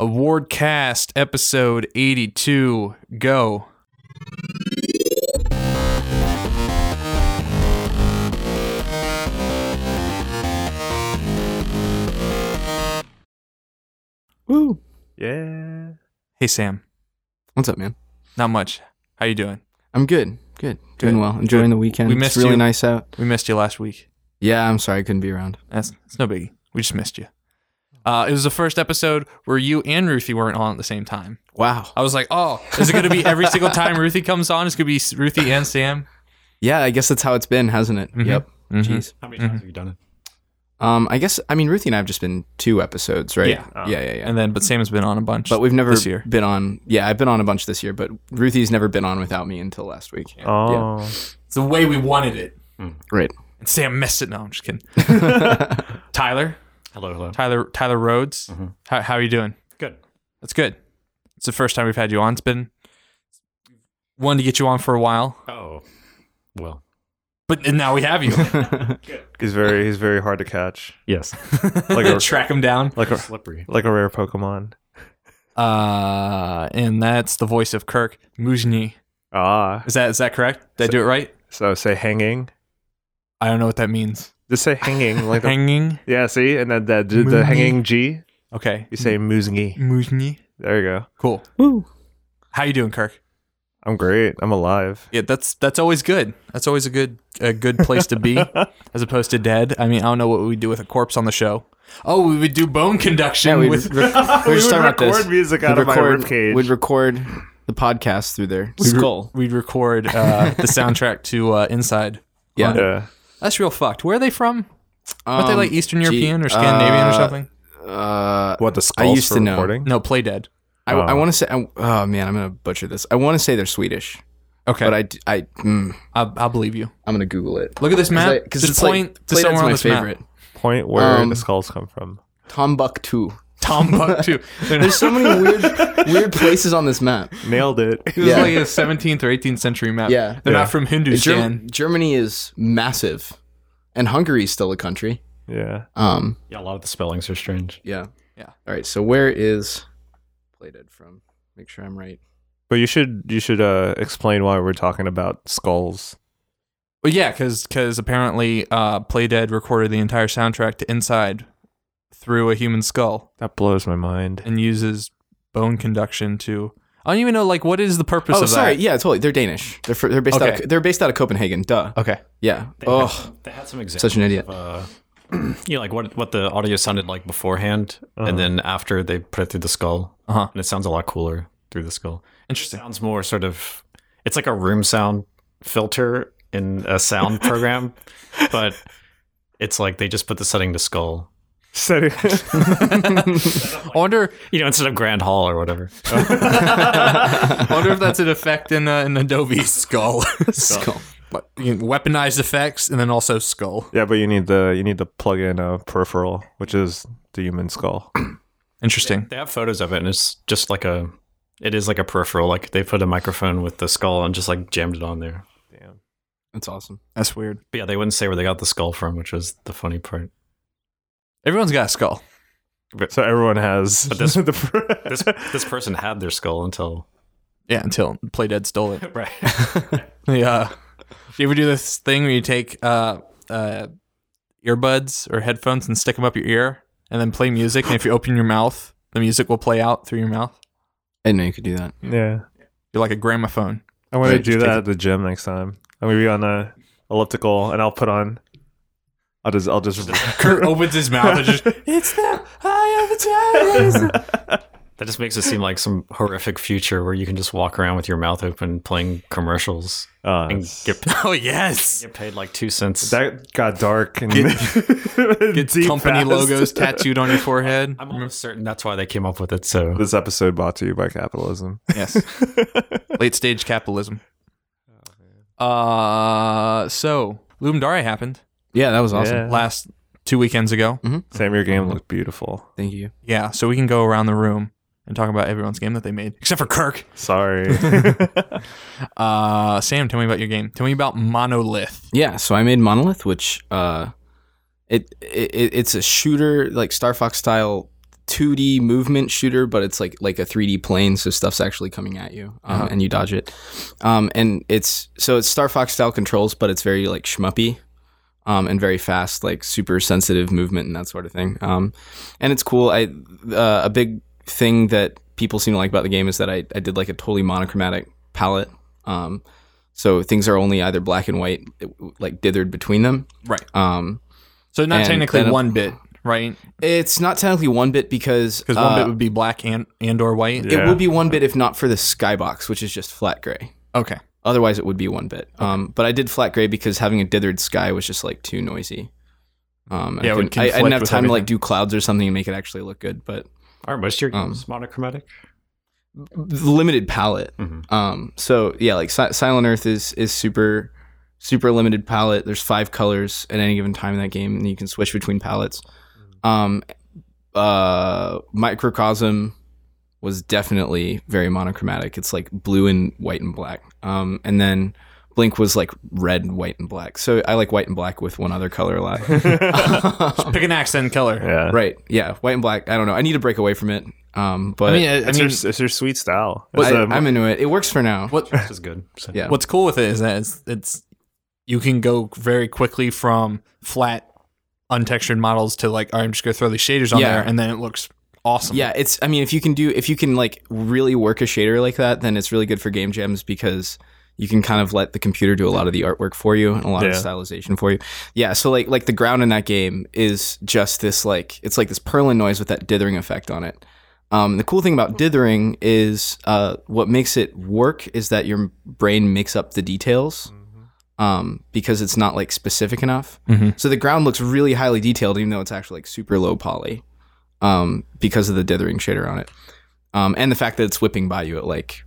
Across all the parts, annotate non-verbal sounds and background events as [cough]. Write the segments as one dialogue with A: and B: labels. A: Award Cast, episode 82. Go.
B: Woo.
C: Yeah.
A: Hey, Sam.
B: What's up, man?
A: Not much. How you doing?
B: I'm good. Good. Doing
A: Good.
B: well. Enjoying the weekend.
A: We
B: it's
A: missed
B: really
A: you.
B: nice out.
A: We missed you last week.
B: Yeah, I'm sorry I couldn't be around.
A: That's, that's no biggie. We just missed you. Uh, it was the first episode where you and Ruthie weren't on at the same time.
B: Wow.
A: I was like, oh, is it going to be every single time Ruthie comes on? It's going to be S- Ruthie and Sam?
B: Yeah, I guess that's how it's been, hasn't it?
A: Mhm.
B: Yep.
A: Mhm.
B: Jeez.
C: How many times have you done it?
B: Um, I guess I mean Ruthie and I have just been two episodes, right?
A: Yeah.
B: yeah, yeah, yeah.
A: And then, but Sam's been on a bunch.
B: but we've never
A: this year.
B: been on. Yeah, I've been on a bunch this year, but Ruthie's never been on without me until last week. Yeah.
C: Oh.
A: it's the way we wanted it.
B: Right.
A: And Sam missed it. No, I'm just [laughs] kidding. Tyler,
C: Hello, hello.
A: Tyler, Tyler Rhodes.
C: Mhm.
A: How, how are you doing?
C: Good.
A: That's good. It's the first time we've had you on. It's been wanted to get you on for a while,
C: Oh. Well.
A: but and now we have you. [laughs]
D: He's very he's very hard to catch.
C: Yes.
D: Like a-
A: Track him down.
D: Like
C: [laughs]
D: a
C: Slippery.
D: like a rare Pokemon.
A: Uh, and that's the voice of Kirk Muzny.
D: Ah.
A: Is that is that correct? Did I do it right?
D: So say hanging.
A: I don't know what that means.
D: Just say hanging [laughs] like the,
A: Hanging.
D: Yeah, see? And then that the,
A: Mooney.
D: the hanging G,
A: Okay.
D: you say moosngy.
A: Muzny.
D: There you go.
A: Cool.
B: Woo.
A: How you doing, Kirk?
D: I'm great. I'm alive.
A: Yeah, that's that's always good. That's always a good a good place to [laughs] be, as opposed to dead. I mean, I don't know what we would do with a corpse on the show. Oh, we would do bone conduction
B: Yeah, we
A: with
D: [laughs]
B: we were just
D: would
B: talking about
D: record
B: this.
D: music out
B: We'd
D: of my ribcage.
B: We'd record the podcast through their
A: re-
B: skull.
A: We'd record uh,
B: [laughs]
A: the soundtrack to uh, Inside.
B: Yeah.
A: on it.
D: Yeah.
A: that's real fucked. Where are they from? Aren't they
B: Um,
A: like Eastern
B: gee,
A: European or Scandinavian or
B: uh,
A: something?
B: Uh,
C: What the
B: I used to know.
A: No, Play Dead.
B: I, I
A: Um,
B: want to say. I, oh man, I'm gonna butcher this. I want to say they're Swedish,
A: Okay,
B: but I d- I mm,
A: I, will I'll believe you.
B: I'm gonna Google it.
A: Look at this map.
B: because
A: Just
B: it's
A: point
B: like,
A: to
B: Play Dead's
A: somewhere on
B: my
A: this
B: favorite.
A: map.
D: Point where
B: Um,
D: the skulls come from.
B: Timbuktu. [laughs]
A: Timbuktu.
B: There's so
A: [laughs]
B: many weird weird places on this map.
D: Nailed it.
A: This
B: [laughs] Yeah.
A: is like a 17th or 18th century map.
B: Yeah.
A: they're
D: Yeah.
A: not from
B: Ger-
A: Hindustan.
B: Germany is massive, and Hungary's still a country.
D: [laughs] yeah.
B: Um,
C: Yeah, a lot of the spellings are strange.
B: yeah,
A: Yeah.
B: All right, so where is Play Dead from? Make sure I'm right.
D: But you should you should uh explain why we're talking about skulls.
A: Well, yeah, because apparently uh, Playdead recorded the entire soundtrack to Inside through a human skull
D: That blows my mind.
A: and uses bone conduction to. I don't even know like what is the purpose
B: Oh,
A: of
B: sorry.
A: that.
B: Yeah, totally. They're Danish. They're fr- they're based out
A: Okay.
B: of, they're based out of Copenhagen. Duh.
A: Okay.
B: Yeah.
C: They had,
B: Oh,
C: they had some examples.
B: such an idiot.
C: Of, uh, [clears throat] you know, like what what the audio sounded like beforehand, and then after they put it through the skull,
A: Uh-huh.
C: and it sounds a lot cooler through the skull.
A: Interesting.
C: sounds more sort of. It's like a room sound filter in a sound program, but it's like they just put the setting to skull.
D: Setting [laughs]
A: I wonder.
C: You know, instead of grand hall or whatever.
A: I [laughs] wonder if that's an effect in uh, an Adobe skull. [laughs]
B: skull.
A: But, you know, Weaponized effects and then also skull.
D: Yeah, but you need the you need to plug in a peripheral, which is the human skull.
A: Interesting.
C: They have photos of it, and it's just like a. It is like a peripheral. Like they put a microphone with the skull and just like jammed it on there.
D: Damn.
B: That's awesome.
A: That's weird.
C: But yeah, they wouldn't say where they got the skull from, which was the funny part.
A: Everyone's got a skull.
D: So everyone has
C: But this-
D: [laughs] the per-
C: This this person had their skull until
A: Yeah, until Playdead stole it. [laughs]
C: right.
A: Yeah. You ever do this thing where you take uh, uh, earbuds or headphones and stick them up your ear and then play music? And if you open your mouth, the music will play out through your mouth.
B: I didn't know you could do that.
D: yeah.
A: You're like a gramophone.
D: I want to
B: Right, just take
D: do that
B: it.
D: at the gym next time. I'm gonna be on a elliptical, and I'll put on. I'll just I'll just
A: Kurt opens his mouth and just, [laughs] it's the eye of the [laughs] tiger.
C: That just makes it seem like some horrific future where you can just walk around with your mouth open playing commercials
D: [laughs] Uh,
C: and
D: it's-
C: get,
A: Oh, yes.
C: get paid like two cents.
D: that got dark and [laughs]
A: Get
D: deep
A: company
D: fast. [laughs]
A: logos tattooed on your forehead.
C: I'm almost certain that's why they came up with it. So
D: This episode brought to you by capitalism.
B: [laughs]
A: Yes. Late stage capitalism.
D: Oh,
A: Uh, so, Lumdare happened
B: Yeah, that was awesome.
D: Yeah.
A: last two weekends ago.
D: Sam, your game looked beautiful.
B: Thank you.
A: Yeah, so we can go around the room and talk about everyone's game that they made, except for Kirk.
D: Sorry.
A: Uh, Sam, tell me about your game. Tell me about Monolith.
B: Yeah, so I made Monolith, which uh, it, it it's a shooter like Star Fox style 2D movement shooter, but it's like like a 3D plane, so stuff's actually coming at you, um,
A: Uh-huh.
B: and you dodge it. Um, and it's so it's Star Fox style controls, but it's very like shmuppy, um, and very fast, like super sensitive movement and that sort of thing. Um, and it's cool. I uh, a big thing that people seem to like about the game is that I, I did like a totally monochromatic palette. Um, so things are only either black and white, like dithered between them.
A: Right.
B: Um,
A: So not
B: And
A: technically
B: then-
A: one bit, right?
B: it's not technically one bit because uh,
A: Because one bit would be black and and or white.
D: Yeah.
B: It would be one bit if not for the skybox, which is just flat gray.
A: Okay.
B: Otherwise, it would be one bit. Um, but I did flat gray because having a dithered sky was just like too noisy. Um, and
A: Yeah,
B: I,
A: it would
B: couldn't- I, I didn't
A: conflict
B: have
A: with
B: time to
A: everything.
B: like do clouds or something and make it actually look good. But
C: Aren't most of your
B: Um,
C: games monochromatic?
B: the limited palette.
C: Mhm.
A: Mm-hmm.
B: Um, so yeah, like Si- Silent Earth is is super super limited palette. There's five colors at any given time in that game, and you can switch between palettes.
A: Mm-hmm.
B: Um, uh, Microcosm was definitely very monochromatic. It's like blue and white and black. Um, and then Blink was like red, white, and black. So I like white and black with one other color
A: [laughs]
B: a lot. [laughs]
A: Pick an accent color.
D: Yeah.
B: right? Yeah, white and black. I don't know. I need to break away from it. Um, but
A: I mean, I, I
D: It's,
A: mean,
D: your, it's your sweet style. It's um,
B: I,
D: a-
B: I'm into it. It works for now.
A: what
C: This is good. So-
B: Yeah.
A: what's cool with it is that it's, it's you can go very quickly from flat, untextured models to like, all right, I'm just gonna throw these shaders on
B: Yeah.
A: there, and then it looks awesome.
B: Yeah, it's. I mean, if you can do, if you can like really work a shader like that, then it's really good for game jams because you can kind of let the computer do a lot of the artwork for you and a lot of
D: Yeah.
B: the stylization for you. Yeah. So like like the ground in that game is just this like it's like this purling noise with that dithering effect on it. Um, the cool thing about dithering is uh, what makes it work is that your brain makes up the details
D: Mm-hmm.
B: um, because it's not like specific enough.
A: Mhm.
B: So the ground looks really highly detailed, even though it's actually like super low poly um, because of the dithering shader on it, um, and the fact that it's whipping by you at like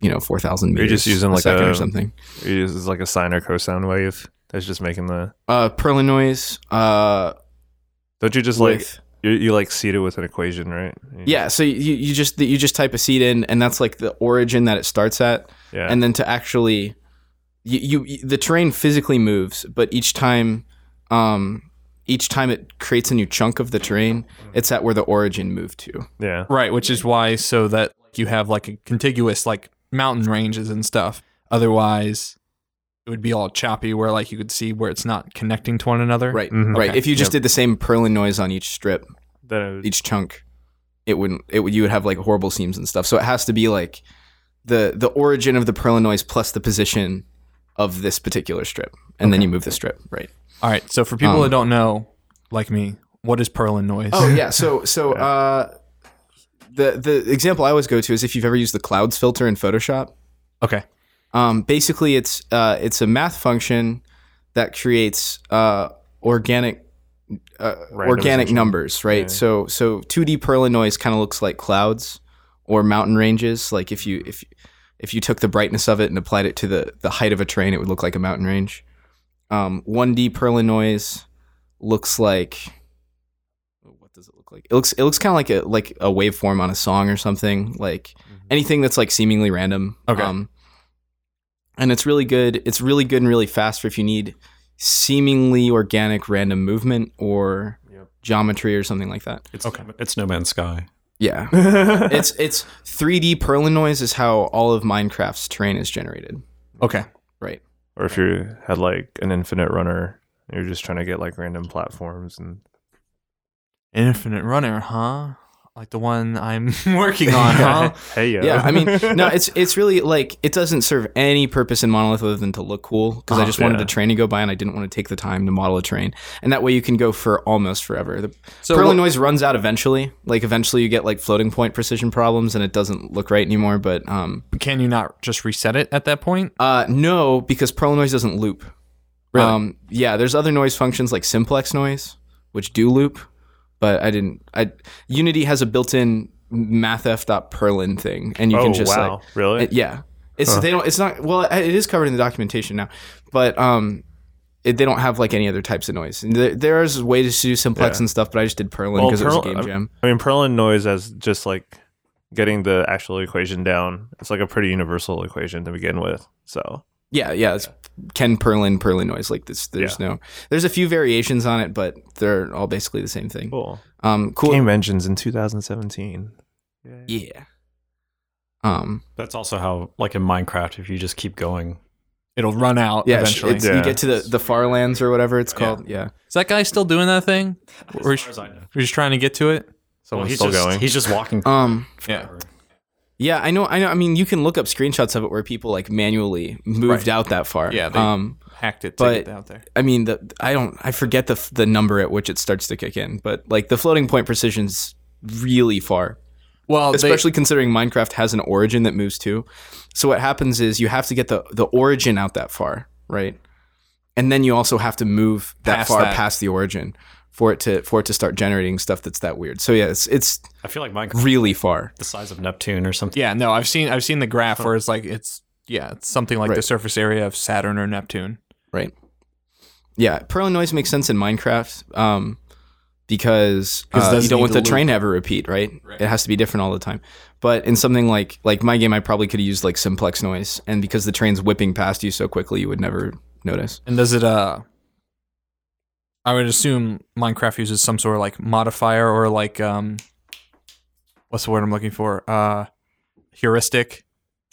B: you know four thousand
D: You're
B: meters.
D: just using,
B: a
D: like,
B: second
D: a-
B: or something.
D: It is it's like a sine or cosine wave. That's just making the.
B: Uh, Perlin noise. Uh,
D: Don't you just like
B: with
D: you, you like seed it with an equation, right? You-
B: yeah, so you, you just you just type a seed in, and that's like the origin that it starts at.
D: Yeah.
B: and then to actually you, you, you- the terrain physically moves but each time um each time it creates a new chunk of the terrain it's at where the origin moved to
D: yeah.
A: Right, which is why so that you have like a contiguous like mountain ranges and stuff. Otherwise, it would be all choppy where like you could see where it's not connecting to one another.
B: right
D: Mhm.
B: right
A: Okay.
B: if you just did the same purling noise on each strip
D: Then it would-
B: each chunk it wouldn't it would you would have like horrible seams and stuff so it has to be like the the origin of the purling noise plus the position of this particular strip and then you move the strip right
A: All right. So for people
B: Um,
A: that don't know, like me, what is Perlin noise?
B: Oh yeah. So so uh, the the example I always go to is if you've ever used the clouds filter in Photoshop.
A: Okay.
B: Um, basically, it's uh, it's a math function that creates uh, organic uh, organic
D: Randomization.
B: numbers, right? So so 2D Perlin noise kind of looks like clouds or mountain ranges. Like if you if if you took the brightness of it and applied it to the the height of a terrain, it would look like a mountain range. Um, 1D Perlin noise looks like oh, what does it look like? It looks it looks kind of like a like a waveform on a song or something, like anything that's like seemingly random.
A: Okay.
B: Um, and it's really good. It's really good and really fast for if you need seemingly organic random movement or
D: Yep.
B: geometry or something like that.
C: It's, okay. It's No Man's Sky.
B: Yeah. [laughs] it's it's 3D Perlin noise is how all of Minecraft's terrain is generated.
A: Okay.
B: Right.
D: [laughs] or if you had like an infinite runner, you're just trying to get like random platforms and
A: Infinite Runner, huh? Like the one I'm [laughs] working on,
B: [laughs]
A: huh?
D: hey yo.
B: Yeah, I
D: [laughs]
B: mean, no, it's it's really like it doesn't serve any purpose in Monolith other than to look cool because I
A: Uh-huh.
B: just wanted
D: Yeah.
B: the train to go by and I didn't want to take the time to model a train, and that way you can go for almost forever. The
A: So
B: Perlin
A: what-
B: noise runs out eventually. Like eventually you get like floating point precision problems and it doesn't look right anymore. But um,
A: Can you not just reset it at that point?
B: uh, no, because Perlin noise doesn't loop.
A: Really?
B: Um, yeah, there's other noise functions like simplex noise which do loop, but I didn't. I Unity has a built-in mathf.perlin thing, and you
D: oh
B: can just
D: wow,
B: like
D: really?
B: it- yeah. It's they don't. It's not. Well, it is covered in the documentation now, but um, it, they don't have like any other types of noise. And There, there's ways to do simplex
D: Yeah.
B: and stuff, but I just did Perlin
D: Well, uh,
B: because it was a
D: Perlin-
B: game jam.
D: I mean, Perlin noise as just like getting the actual equation down. It's like a pretty universal equation to begin with. So
B: Yeah, yeah. It's Ken Perlin Perlin noise. Like this, there's no. There's a few variations on it, but they're all basically the same thing.
D: Cool.
B: Um, cool.
D: Game engines in 2017.
B: Yeah. Um.
C: That's also how, like in Minecraft, if you just keep going,
A: It'll run out
B: Yeah. sh-
A: eventually.
B: It's, You
D: Yeah.
B: get to the the far lands or whatever it's
A: Yeah.
B: called. Yeah.
A: Is that guy still doing that thing? We're,
C: as far as I know.
A: we're just trying to get to it.
C: Well,
D: Someone's
C: he's
D: still
C: just,
D: going.
C: He's
B: [laughs]
C: just walking. [laughs]
B: Um.
A: Yeah.
B: Yeah. I know. I know. I mean, you can look up screenshots of it where people like manually
A: Right.
B: moved out that far.
A: Yeah, they-
B: um.
A: Hacked it to
B: But-
A: get out there.
B: I mean, the I don't I forget the f- the number at which it starts to kick in, but like the floating point precision's really far,
A: Well,
B: especially considering Minecraft has an origin that moves too. So what happens is you have to get the the origin out that far, right? And then you also have to move that
A: Past
B: far
A: that.
B: past the origin for it to for it to start generating stuff that's that weird. So yeah, it's it's
C: I feel like Minecraft
B: really far.
C: the size of Neptune or something.
A: yeah, no, I've seen I've seen the graph where it's like it's yeah, it's something like the
B: Right.
A: surface area of Saturn or Neptune.
B: Right. Yeah, Perlin noise makes sense in Minecraft um, because
A: 'Cause it
B: uh, you
A: doesn't
B: don't
A: need
B: want
A: to
B: the train to ever repeat, right?
A: Right.
B: It has to be different all the time. But in something like like my game, I probably could have used like simplex noise, and because the train's whipping past you so quickly, you would never notice.
A: And does it uh I would assume Minecraft uses some sort of like modifier or like um what's the word I'm looking for? Uh heuristic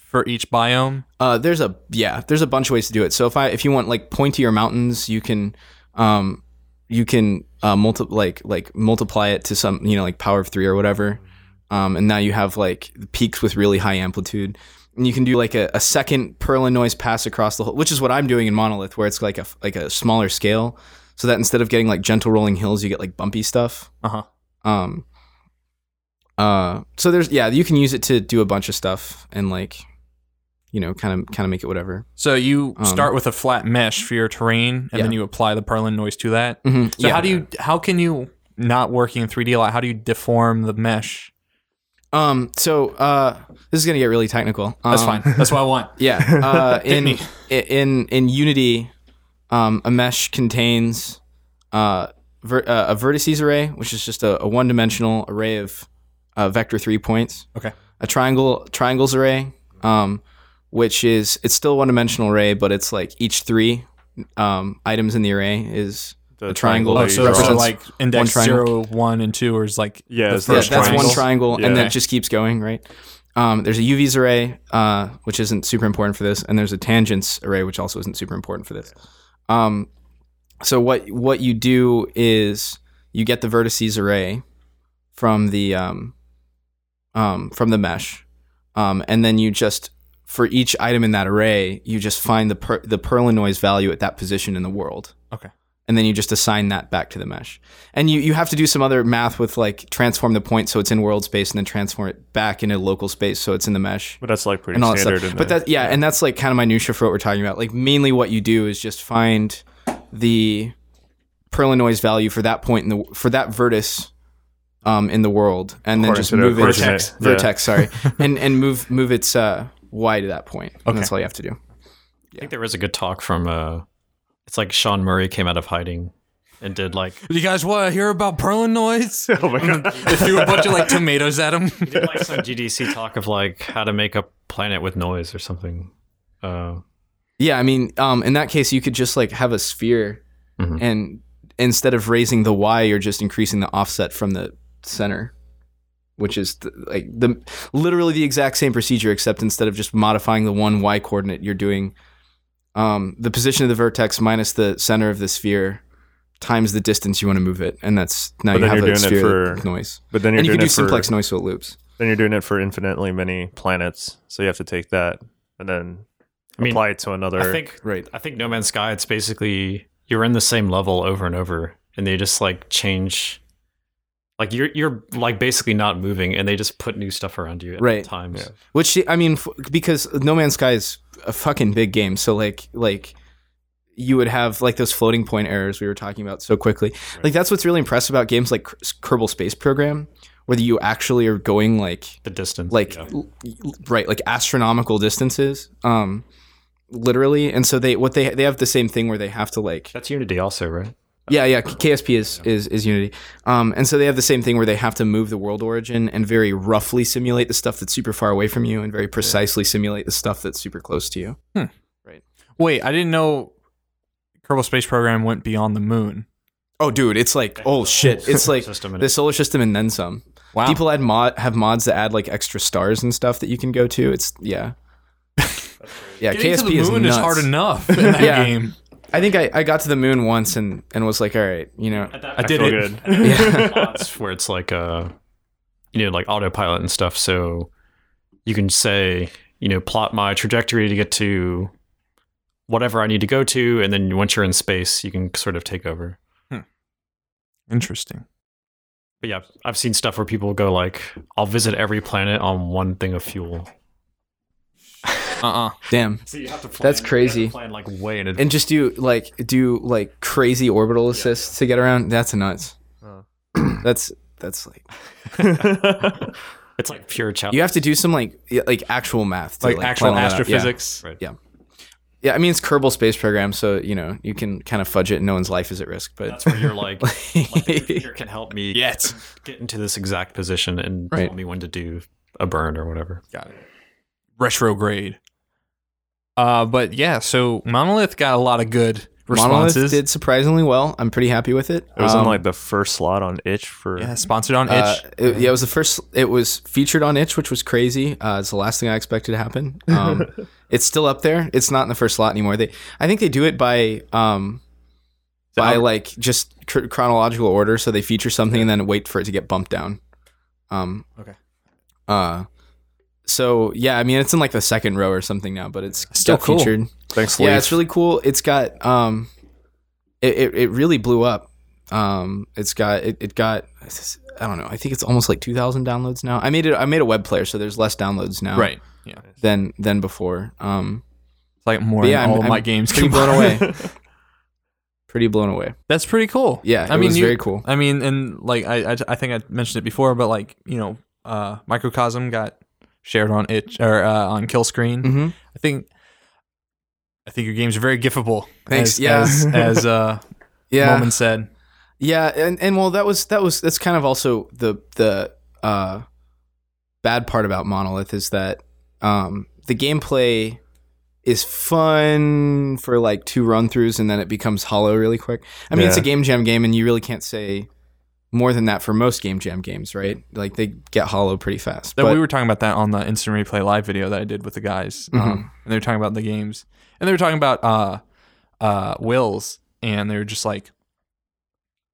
A: for each biome.
B: Uh, there's a yeah, there's a bunch of ways to do it. So if I if you want like pointier mountains, you can um, you can uh, multi- like like multiply it to some you know like power of three or whatever, um, and now you have like peaks with really high amplitude. And you can do like a, a second Perlin noise pass across the whole, which is what I'm doing in Monolith, where it's like a like a smaller scale, so that instead of getting like gentle rolling hills, you get like bumpy stuff.
A: Uh-huh.
B: Um. Uh. So there's yeah, you can use it to do a bunch of stuff and like, you know, kind of kind of make it whatever.
A: So you
B: Um,
A: start with a flat mesh for your terrain and
B: Yeah.
A: then you apply the Perlin noise to that.
B: Mm-hmm.
A: So how do you how can you not working in 3D a lot, how do you deform the mesh?
B: Um. So uh, this is gonna get really technical.
A: That's
B: Um,
A: fine. That's what I want.
B: Yeah.
A: [laughs]
B: Uh, in
A: me.
B: in in Unity, um, a mesh contains uh, ver- uh, a vertices array, which is just a, a one-dimensional array of uh, vector three points.
A: Okay.
B: A triangle triangles array, um, which is it's still a one-dimensional array, but it's like each three um, items in the array is
D: The
B: A triangle.
D: that
A: Oh,
B: [laughs] Well,
D: you
A: so,
B: it
D: draw.
A: so
B: represents
A: like index
B: one triangle.
A: zero, one, and two, or is like
D: Yeah,
A: the
D: it's
B: yeah,
A: first
B: that's
A: triangle.
B: one triangle, and then
A: Yeah.
B: it just keeps going, right? Um, there's a UVs array, uh, which isn't super important for this, and there's a tangents array, which also isn't super important for this. Um, so what what you do is you get the vertices array from the um, um, from the mesh, um, and then you just for each item in that array, you just find the per- the Perlin noise value at that position in the world.
A: Okay.
B: And then you just assign that back to the mesh. And you, you have to do some other math with like transform the point so it's in world space and then transform it back into local space so it's in the mesh
D: But that's like pretty
B: and all that
D: standard.
B: stuff.
D: in
B: But
D: the-
B: that yeah, and that's like kind of minutia for what we're talking about. Like mainly what you do is just find the Perlin noise value for that point in the for that vertice um, in the world, and then
D: According
B: just
D: to the
B: move it
D: vertex. Yeah.
B: vertex
D: [laughs]
B: sorry, and and move move its uh, y to that point. And that's all you have to do.
C: I think there was a good talk from. Uh, it's like Sean Murray came out of hiding and did like
A: You guys want to hear about Perlin
B: [laughs]
A: noise?
D: [laughs]
A: Oh my god! they threw a bunch of like tomatoes at him.
C: he did like
D: [laughs]
C: some GDC talk of like how to make a planet with noise or something. Uh,
B: Yeah, I mean, um, in that case, you could just like have a sphere,
D: Mm-hmm.
C: Mhm.
B: and instead of raising the y, you're just increasing the offset from the center, which is th- like the literally the exact same procedure, except instead of just modifying the one y coordinate, you're doing um, the position of the vertex minus the center of the sphere times the distance you want to move it, and that's now
D: But
B: you
D: then
B: have
D: you're
B: a
D: doing it
B: sphere
D: for-
B: with noise,
D: but then you're
B: and you
D: doing
B: can do
D: it for,
B: simplex noise so it loops.
D: Then you're doing it for infinitely many planets. So you have to take that and then
C: I mean,
D: apply it to another.
C: I think
B: Right.
C: I think No Man's Sky. It's basically you're in the same level over and over, and they just like change. Like you're you're like basically not moving, and they just put new stuff around you at
B: Right.
C: times.
D: Yeah.
B: Which I mean, f- because No Man's Sky is a fucking big game, so like like you would have like those floating point errors we were talking about so quickly. Like that's what's really impressive about games like K- Kerbal Space Program, where you actually are going like
C: The distance,
B: like
C: yeah.
B: l- l- right like astronomical distances, um, literally. And so they what they they have the same thing where they have to like
C: that's Unity also, right?
B: yeah, yeah. K- KSP is, is is Unity, um, and so they have the same thing where they have to move the world origin and very roughly simulate the stuff that's super far away from you, and very precisely simulate the stuff that's super close to you.
A: [laughs] Wait, I didn't know Kerbal Space Program went beyond the moon.
B: Oh, dude, it's like oh shit, Ah. it's like
C: System in
B: the
C: it.
B: solar system and then some.
A: Wow.
B: People add mod have mods that add like extra stars and stuff that you can go to. It's yeah, yeah.
A: Getting
B: KSP
A: to the
B: is,
A: moon
B: nuts.
A: is hard enough
B: [laughs]
A: in that
B: Yeah.
A: game.
B: I think I, I got to the moon once and and was like, all right, you
A: [laughs]
B: know,
A: I did
D: feel
A: it.
C: [laughs]
D: good.
B: yeah,
C: spots where it's like uh you know like autopilot and stuff so you can say you know plot my trajectory to get to whatever i need to go to and then once you're in space you can sort of take over
A: Interesting.
C: but yeah i've seen stuff where people go like i'll visit every planet on one thing of fuel
B: Uh-uh.
A: Uh uh
B: damn.
C: so you have to plan,
B: That's crazy.
C: you have to plan like way in advance
B: And just do like do like crazy orbital assists to get around. That's nuts.
D: Oh.
B: [clears throat] that's that's like
C: [laughs] it's like pure child
B: you have to do some like yeah, like actual math, to,
A: Like, actual
B: plan all that out. Yeah.
A: astrophysics.
C: Right.
B: Yeah, I mean it's Kerbal Space Program, so you know you can kind of fudge it, and no one's life is at risk. But [laughs]
C: that's where you're like, like your [laughs] finger can help me
A: Yes.
C: get into this exact position and
B: Right.
C: tell me when to do a burn or whatever
A: Got it. Retrograde. Uh, but yeah, so Monolith got a lot of good responses.
B: Monolith did surprisingly well. I'm pretty happy with it.
D: It was
B: Um,
D: on like the first slot on itch for
A: yeah, sponsored on
B: uh,
A: Itch.
B: it, yeah, it was the first. It was featured on itch, which was crazy. Uh, it's the last thing I expected to happen.
A: [laughs]
B: Um, it's still up there. It's not in the first slot anymore. They, I think they do it by um, by like just cr- chronological order. So they feature something and then wait for it to get bumped down. Um,
A: Okay.
B: Uh, so yeah, I mean it's in like the second row or something now, but it's still
A: cool.
B: featured.
D: thanks
B: Yeah,
D: Leaf.
B: it's really cool. It's got um, it it, it really blew up. Um, it's got it, it got I don't know. I think it's almost like two thousand downloads now. I made it. I made a web player, so there's less downloads now.
A: right. Yeah.
B: Than than before. Um,
A: It's like more
B: but
A: than
B: yeah, I'm,
A: all of
B: I'm
A: my [laughs] games
B: pretty blown
A: combined.
B: away. pretty blown away.
A: That's pretty cool.
B: Yeah,
A: I
B: it
A: mean,
B: was
A: you-
B: very cool.
A: I mean, and like I, I, I think I mentioned it before, but like you know, uh, Microcosm got shared on Itch or uh, on Kill Screen.
B: Mm-hmm.
A: I think, I think your games are very giftable.
B: Thanks,
A: As,
B: yeah.
A: As, as uh,
B: [laughs] Yeah.
A: Moment said.
B: Yeah, and, and well, that was that was that's kind of also the the uh, bad part about Monolith is that um, the gameplay is fun for like two run throughs and then it becomes hollow really quick. I mean, it's a
D: Yeah.
B: game jam game, and you really can't say more than that for most game jam games, right? Like they get hollow pretty fast.
A: That
B: But
A: we were talking about that on the instant replay live video that I did with the guys,
B: Mm-hmm.
A: um, and they were talking about the games, and they were talking about uh, uh, wills, and they were just like,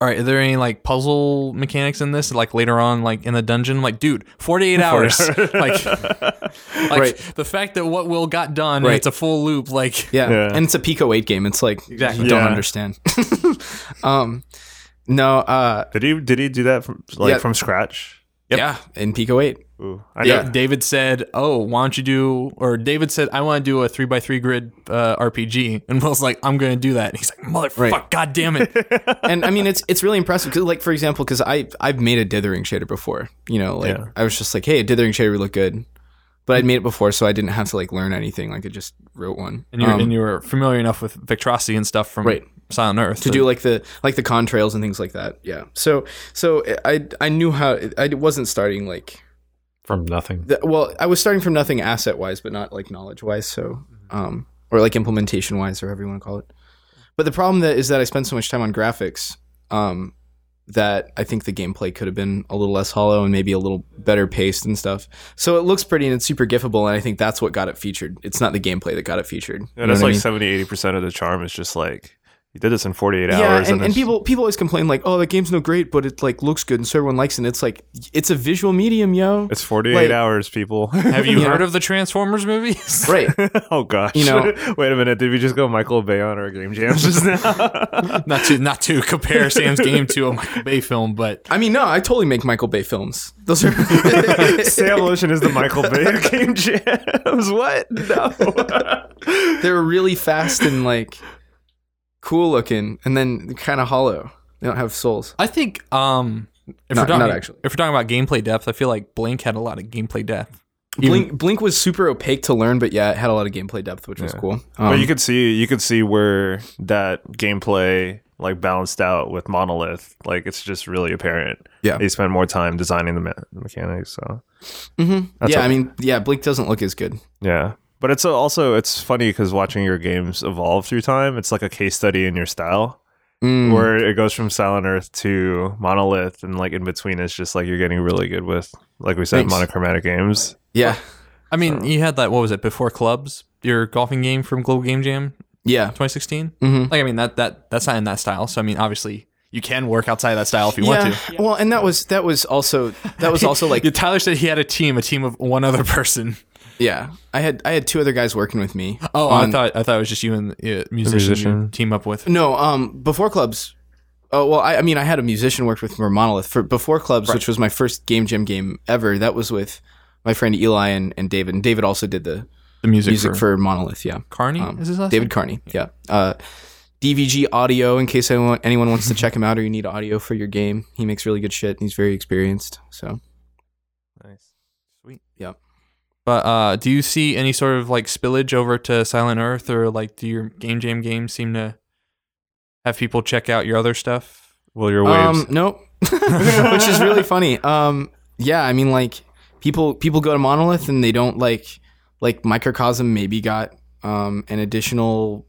A: "All right, are there any like puzzle mechanics in this? Like later on, like in the dungeon, I'm like dude, forty eight hours, [laughs]
B: [laughs]
A: like, like
B: Right.
A: the fact that what will got done, and
B: Right.
A: it's a full loop, like
B: Yeah.
D: Yeah.
B: And it's a Pico 8 game. It's like,
A: Exactly.
B: you don't
D: Yeah.
B: understand. [laughs] um, no, uh,
D: did he did he do that from like
B: Yeah.
D: from scratch?
B: yeah, in Pico 8.
D: Ooh, I
A: Yeah.
D: know.
A: David said, "Oh, why don't you do?" Or David said, "I want to do a three by three grid uh, RPG," and Will's like, "I'm going to do that." And he's like, "Motherfucker,
B: Right.
A: god damn it!"
B: and I mean, it's it's really impressive. 'cause, like for example, because I I've made a dithering shader before. You know, like
D: Yeah.
B: I was just like, hey, a dithering shader would look good, but I'd made it before, so I didn't have to like learn anything. Like I just wrote one.
A: and you are
B: Um,
A: and you were familiar enough with Victrosity and stuff from
B: Right.
A: Silent Earth
B: to do like the like the contrails and things like that. Yeah. So so I I knew how I wasn't starting like
C: from nothing.
B: the, well I was starting from nothing asset wise, but not like knowledge wise. So um or like implementation wise or however you want to call it. But the problem that is that I spend so much time on graphics. Um, that I think the gameplay could have been a little less hollow and maybe a little better paced and stuff. So it looks pretty and it's super giftable, and I think that's what got it featured. It's not the gameplay that got it featured.
D: Yeah,
B: You know
D: that's
B: what I
D: like
B: mean?
D: 70 80 percent of the charm is just like you did this in forty eight
B: yeah,
D: hours,
B: and, and
D: it's-
B: people people always complain like, oh, the game's no great, but it like looks good and so everyone likes it. And it's like it's a visual medium, yo.
D: it's forty eight
B: like-
D: hours,
A: [laughs]
D: people.
A: Have you
B: [laughs] Yeah.
A: heard of the Transformers movies?
B: right.
D: [laughs] oh gosh,
B: You know-
D: [laughs] wait a minute, did we just go Michael Bay on our game jams just
B: [laughs]
D: now?
A: [laughs] not to not to compare Sam's game to a Michael Bay film, but
B: I mean, no, I totally make Michael Bay films. Those are [laughs]
D: [laughs] Sam Ocean is the Michael Bay of game jams. What?
B: [laughs]
D: No.
B: they're really fast and like cool looking, and then kind of hollow. They don't have souls.
A: I think um, if
B: Not-
A: we're talking,
B: not actually.
A: if we're talking about gameplay depth, I feel like Blink had a lot of gameplay depth.
B: Blink Blink was super opaque to learn, but yeah, it had a lot of gameplay depth, which was cool. Um,
D: but you could see you could see where that gameplay like balanced out with Monolith. Like it's just really apparent.
B: Yeah.
D: they spend more time designing the me- mechanics. So
B: mhm.
D: That's
B: yeah,
D: all.
B: I mean, yeah, Blink doesn't look as good.
D: yeah, But it's also it's funny because watching your games evolve through time, it's like a case study in your style,
B: Mm.
D: where it goes from Silent Earth to Monolith, and like in between, it's just like you're getting really good with, like we said,
B: Thanks.
D: monochromatic games.
B: yeah,
A: I mean, you had that. What was it before clubs? Your golfing game from Global Game Jam
B: yeah.
A: 2016.
B: Mm-hmm.
A: Like, I mean, that that that's not in that style. So, I mean, obviously, you can work outside of that style if you want to.
B: Well, and that was that was also
A: [laughs]
B: that was also [laughs] like
A: Yeah, Tyler said he had a team, a team of one other person.
B: yeah. I had I had two other guys working with me.
A: Oh, I
B: on-
A: thought I thought it was just you and the uh, musician, you
D: musician.
A: team up with.
B: No, um, before clubs. Oh well, I, I mean, I had a musician worked with for Monolith for before clubs, which was my first game jam game ever. That was with my friend Eli and, and David, and David also did the
A: The music,
B: music
A: for,
B: for Monolith. Yeah,
A: Carney
B: um,
A: is his last
B: David Carney. Yeah, uh, DVG Audio. In case anyone anyone wants to check him out or you need audio for your game, he makes really good shit and he's very experienced. So
D: Nice.
A: But uh, do you see any sort of like spillage over to Silent Earth, or like do your game jam games seem to have people check out your other stuff?
D: Well, your waves.
B: Um, no, [laughs] which is really funny. Um, yeah, I mean, like people people go to Monolith and they don't like like Microcosm maybe got um an additional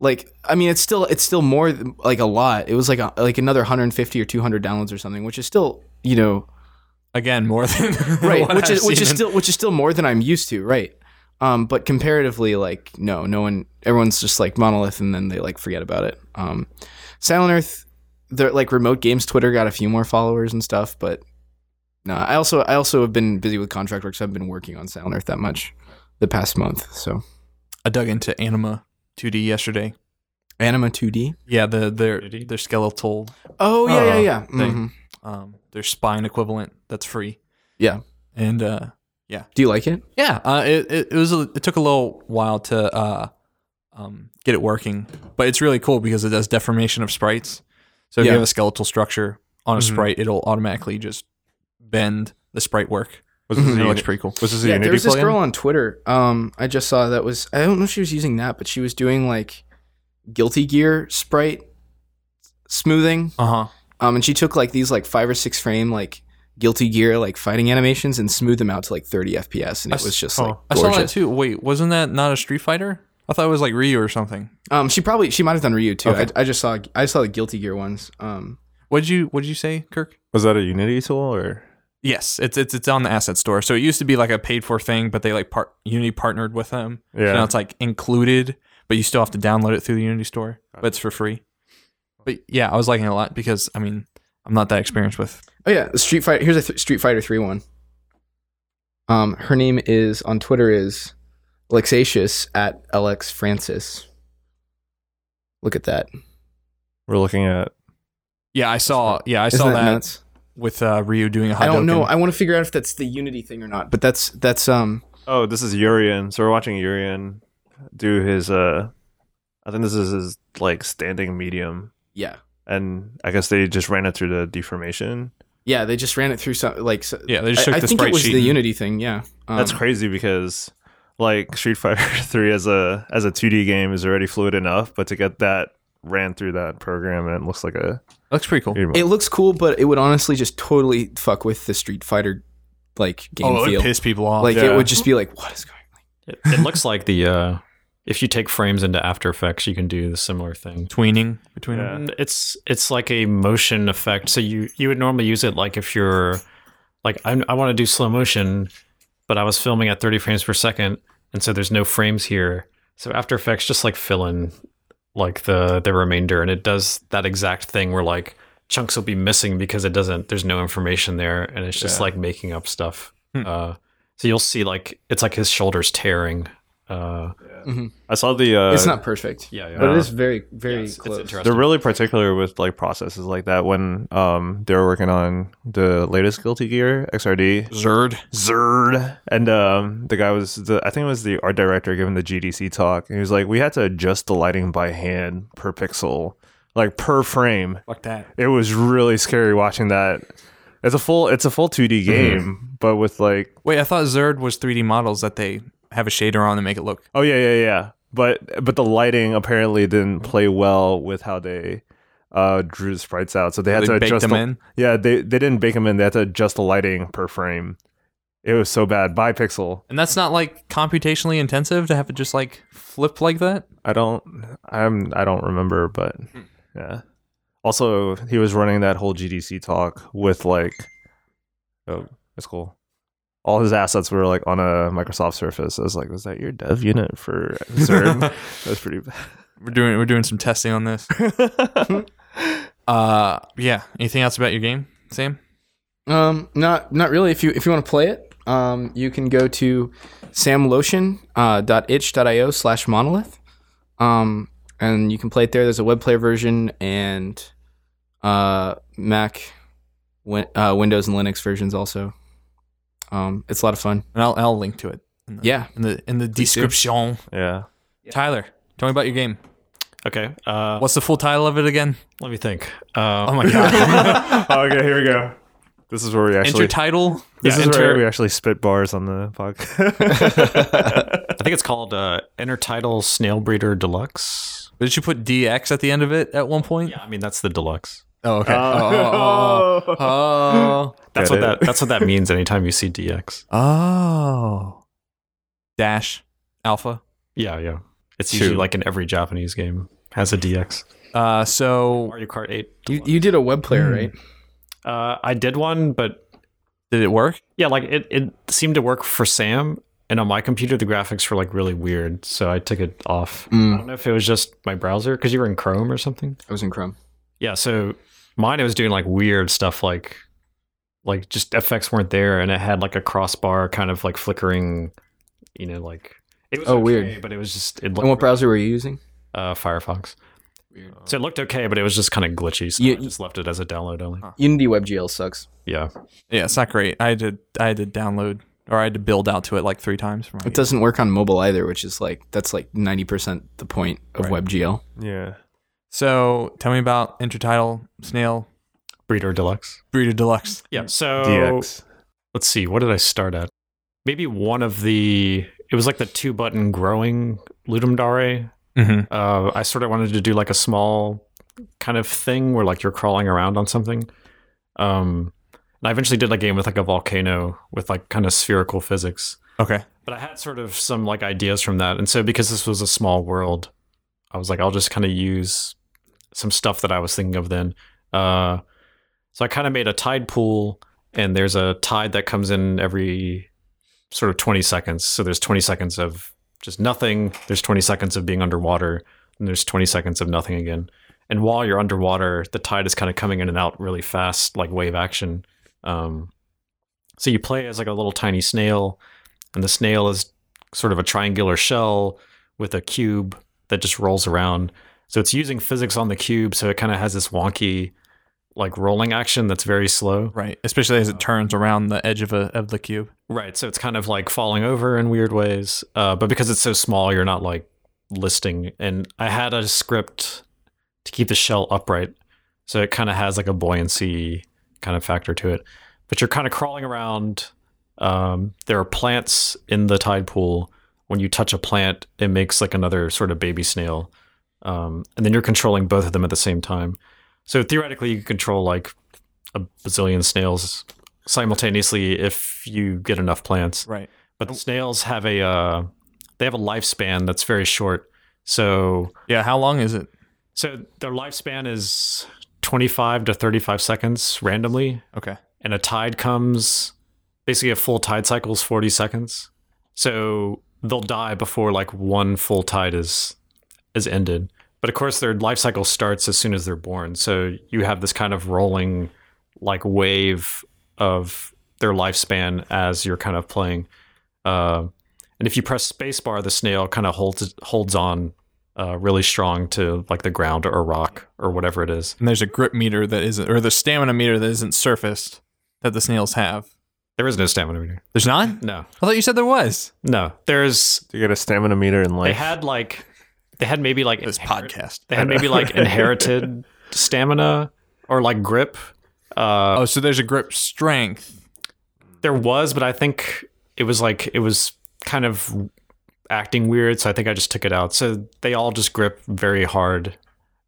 B: like I mean it's still it's still more th- like a lot. It was like a, like another 150 or 200 downloads or something, which is still you know
A: Again, more [laughs] than
B: [laughs] right,
A: what
B: which
A: I've
B: is which is
A: seen.
B: still which is still more than I'm used to, right? Um, but comparatively, like no, no one, everyone's just like monolith, and then they like forget about it. Um, Silent Earth, the like remote games Twitter got a few more followers and stuff, but no, I also I also have been busy with contract work, so I've been working on Silent Earth that much the past month. So
A: I dug into Anima 2D yesterday.
B: Anima 2D.
A: Yeah, the their
C: 2D?
A: their skeletal,
B: Oh yeah, yeah, yeah.
A: thing.
B: Mhm.
A: um, their spine equivalent that's free.
B: Yeah.
A: and uh,
B: Do you like it?
A: Yeah, uh, it, it it was a, it took a little while to uh, um, get it working, but it's really cool because it does deformation of sprites. So if
B: Yeah. Mm-hmm.
A: you have a skeletal structure on a
D: Mhm.
A: sprite, it'll automatically just bend the sprite work.
D: was [laughs] this
A: And
D: a
A: it looks
D: Uni-
A: pretty cool.
D: was this a
B: yeah,
D: Unity
B: there was this
D: plugin?
B: girl on Twitter. Um, I just saw that was I don't know if she was using that, but she was doing like Guilty Gear sprite smoothing.
A: Uh huh.
B: Um, and she took like these like five or six frame like Guilty Gear like fighting animations and smoothed them out to like 30 FPS, and
A: I
B: it was
A: s-
B: just
D: oh,
B: like
A: I saw that
B: gorgeous.
A: too. Wait, wasn't that not a Street Fighter? I thought it was like Ryu or something.
B: Um, she probably she might have done Ryu too.
A: Okay.
B: I, I just saw I saw the Guilty Gear ones. Um,
A: What did you What did you say, Kirk?
D: Was that a Unity tool or?
A: Yes, it's it's it's on the asset store. So it used to be like a paid for thing, but they like part Unity partnered with them. So now
D: Yeah.
A: it's like included, but you still have to download it through the Unity store, but it's for free. But yeah, I was liking it a lot because I mean, I'm not that experienced with.
B: oh yeah, the Street Fighter. Here's a th- Street Fighter three one. Um, her name is on Twitter is Lexatius at LX Francis. Look at that.
D: We're looking at.
A: Yeah, I saw. Yeah, I saw
B: Isn't
A: that,
B: nuts?
A: with uh, Ryu doing a hot.
B: I don't know. I want to figure out if that's the Unity thing or not. But that's that's um
D: Oh, this is Urian. So we're watching Urian do his. uh I think this is his like standing medium,
B: yeah
D: and I guess they just ran it through the deformation.
B: yeah they just ran it through some like so,
A: yeah, they just
B: I,
A: took
B: I
A: the
B: think
A: sprite
B: it was
A: sheet.
B: the
A: and-
B: Unity thing. Yeah, um,
D: That's crazy because like Street Fighter [laughs] 3 as a as a 2D game is already fluid enough, but to get that ran through that program and it looks like a
A: Looks pretty cool.
B: It looks cool, but it would honestly just totally fuck with the Street Fighter like game
A: oh, it
B: feel.
A: would piss people off.
B: like
A: Like,
D: yeah.
B: it would just be like, what is going? on?
C: It, it [laughs] looks like the uh, if you take frames into After Effects, you can do the similar thing.
A: tweening between
D: Yeah.
A: them.
C: Mm, It's it's like a motion effect. So you you would normally use it like if you're like I I want to do slow motion, but I was filming at 30 frames per second, and so there's no frames here. So After Effects just like fill in like the the remainder, and it does that exact thing where like chunks will be missing because it doesn't there's no information there, and it's just
D: Yeah.
C: like making up stuff.
A: Hmm.
C: Uh, so you'll see like it's like his shoulders tearing. Uh,
D: I saw the uh
B: it's not perfect,
C: yeah, yeah.
B: but it
D: uh,
B: is very very
C: it's- it's
B: close.
C: interesting.
D: they're really particular with like processes like that when um they were working on the latest Guilty Gear XRD
A: Zerd.
D: Zerd. And um, the guy was the I think it was the art director giving the GDC talk. And he was like, "We had to adjust the lighting by hand per pixel, like per frame."
A: Fuck that.
D: It was really scary watching that. It's a full it's a full
A: Mm-hmm.
D: 2D game, but with like
A: Wait, I thought Zerd was 3D models that they have a shader on to make it look.
D: oh yeah yeah yeah. But but the lighting apparently didn't play well with how they uh, drew the sprites out, so they had
A: They
D: to
A: baked
D: adjust
A: them
D: the-
A: in.
D: Yeah, they they didn't bake them in. They had to adjust the lighting per frame. It was so bad by pixel.
A: And that's not like computationally intensive to have it just like flip like that.
D: I don't I'm I don't remember, but yeah. Also, he was running that whole GDC talk with like oh, that's cool. All his assets were like on a Microsoft Surface. I was like, was that your dev unit for
A: [laughs]
D: CERN? that was pretty
A: We're doing we're doing some testing on this.
D: bad.
A: [laughs] Uh, yeah. Anything else about your game, Sam?
B: Um, not not really. If you if you want to play it, um, you can go to uh, samlotion.itch.io slash monolith, um, and you can play it there. There's a web player version and uh, Mac, win- uh, Windows and Linux versions also. Um, it's a lot of fun.
A: And I'll I'll link to it. In the,
B: Yeah.
A: In the in the
B: do.
A: description.
D: yeah.
A: Tyler, tell me about your game.
C: Okay. Uh,
A: What's the full title of it again?
C: let me think. Uh,
A: Oh my [laughs] god.
D: Oh, okay, here we go. This is where we actually
A: Enter title.
D: this
C: yeah,
D: is where
C: enter-
D: we actually spit bars on the podcast.
C: I think it's called uh, Intertitle Snail Breeder Deluxe.
A: Did you put DX at the end of it at one point?
C: Yeah, I mean that's the deluxe.
A: Oh, okay. Oh, oh, oh, [laughs] oh.
C: That's
D: Get
C: what
D: it.
C: that that's what that means. Anytime you see DX.
A: Oh. Dash alpha.
C: Yeah, yeah. It's
A: Shoot.
C: usually like in every Japanese game has a DX.
A: Uh, so
C: Mario Kart Eight.
B: You you did a web player, right?
C: Uh, I did one, but
A: did it work?
C: yeah, like it, it seemed to work for Sam, and on my computer the graphics were like really weird, so I took it off.
B: Mm.
C: I don't know if it was just my browser because you were in Chrome or something.
B: I was in Chrome.
C: Yeah, so mine it was doing like weird stuff like like just effects weren't there and it had like a crossbar kind of like flickering, you know, like it was
B: Oh,
C: okay,
B: weird.
C: but it was just it
B: And what
C: looked
B: browser were you using?
C: uh, Firefox. So it looked okay, but it was just kind of glitchy. So
B: You-
C: I just left it as a download only.
B: Unity WebGL sucks.
C: Yeah.
A: Yeah, it's not great. I had to I had to download or I had to build out to it like three times. For my
B: It doesn't work on mobile either, which is like that's like ninety percent the point of
A: Right.
B: WebGL.
D: [laughs] yeah.
A: So tell me about Intertitle Snail
C: Breeder Deluxe.
A: Breeder Deluxe.
B: Mm.
C: Yeah. So
D: DX.
C: let's see. What did I start at? Maybe one of the. It was like the two button growing Ludum Dare.
A: Mm-hmm.
C: Uh, I sort of wanted to do like a small kind of thing where like you're crawling around on something. Um, and I eventually did a game with like a volcano with like kind of spherical physics.
A: Okay.
C: but I had sort of some like ideas from that, and so because this was a small world, I was like, I'll just kind of use some stuff that I was thinking of then. Uh, so I kind of made a tide pool, and there's a tide that comes in every sort of 20 seconds. So there's 20 seconds of just nothing. There's 20 seconds of being underwater, and there's 20 seconds of nothing again. And while you're underwater, the tide is kind of coming in and out really fast, like wave action. Um, so you play as like a little tiny snail and the snail is sort of a triangular shell with a cube that just rolls around. So it's using physics on the cube, so it kind of has this wonky, like rolling action that's very slow.
A: Right. Especially as it turns around the edge of a of the cube.
C: Right. So it's kind of like falling over in weird ways. Uh, but because it's so small, you're not like listing. And I had a script to keep the shell upright. So it kind of has like a buoyancy kind of factor to it. But you're kind of crawling around. Um, there are plants in the tide pool. When you touch a plant, it makes like another sort of baby snail. Um, and then you're controlling both of them at the same time. So theoretically, you could control like a bazillion snails simultaneously if you get enough plants.
A: Right.
C: But the snails have a uh, they have a lifespan that's very short. So
A: Yeah. How long is it?
C: so their lifespan is 25 to 35 seconds randomly
A: Okay.
C: and a tide comes basically a full tide cycle is 40 seconds so they'll die before like one full tide is is ended but of course their life cycle starts as soon as they're born so you have this kind of rolling like wave of their lifespan as you're kind of playing uh, and if you press spacebar the snail kind of holds holds on uh, really strong to like the ground or rock or whatever it is
A: And there's a grip meter that isn't, or the stamina meter that isn't surfaced that the snails have.
C: there is no stamina meter
A: There's not.
C: no
A: I thought you said there was.
C: no there's
D: Do you get a stamina meter in
C: they
D: life?
C: had like they had maybe like
A: This
C: inherit-
A: podcast.
C: they had maybe like inherited stamina or like grip uh
A: Oh, so there's a grip strength.
C: there was but i think it was like it was kind of acting weird so i think i just took it out so they all just grip very hard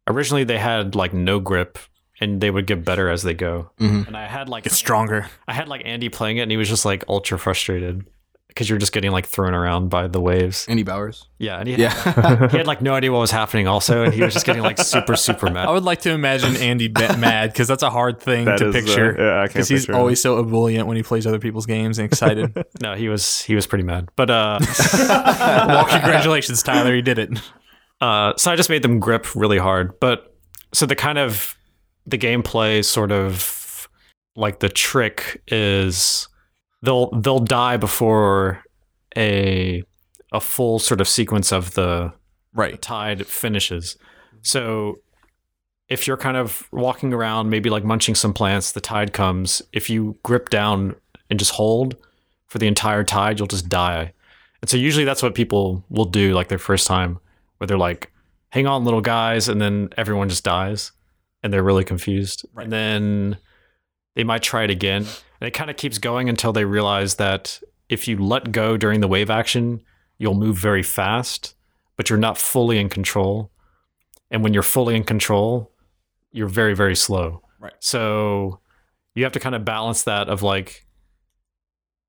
C: originally they had like no grip and they would get better as they go.
B: Mhm.
C: And I had like
A: Get stronger.
C: I had like Andy playing it, and he was just like ultra frustrated because you're just getting like thrown around by the waves.
B: Andy Bowers.
C: Yeah, and he had,
B: Yeah.
C: he had like no idea what was happening also, and he was just getting like super super mad.
A: I would like to imagine Andy be- mad because that's a hard thing
D: That
A: to
D: is uh, the-
A: picture.
D: yeah, I can't
A: Because he's
D: picture it.
A: always so ebullient when he plays other people's games and [laughs] excited.
C: No, he was he was pretty mad. But uh, [laughs]
A: well, congratulations, Tyler. You did it.
C: uh, so I just made them grip really hard. But so the kind of the gameplay sort of like the trick is they'll they'll die before a a full sort of sequence of the
A: Right.
C: tide finishes. So if you're kind of walking around, maybe like munching some plants, the tide comes. If you grip down and just hold for the entire tide, you'll just die. And so usually that's what people will do like their first time, where they're like, hang on, little guys. And then everyone just dies and they're really confused.
A: Right.
C: And then they might try it again. And it kind of keeps going until they realize that if you let go during the wave action, you'll move very fast but you're not fully in control. And when you're fully in control, you're very, very slow.
A: Right.
C: So you have to kind of balance that of like,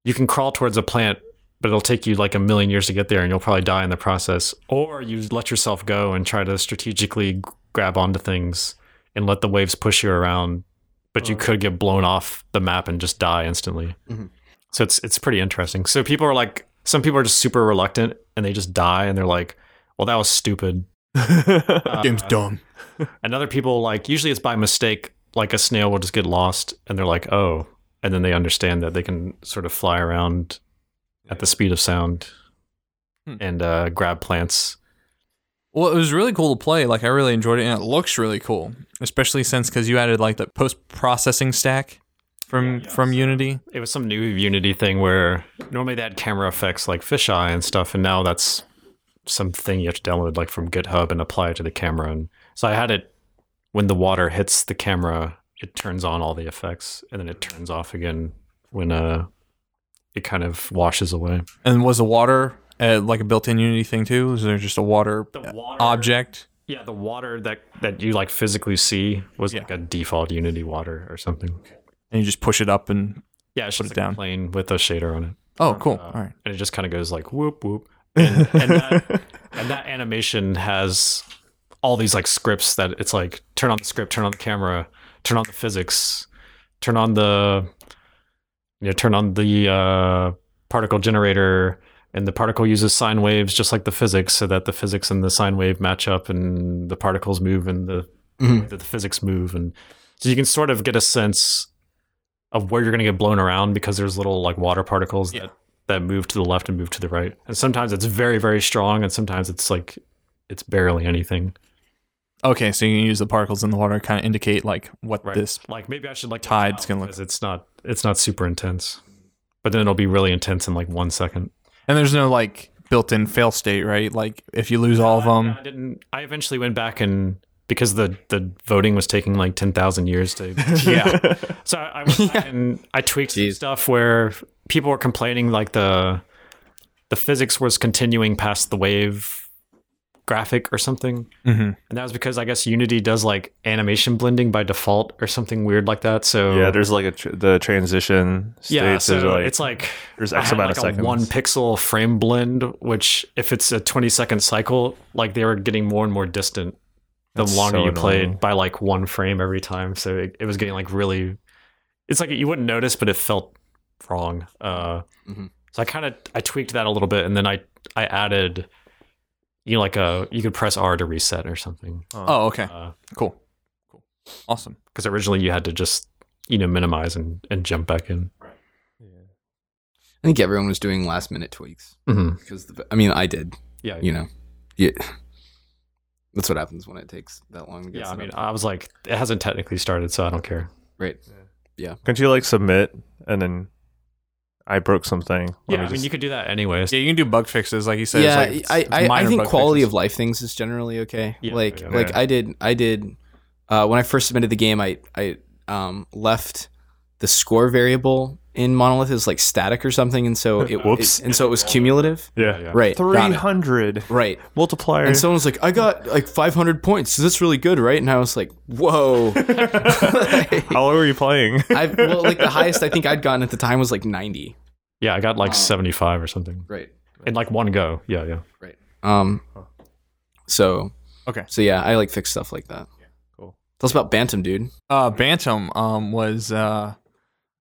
C: you can crawl towards a plant, but it'll take you like a million years to get there and you'll probably die in the process. Or you let yourself go and try to strategically g- grab onto things and let the waves push you around, but you could get blown off the map and just die instantly.
B: Mhm.
C: So it's it's pretty interesting. So people are like some people are just super reluctant and they just die and they're like, well, that was stupid. Uh,
A: Game's dumb.
C: and other people like usually it's by mistake. Like a snail will just get lost and they're like, oh, and then they understand that they can sort of fly around at the speed of sound
A: Hmm.
C: and uh, grab plants.
A: Well, it was really cool to play. Like, I really enjoyed it, and it looks really cool, especially since because you added like the post processing stack from from Unity.
C: It was some new Unity thing where normally they had camera effects like fisheye and stuff, and now that's something you have to download like from GitHub and apply it to the camera. And so I had it when the water hits the camera, it turns on all the effects, and then it turns off again when uh it kind of washes away.
A: And was the water uh, like a built-in Unity thing too? Is there just a water,
C: water
A: object?
C: Yeah, the water that that you like physically see was like a default Unity water or something.
A: And you just push it up and
C: Yeah, it's
A: Put
C: just
A: it
C: like
A: down.
C: a plane with a shader on it.
A: oh, cool.
C: Uh,
A: All right.
C: And it just kind of goes like whoop whoop. And, and,
A: [laughs]
C: that, and that animation has all these like scripts that it's like turn on the script, turn on the camera, turn on the physics, turn on the you know, turn on the uh, particle generator and the particle uses sine waves just like the physics so that the physics and the sine wave match up and the particles move and the
A: Mm-hmm.
B: Mhm.
C: that the physics move and so you can sort of get a sense of where you're going to get blown around because there's little like water particles
A: Yeah.
C: that that move to the left and move to the right and sometimes it's very very strong and sometimes it's like it's barely anything
A: Okay, so you can use the particles in the water kind of indicate like what
C: Right.
A: this.
C: like maybe i should like
A: Tide's
C: tides
A: gonna look-
C: it's not it's not super intense but then it'll be really intense in like one second
A: And there's no like built-in fail state, right? Like if you lose all of them,
C: Uh, i didn't i eventually went back and because the the voting was taking like 10,000
A: [laughs]
C: years to
A: yeah,
C: So I, I
A: [laughs]
C: went back and I tweaked some
B: Jeez.
C: stuff where people were complaining like the the physics was continuing past the wave graphic or something.
A: Mhm.
C: And that was because I guess Unity does like animation blending by default or something weird like that. So
D: Yeah, there's like a tr- the transition states.
C: yeah,
D: there's,
C: so
D: like,
C: it's like
D: there's
C: I
D: X
C: had,
D: amount
C: like
D: of
C: a
D: seconds.
C: one pixel frame blend, which if it's a 20 second cycle, like they were getting more and more distant the
D: That's
C: longer
D: so
C: you
D: annoying.
C: played by like one frame every time. So it, it was getting like really, it's like you wouldn't notice, but it felt wrong. Uh,
D: Mm-hmm.
B: Mhm.
C: So I kind of I tweaked that a little bit, and then I I added, you know, like a you could press R to reset or something
A: Oh, okay.
C: Uh,
A: cool. Cool. Awesome.
C: because originally you had to just you know minimize and and jump back in.
B: I think everyone was doing last minute tweaks
C: Mhm.
B: because the, I mean I did.
C: Yeah,
B: You know, yeah. That's what happens when it takes that long. To get
C: yeah. I
B: set
C: mean,
B: up.
C: I was like, it hasn't technically started, so I don't care.
B: right.
D: Can't you like submit and then I broke something? Let
C: Yeah,
D: me
C: I mean,
D: just-
C: you could do that anyways.
A: Yeah, you can do bug fixes, like you said.
B: yeah,
A: it's like,
B: I,
A: it's
B: I, I
A: minor
B: think
A: bug
B: quality
A: fixes.
B: of life things is generally okay.
C: Yeah,
B: like
C: yeah.
B: like I did I did uh, when I first submitted the game I I um, left the score variable in Monolith is like static or something, and so it
D: Whoops.
B: it- and so it was cumulative.
C: Yeah, yeah.
B: Right. got it.
D: 300
B: Right.
D: multiplier.
B: [laughs] And someone was like, I got like 500 points. So that's really good, right? And I was like, whoa.
D: [laughs]
B: [laughs]
D: How long were you playing?
B: I well, like the highest I think I'd gotten at the time was like 90.
C: Yeah, I got like 75 or something
B: Right.
C: in like one go. Yeah, yeah.
B: Right. Um. So.
D: Okay.
B: So yeah, I like fix stuff like that.
D: cool.
B: Tell us about Bantam, dude.
A: Uh, Bantam um, was uh,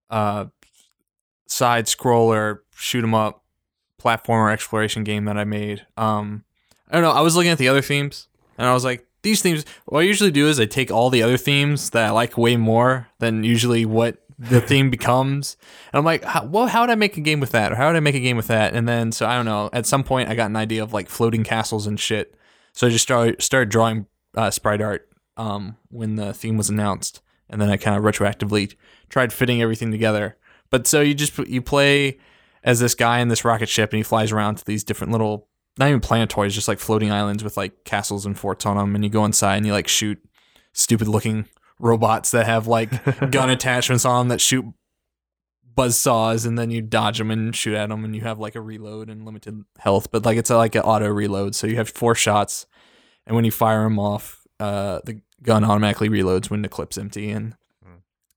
A: uh, side scroller, shoot 'em up, platformer exploration game that I made. Um, I don't know. I was looking at the other themes, and I was like, these themes. What I usually do is I take all the other themes that I like way more than usually what the theme becomes, and I'm like, how, well, how would I make a game with that, or how would I make a game with that? And then so I don't know. At some point, I got an idea of like floating castles and shit. So I just started started drawing uh, sprite art um, when the theme was announced, and then I kind of retroactively tried fitting everything together. But so you just you play as this guy in this rocket ship, and he flies around to these different little not even planetoids, just like floating islands with like castles and forts on them, and you go inside and you like shoot stupid looking robots that have like gun attachments on 'em that shoot buzz saws and then you dodge them and shoot at them and you have like a reload and limited health but like it's a, like an auto reload so you have four shots and when you fire them off uh, the gun automatically reloads when the clip's empty and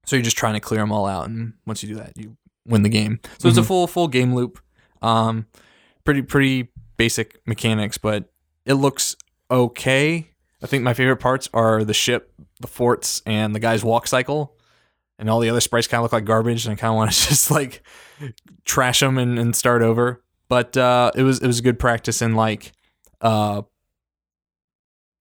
A: so you're just trying to clear them all out and once you do that you win the game so it's a full full game loop um, pretty pretty basic mechanics but it looks okay i think my favorite parts are the ship the forts and the guy's walk cycle and all the other sprites kind of look like garbage and i kind [laughs] of want to just like trash them and, and start over but uh, it was it was good practice in like uh,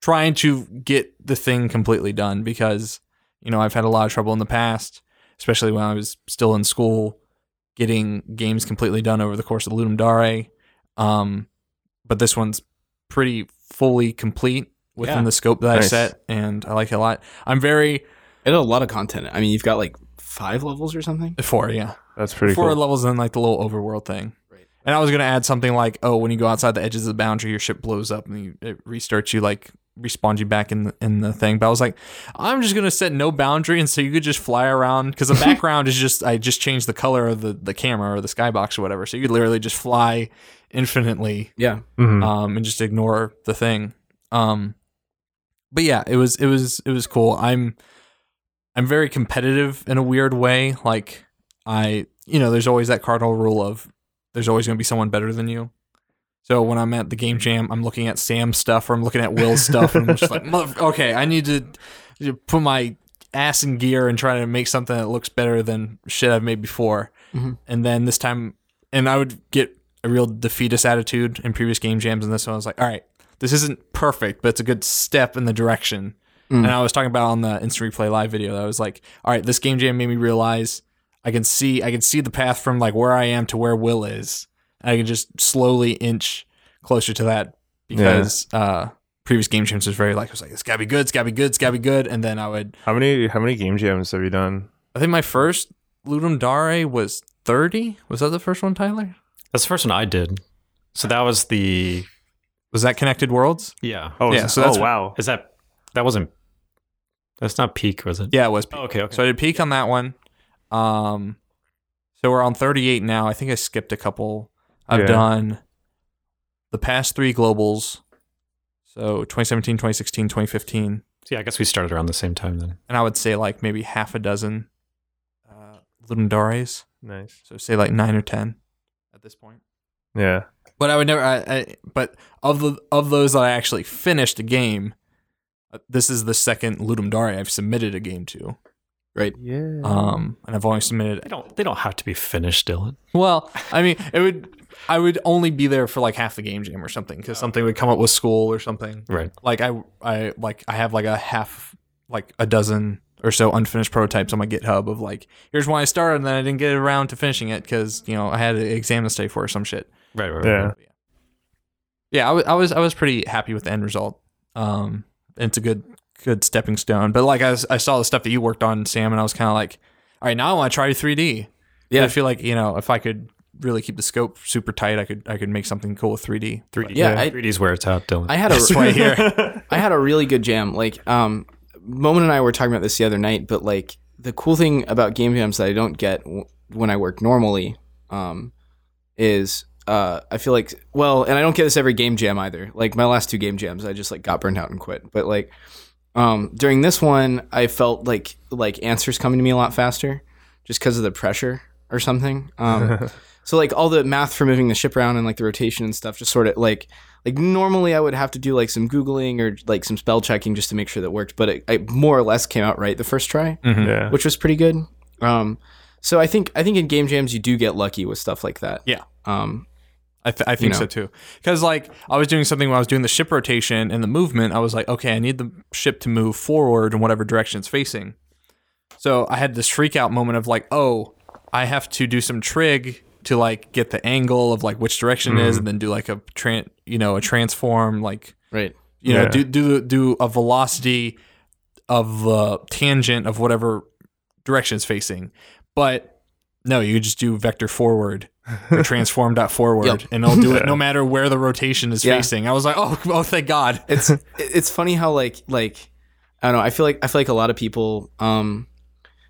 A: trying to get the thing completely done because you know I've had a lot of trouble in the past, especially when I was still in school, getting games completely done over the course of Ludum Dare. Um, but this one's pretty fully complete within
B: Yeah.
A: the scope that I
D: Nice.
A: set, and I like it a lot. I'm very
B: It had a lot of content. I mean, you've got like five levels or something.
A: for yeah.
D: That's pretty
A: four
D: cool.
A: levels and then like the little overworld thing.
B: Right.
A: And I was gonna add something like, oh, when you go outside the edges of the boundary, your ship blows up and you, it restarts you, like respawns you back in the, in the thing. But I was like, I'm just gonna set no boundary, and so you could just fly around because
D: [laughs]
A: the background is just I just changed the color of the the camera or the skybox or whatever, so you could literally just fly infinitely
B: Yeah.
D: Mhm.
A: um, and just ignore the thing. Um, but yeah, it was it was it was cool. I'm I'm very competitive in a weird way. Like I, you know, there's always that cardinal rule of there's always going to be someone better than you. So when I'm at the game jam, I'm looking at Sam's stuff or I'm looking at Will's stuff, and I'm just like, [laughs] Mother- okay, I need to to put my ass in gear and try to make something that looks better than shit I've made before.
B: Mhm.
A: And then this time, and I would get a real defeatist attitude in previous game jams, and this one I was like, all right, this isn't perfect, but it's a good step in the direction.
B: Mm.
A: And I was talking about on the instant replay live video that I was like, all right, this game jam made me realize I can see I can see the path from like where I am to where Will is. I can just slowly inch closer to that because uh previous game jams was very like I was like, it's gotta be good, it's gotta be good, it's gotta be good. And then I would
D: How many how many game jams have you done?
A: I think my first Ludum Dare was thirty. Was that the first one, Tyler?
C: That's the first one I did. So that was the
A: Was that Connected Worlds?
C: yeah.
D: Oh,
A: Yeah,
D: is-
A: so that's-
D: oh wow.
C: Is that that wasn't that's not peak, was it?
A: Yeah, it was.
C: Oh, okay, okay.
A: So I did peak on that one. Um, so we're on 38 now. I think I skipped a couple. I've
D: Yeah.
A: done the past three globals. So 2017, 2016, 2015.
C: So yeah, I guess we started around the same time then.
A: And I would say like maybe half a dozen uh, Ludum Dares.
D: Nice.
A: So say like nine or 10 at this point.
D: Yeah.
A: But I would never. I, I but of the of those that I actually finished a game, uh, this is the second Ludum Dare I've submitted a game to.
D: Yeah.
A: Um, and I've only submitted
C: They don't they don't have to be finished, Dylan.
A: Well, I mean, it would. I would only be there for like half the game jam or something because something would come up with school or something.
C: Right.
A: Like I, I like I have like a half, like a dozen or so unfinished prototypes on my GitHub of like, here's when I started and then I didn't get around to finishing it because you know I had an exam to study for or some shit.
C: Right, right, right.
D: yeah.
A: Yeah, I wa- I was I was pretty happy with the end result. Um, and it's a good good stepping stone. But like I, was, I saw the stuff that you worked on, Sam, and I was kind of like, all right, now I want to try 3D.
B: Yeah.
A: I feel like you know if I could really keep the scope super tight, I could I could make something cool with 3D.
C: 3D.
B: Yeah, I-
C: 3D's where it's at, Dylan.
B: I had
A: [laughs]
B: a
A: That's right here.
B: [laughs] I had a really good jam. Like, um, Moment and I were talking about this the other night, but like the cool thing about game jams that I don't get w- when I work normally um, is uh, I feel like well, and I don't get this every game jam either. Like my last two game jams, I just like got burned out and quit. But like um, during this one, I felt like like answers coming to me a lot faster, just because of the pressure or something. Um, so like all the math for moving the ship around and like the rotation and stuff, just sort of like like normally I would have to do like some googling or like some spell checking just to make sure that worked. But it, it more or less came out right the first try
D: yeah.
B: which was pretty good. Um, so I think I think in game jams you do get lucky with stuff like that.
A: Yeah.
B: Um,
A: I, th- I think
B: know.
A: so too. Because like I was doing something when I was doing the ship rotation and the movement, I was like, okay, I need the ship to move forward in whatever direction it's facing. So I had this freak out moment of like, oh, I have to do some trig to like get the angle of like which direction it is, and then do like a tran you know a transform like
B: right.
A: you know
D: Yeah.
A: do do do a velocity of the tangent of whatever direction it's facing but no you just do vector forward or transform dot forward
B: Yep.
A: and it'll do it no matter where the rotation is
B: Yeah.
A: facing i was like oh oh thank god
D: [laughs]
B: It's it- it's funny how like like I don't know. I feel like I feel like a lot of people, um,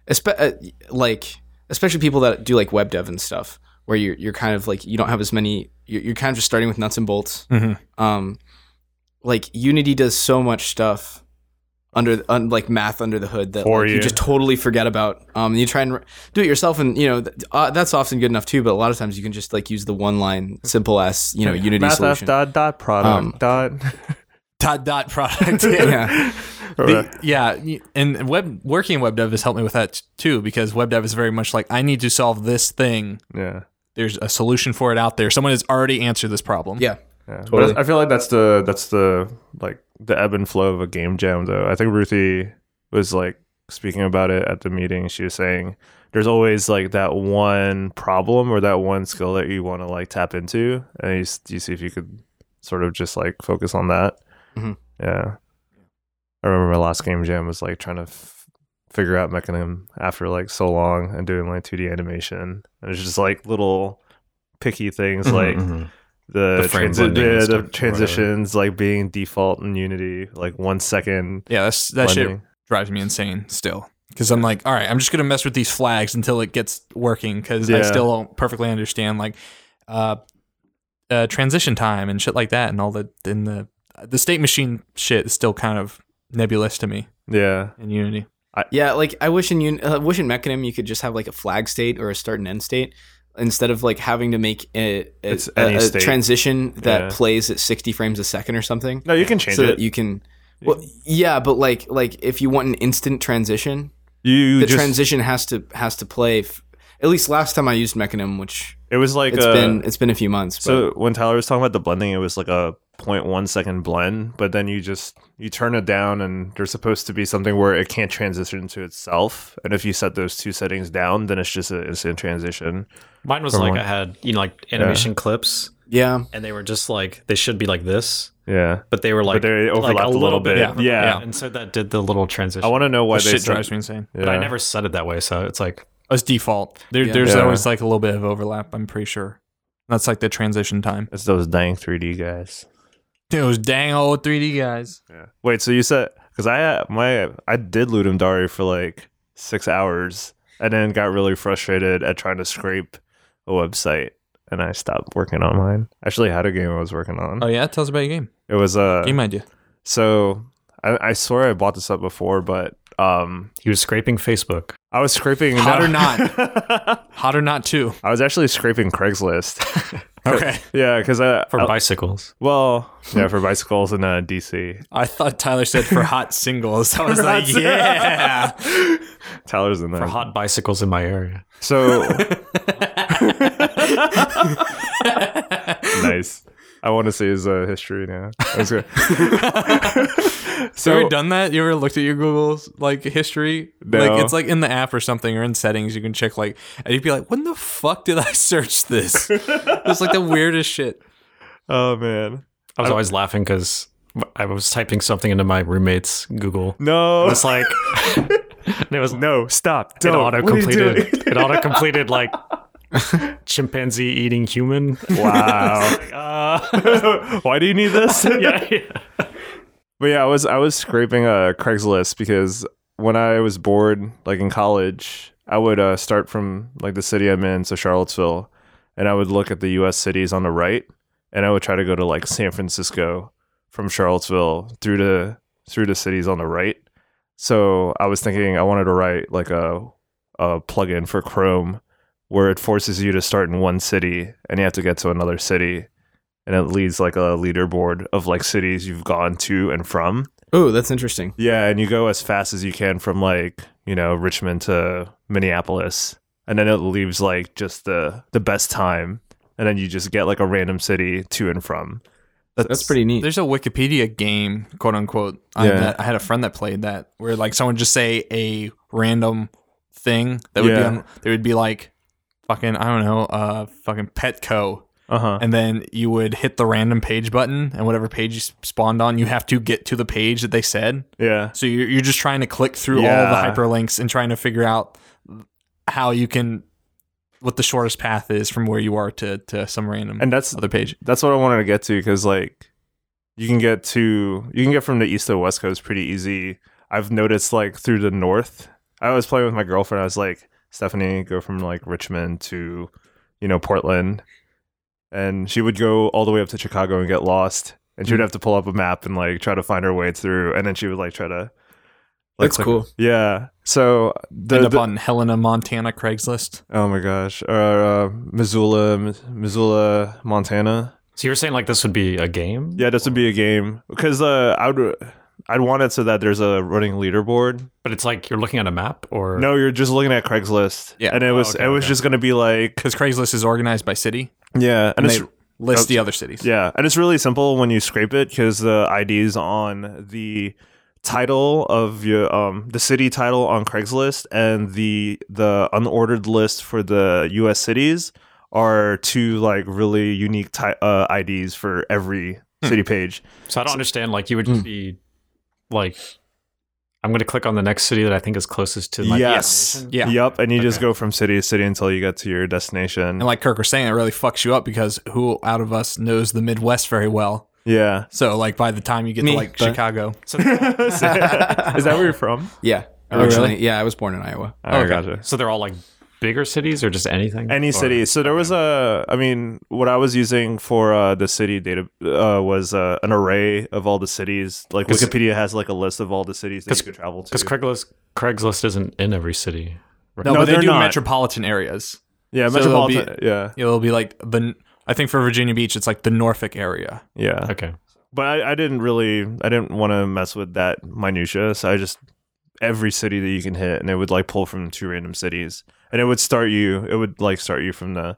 B: espe- uh, like especially people that do like web dev and stuff, where you're you're kind of like you don't have as many. You're, you're kind of just starting with nuts and bolts.
A: Mhm.
D: Mm-hmm.
B: Um, like Unity does so much stuff under un, like math under the hood that
D: For
B: like, you.
D: you.
B: just totally forget about. Um, you try and r- do it yourself, and you know th- uh, that's often good enough too. But a lot of times you can just like use the one line simple ass you know Unity
D: Math F
B: solution.
D: dot dot product
B: Um,
D: dot. [laughs]
A: dot dot product
B: [laughs] [laughs] yeah.
A: [laughs] The- yeah, y- and web working in web dev has helped me with that t- too because web dev is very much like I need to solve this thing.
D: yeah.
A: There's a solution for it out there. Someone has already answered this problem.
B: Yeah.
D: Yeah.
B: Totally.
D: But I feel like that's the that's the like the ebb and flow of a game jam though. I think Ruthie was like speaking about it at the meeting. She was saying there's always like that one problem or that one skill that you want to like tap into, and you, s- you see if you could sort of just like focus on that.
B: Mhm.
D: Yeah. I remember my last game jam was like trying to f- figure out mechanism after like so long and doing like 2D animation, and it's just like little picky things
C: Mm-hmm,
D: like the,
C: The frame
D: transi-
C: blending and stuff,
D: the, the
C: whatever.
D: transitions like being default in Unity, like one second.
A: yeah. That's that shit
D: blending.
A: drives me insane still because I'm like, all right, I'm just gonna mess with these flags until it gets working because I
D: Yeah.
A: still don't perfectly understand like uh, uh, transition time and shit like that and all the in the the state machine shit is still kind of nebulous to me
D: Yeah,
A: in Unity.
B: Yeah, like I wish in Un- uh, wish in Mechanim you could just have like a flag state or a start and end state instead of like having to make a, a,
D: It's
B: a,
D: any
B: a
D: state.
B: transition that
D: Yeah.
B: plays at 60 frames a second or something
D: no, you can change
B: so that
D: it. You,
B: you can well yeah, but like like if you want an instant transition, the
D: just
B: transition has to has to play f- at least last time I used Mechanim, which
D: it was like
B: it's
D: a,
B: been it's been a few months. But
D: so when Tyler was talking about the blending, it was like a 0.1 second blend, but then you just you turn it down, and there's supposed to be something where it can't transition to itself. And if you set those two settings down, then it's just an instant transition.
C: Mine was
D: From
C: like
D: one-
C: I had you know like animation clips,
B: yeah,
C: and they were just like they should be like this,
D: Yeah,
C: but they were like
D: but they
C: like,
D: overlapped a little, bit. Yeah,
A: Yeah.
C: and so that did the little transition.
D: I want to know why
A: That
D: they
A: shit
D: said-
A: drives me insane.
D: Yeah.
C: but I never said it that way, so it's like
A: It's default. There,
B: Yeah.
A: There's
D: Yeah.
A: always like a little bit of overlap. I'm pretty sure. That's like the transition time.
D: It's those dang 3D guys.
A: Those dang old 3D guys.
D: Yeah. Wait, so you said because I my I did Ludum Dare for like six hours and then got really frustrated at trying to scrape a website and I stopped working on mine. I Actually, had a game I was working on.
A: Oh yeah, tell us about your game.
D: It was uh,
A: Game idea.
D: so I, I swear I bought this up before, but um,
C: he was scraping Facebook.
D: I was scraping
A: Hot
D: [laughs] no.
A: or not. Hot or not too.
D: I was actually scraping Craigslist.
A: [laughs] Okay.
D: [laughs] yeah, because I
C: for
D: I-
C: bicycles.
D: well yeah for bicycles in uh, DC.
A: I thought Tyler said for hot singles. I was like,
D: Hot-
A: yeah.
D: Tyler's in there.
C: For hot bicycles in my area.
D: [laughs] So nice. I want to see his uh, history now. That was good.
A: you
D: so
A: ever done that? You ever looked at your Google's like history?
D: No.
A: Like it's like in the app or something or in settings you can check like and you'd be like, when the fuck did I [laughs] search this? it's like the weirdest shit.
D: [laughs] oh man,
C: I was always laughing because I was typing something into my roommate's Google.
D: no,
C: It was like [laughs] and it was
D: no, stop!
C: it
D: Don't.
C: auto
D: What are you
C: completed.
D: doing?
C: It auto completed like chimpanzee eating
D: [laughs]
C: human.
D: wow. uh, [laughs] Why do you need this?
C: yeah, yeah.
D: But yeah, I was I was scraping uh, Craigslist because when I was bored, like in college, I would uh, start from like the city I'm in, so Charlottesville, and I would look at the U.S. cities on the right, and I would try to go to like San Francisco from Charlottesville through to through to cities on the right. So I was thinking I wanted to write like a a plugin for Chrome where it forces you to start in one city and you have to get to another city, and it leads like a leaderboard of like cities you've gone to and from.
B: Oh, that's interesting.
D: Yeah, and you go as fast as you can from like, you know, Richmond to Minneapolis. And then it leaves like just the the best time. And then you just get like a random city to and from.
B: That's, pretty neat.
A: There's a Wikipedia game, quote unquote. On
D: Yeah.
A: that. I had a friend that played that, where like someone would just say a random thing that would
D: Yeah.
A: be on. There would be like fucking I don't know, uh, fucking Petco,
D: Uh-huh.
A: and then you would hit the random page button, and whatever page you s- spawned on, you have to get to the page that they said.
D: Yeah.
A: So you're you're just trying to click through all
D: Yeah.
A: the hyperlinks and trying to figure out how you can what the shortest path is from where you are to to some random
D: And that's
A: other page.
D: that's what I wanted to get to because like you can get to you can get from the east to the west coast pretty easy. I've noticed like through the north. I was playing with my girlfriend. I was like, Stephanie, go from like Richmond to you know Portland, and she would go all the way up to Chicago and get lost, and
B: Mm.
D: she would have to pull up a map and like try to find her way through, and then she would like try to. like,
B: That's
D: click-
B: cool.
D: Yeah. So
A: End
D: the,
A: up
D: the-
A: on Helena, Montana Craigslist.
D: oh my gosh, uh, uh, Missoula, Missoula, Montana.
C: So you were saying like this would be a game?
D: Yeah, this would be a game because uh, I would I'd want it so that there's a running leaderboard.
C: But it's like you're looking at a map or
D: No, you're just looking at Craigslist.
A: Yeah.
D: and it was
C: okay,
D: it was
C: okay.
D: just gonna be like
A: Because Craigslist is organized by city
D: yeah,
A: and,
D: and, it's
A: they list
D: oh,
A: the other cities.
D: yeah, and it's really simple when you scrape it because the IDs on the title of your um the city title on Craigslist and the the unordered list for the U.S. cities are two like really unique ti- uh, IDs for every city page.
C: So I don't understand. Like you would just be like, I'm going to click on the next city that I think is closest to my
D: yes.
A: Yeah.
D: Yep. And you just
C: Okay.
D: go from city to city until you get to your destination.
A: And like Kirk was saying, it really fucks you up because who out of us knows the Midwest very well?
D: yeah.
A: So like by the time you get
B: Me,
A: to like
B: but-
A: Chicago,
D: Is that where you're from?
B: Yeah.
A: really?
B: Originally, yeah, I was born in Iowa.
D: Oh, gotcha.
C: So they're all like bigger cities or just anything?
D: Any
C: Or-
D: city. So there was a. I mean, what I was using for uh, the city data uh, was uh, an array of all the cities. Like
C: 'Cause-
D: Wikipedia has like a list of all the cities that
C: 'Cause-
D: you could travel to.
C: Because Craigslist, Craigslist isn't in every city.
A: no,
D: No,
A: but they
D: they're
A: do
D: not.
A: metropolitan areas.
D: yeah,
A: so there'll be-
D: metropolitan. yeah,
A: It'll be like the I think for Virginia Beach, it's like the Norfolk area.
D: yeah.
C: Okay.
D: But I, I didn't really. I didn't want to mess with that minutia. So I just every city that you can hit, and it would like pull from two random cities, and it would start you. It would like start you from the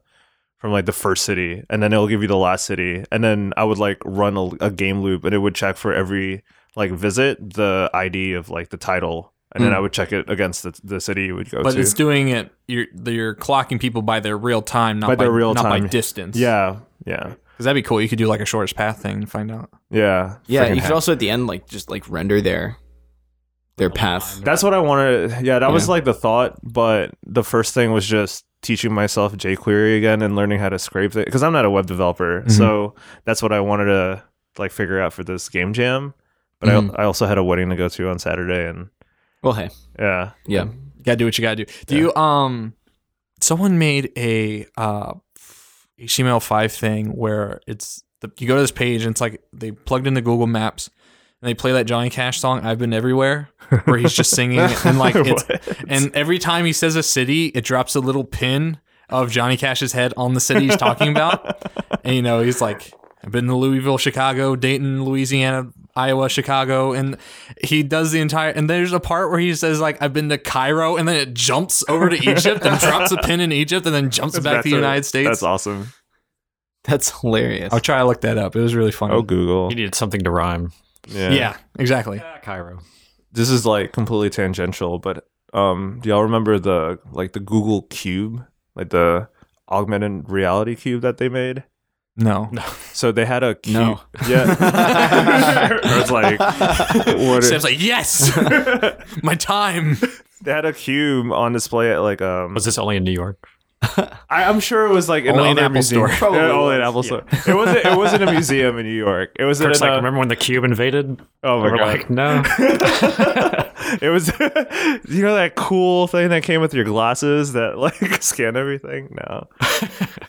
D: from like the first city, and then it'll give you the last city, and then I would like run a, a game loop, and it would check for every like visit the ID of like the title, and then
B: Hmm.
D: I would check it against the, the city you would go
A: But
D: to.
A: it's doing it. You're you're clocking people by their real time, not by,
D: By their real
A: not by
D: time.
A: distance.
D: yeah, yeah,
A: because that'd be cool. You could do like a shortest path thing and find out.
D: yeah.
B: Yeah,
D: Freaking
B: you
D: hack.
B: could also at the end like just like render their their path.
D: That's what I wanted. Yeah, that was
B: Yeah.
D: like the thought, but the first thing was just teaching myself jQuery again and learning how to scrape it because I'm not a web developer. So that's what I wanted to like figure out for this game jam. But
B: Mhm.
D: I, I also had a wedding to go to on Saturday, and
B: Well, hey,
D: yeah,
B: yeah,
A: You gotta do what you gotta do. Do
D: Yeah.
A: you um? Someone made a uh HTML5 thing where it's the, you go to this page and it's like they plugged into Google Maps and they play that Johnny Cash song "I've Been Everywhere" where he's just
D: [laughs]
A: singing and like it's, and every time he says a city, it drops a little pin of Johnny Cash's head on the city he's talking
D: [laughs]
A: about, and you know he's like. I've been to Louisville, Chicago, Dayton, Louisiana, Iowa, Chicago, and he does the entire. And there's a part where he says like, "I've been to Cairo," and then it jumps over to Egypt and drops a pin in Egypt, and then jumps back to
D: That's
A: the
D: a-
A: United States.
D: That's awesome.
B: that's hilarious.
A: I'll try to look that up. It was really funny.
D: Oh, Google.
C: You needed something to rhyme.
D: Yeah.
A: yeah. exactly.
C: Cairo.
D: this is like completely tangential, but um, do y'all remember the like the Google Cube, like the augmented reality cube that they made?
A: No.
D: So they had a cube.
B: No.
D: [laughs] Yeah. I was like, what
A: Sam's like,
D: [laughs]
A: yes, [laughs]
D: are-
A: my time.
D: they had a cube on display at like um.
C: Was this only in New York?
D: I, I'm sure it was like in
A: Only an
D: other
A: Apple
D: museum.
A: store.
D: Yeah,
B: Probably
D: only an
B: was,
D: Apple store. It wasn't. It wasn't a museum in New York. It was in
C: Kirk's
D: a,
C: like, remember when the cube invaded?
D: Oh my
C: We're
D: god.
C: like, no.
D: [laughs] It was, you know, that cool thing that came with your glasses that like [laughs] scanned everything. No,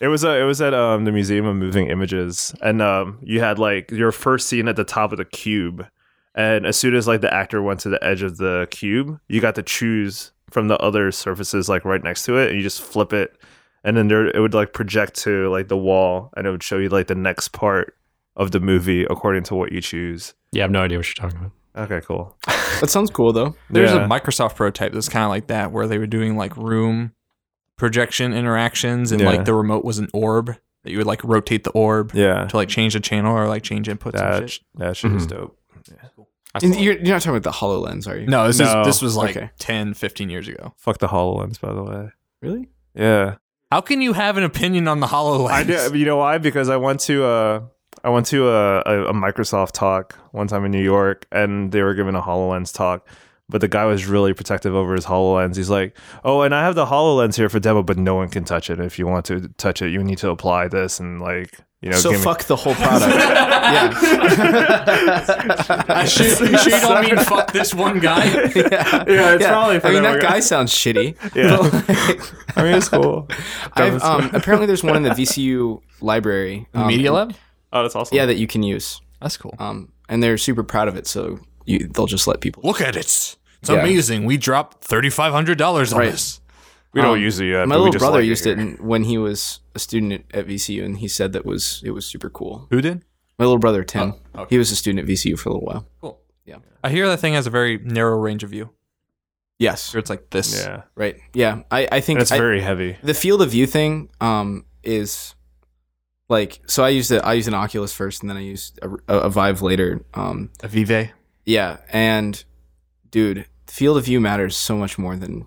D: it was a, it was at um, the Museum of Moving Images, and um, you had like your first scene at the top of the cube, and as soon as like the actor went to the edge of the cube, you got to choose from the other surfaces like right next to it, and you just flip it, and then there it would like project to like the wall, and it would show you like the next part of the movie according to what you choose.
C: Yeah, I have no idea what you're talking about.
D: Okay, cool.
B: That sounds cool though.
A: There's
D: Yeah.
A: a Microsoft prototype that's kind of like that, where they were doing like room projection interactions, and
D: Yeah.
A: like the remote was an orb that you would like rotate the orb
D: Yeah,
A: to like change the channel or like change inputs
D: that
A: and shit.
D: that shit is
C: Mhm.
D: dope.
C: I
B: Mm-hmm. And
C: thought-
B: You're, you're not talking about the Hololens, are you?
A: No, this
D: No.
A: is this was like
B: Okay.
A: 10, 15 years ago.
D: Fuck the Hololens, by the way.
B: really.
D: Yeah,
A: How can you have an opinion on the Hololens?
D: I
A: [laughs]
D: do, you know why? Because I went to uh, I went to a, a, a Microsoft talk one time in New York, and they were giving a Hololens talk. But the guy was really protective over his Hololens. He's like, "Oh, and I have the Hololens here for demo, but no one can touch it. If you want to touch it, you need to apply this and like, you know,
B: so
D: Oh, give me-
B: fuck the whole product. yeah.
A: I
D: [laughs]
A: should, you sure you don't mean fuck this one guy?
B: yeah.
D: [laughs] Yeah,
B: [laughs]
D: it's [laughs] probably for
B: I mean,
D: them,
B: that
D: I
B: guy sounds shitty.
D: [laughs] Yeah.
B: but,
D: [laughs]
B: like,
D: I mean, it's cool.
B: I've,
D: [laughs]
B: um, apparently, there's one in the VCU library. um,
A: Media Lab?
D: oh, that's awesome.
B: Yeah, that you can use.
A: That's cool.
B: Um, and they're super proud of it, so you, they'll just let people.
A: Look at it. It's
B: Yeah.
A: amazing. We dropped $3,500 on
B: Right.
A: this.
D: we don't use it yet.
B: um, My
D: but we
B: little
D: just
B: brother
D: like
B: used
D: here.
B: it in, when he was a student at, at VCU, and he said that was it was super cool.
A: Who did?
B: My little brother Tim,
A: Oh, okay.
B: he was a student at VCU for a little while.
A: Cool.
B: Yeah.
A: I hear that thing has a very narrow range of view.
B: Yes,
A: Sure, it's like this.
D: Yeah,
B: right. Yeah, I, I think
D: and it's
B: I-
D: very heavy.
B: the field of view thing um is like so i used a, i used an oculus first and then i used a, a, a vive later um
A: A Vive.
B: yeah and dude field of view matters so much more than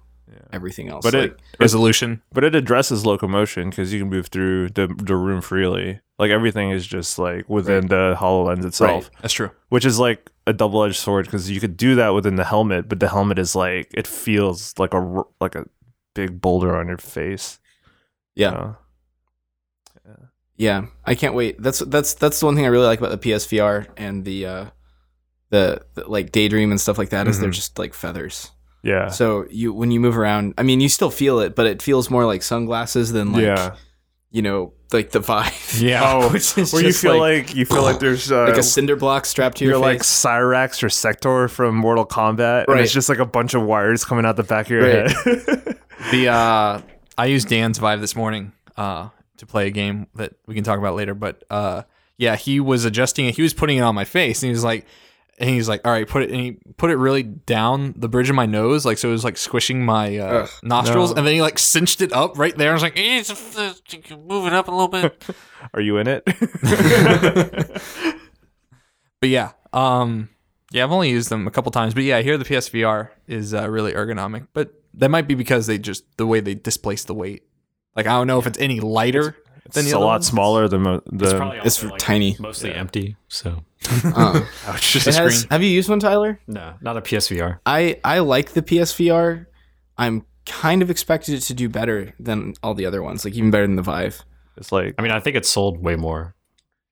B: everything else
D: But
B: Like,
D: it
A: Resolution.
D: But it addresses locomotion because you can move through the, the room freely. Like everything is just like within the HoloLens itself,
A: That's true.
D: which is like a double edged sword because you could do that within the helmet, but the helmet is like it feels like a r- like a big boulder on your face.
B: Yeah.
D: You know?
B: yeah i can't wait that's that's that's the one thing i really like about the psvr and the uh the, the like daydream and stuff like that is they're
D: Mhm.
B: just like feathers
D: Yeah.
B: so you when you move around i mean you still feel it but it feels more like sunglasses than like
D: yeah.
B: you know like the vibe [laughs]
D: Oh,
B: which is
D: where you
B: just,
D: feel like, you
B: [sighs]
D: feel like there's uh,
B: like a cinder block strapped to your
D: you're like [laughs]
B: face.
D: Cyrax or Sector from Mortal Kombat, and
B: Right.
D: it's just like a bunch of wires coming out the back of your
B: Right.
D: head. [laughs]
B: [laughs]
A: The uh, I used Dan's Vive this morning uh, to play a game that we can talk about later. But uh, yeah, he was adjusting it. He was putting it on my face, and he was like, and he's like, all right, put it. And he put it really down the bridge of my nose, like so it was like squishing my uh,
B: Ugh,
A: nostrils.
D: no.
A: And then he like cinched it up right there. I was like, eh, it's, it's, move it up a little bit.
D: Are you in it?
A: But yeah, um, yeah, I've only used them a couple times. But yeah, I hear the PSVR is uh, really ergonomic, but that might be because they just the way they displace the weight. Like I don't know if it's any lighter than
D: it's
A: the
D: a
A: other
D: lot
A: ones.
D: smaller than mo-
C: it's
D: the
C: probably
B: it's
C: also, like,
B: tiny.
C: mostly empty. So
B: Uh,
A: It's just
B: it
A: a
B: has-
A: screen.
B: have you used one, Tyler?
C: no, not a PSVR.
B: I I like the PSVR. I'm kind of expected it to do better than all the other ones, like even better than the Vive.
D: It's like
C: I mean, I think it's sold way more,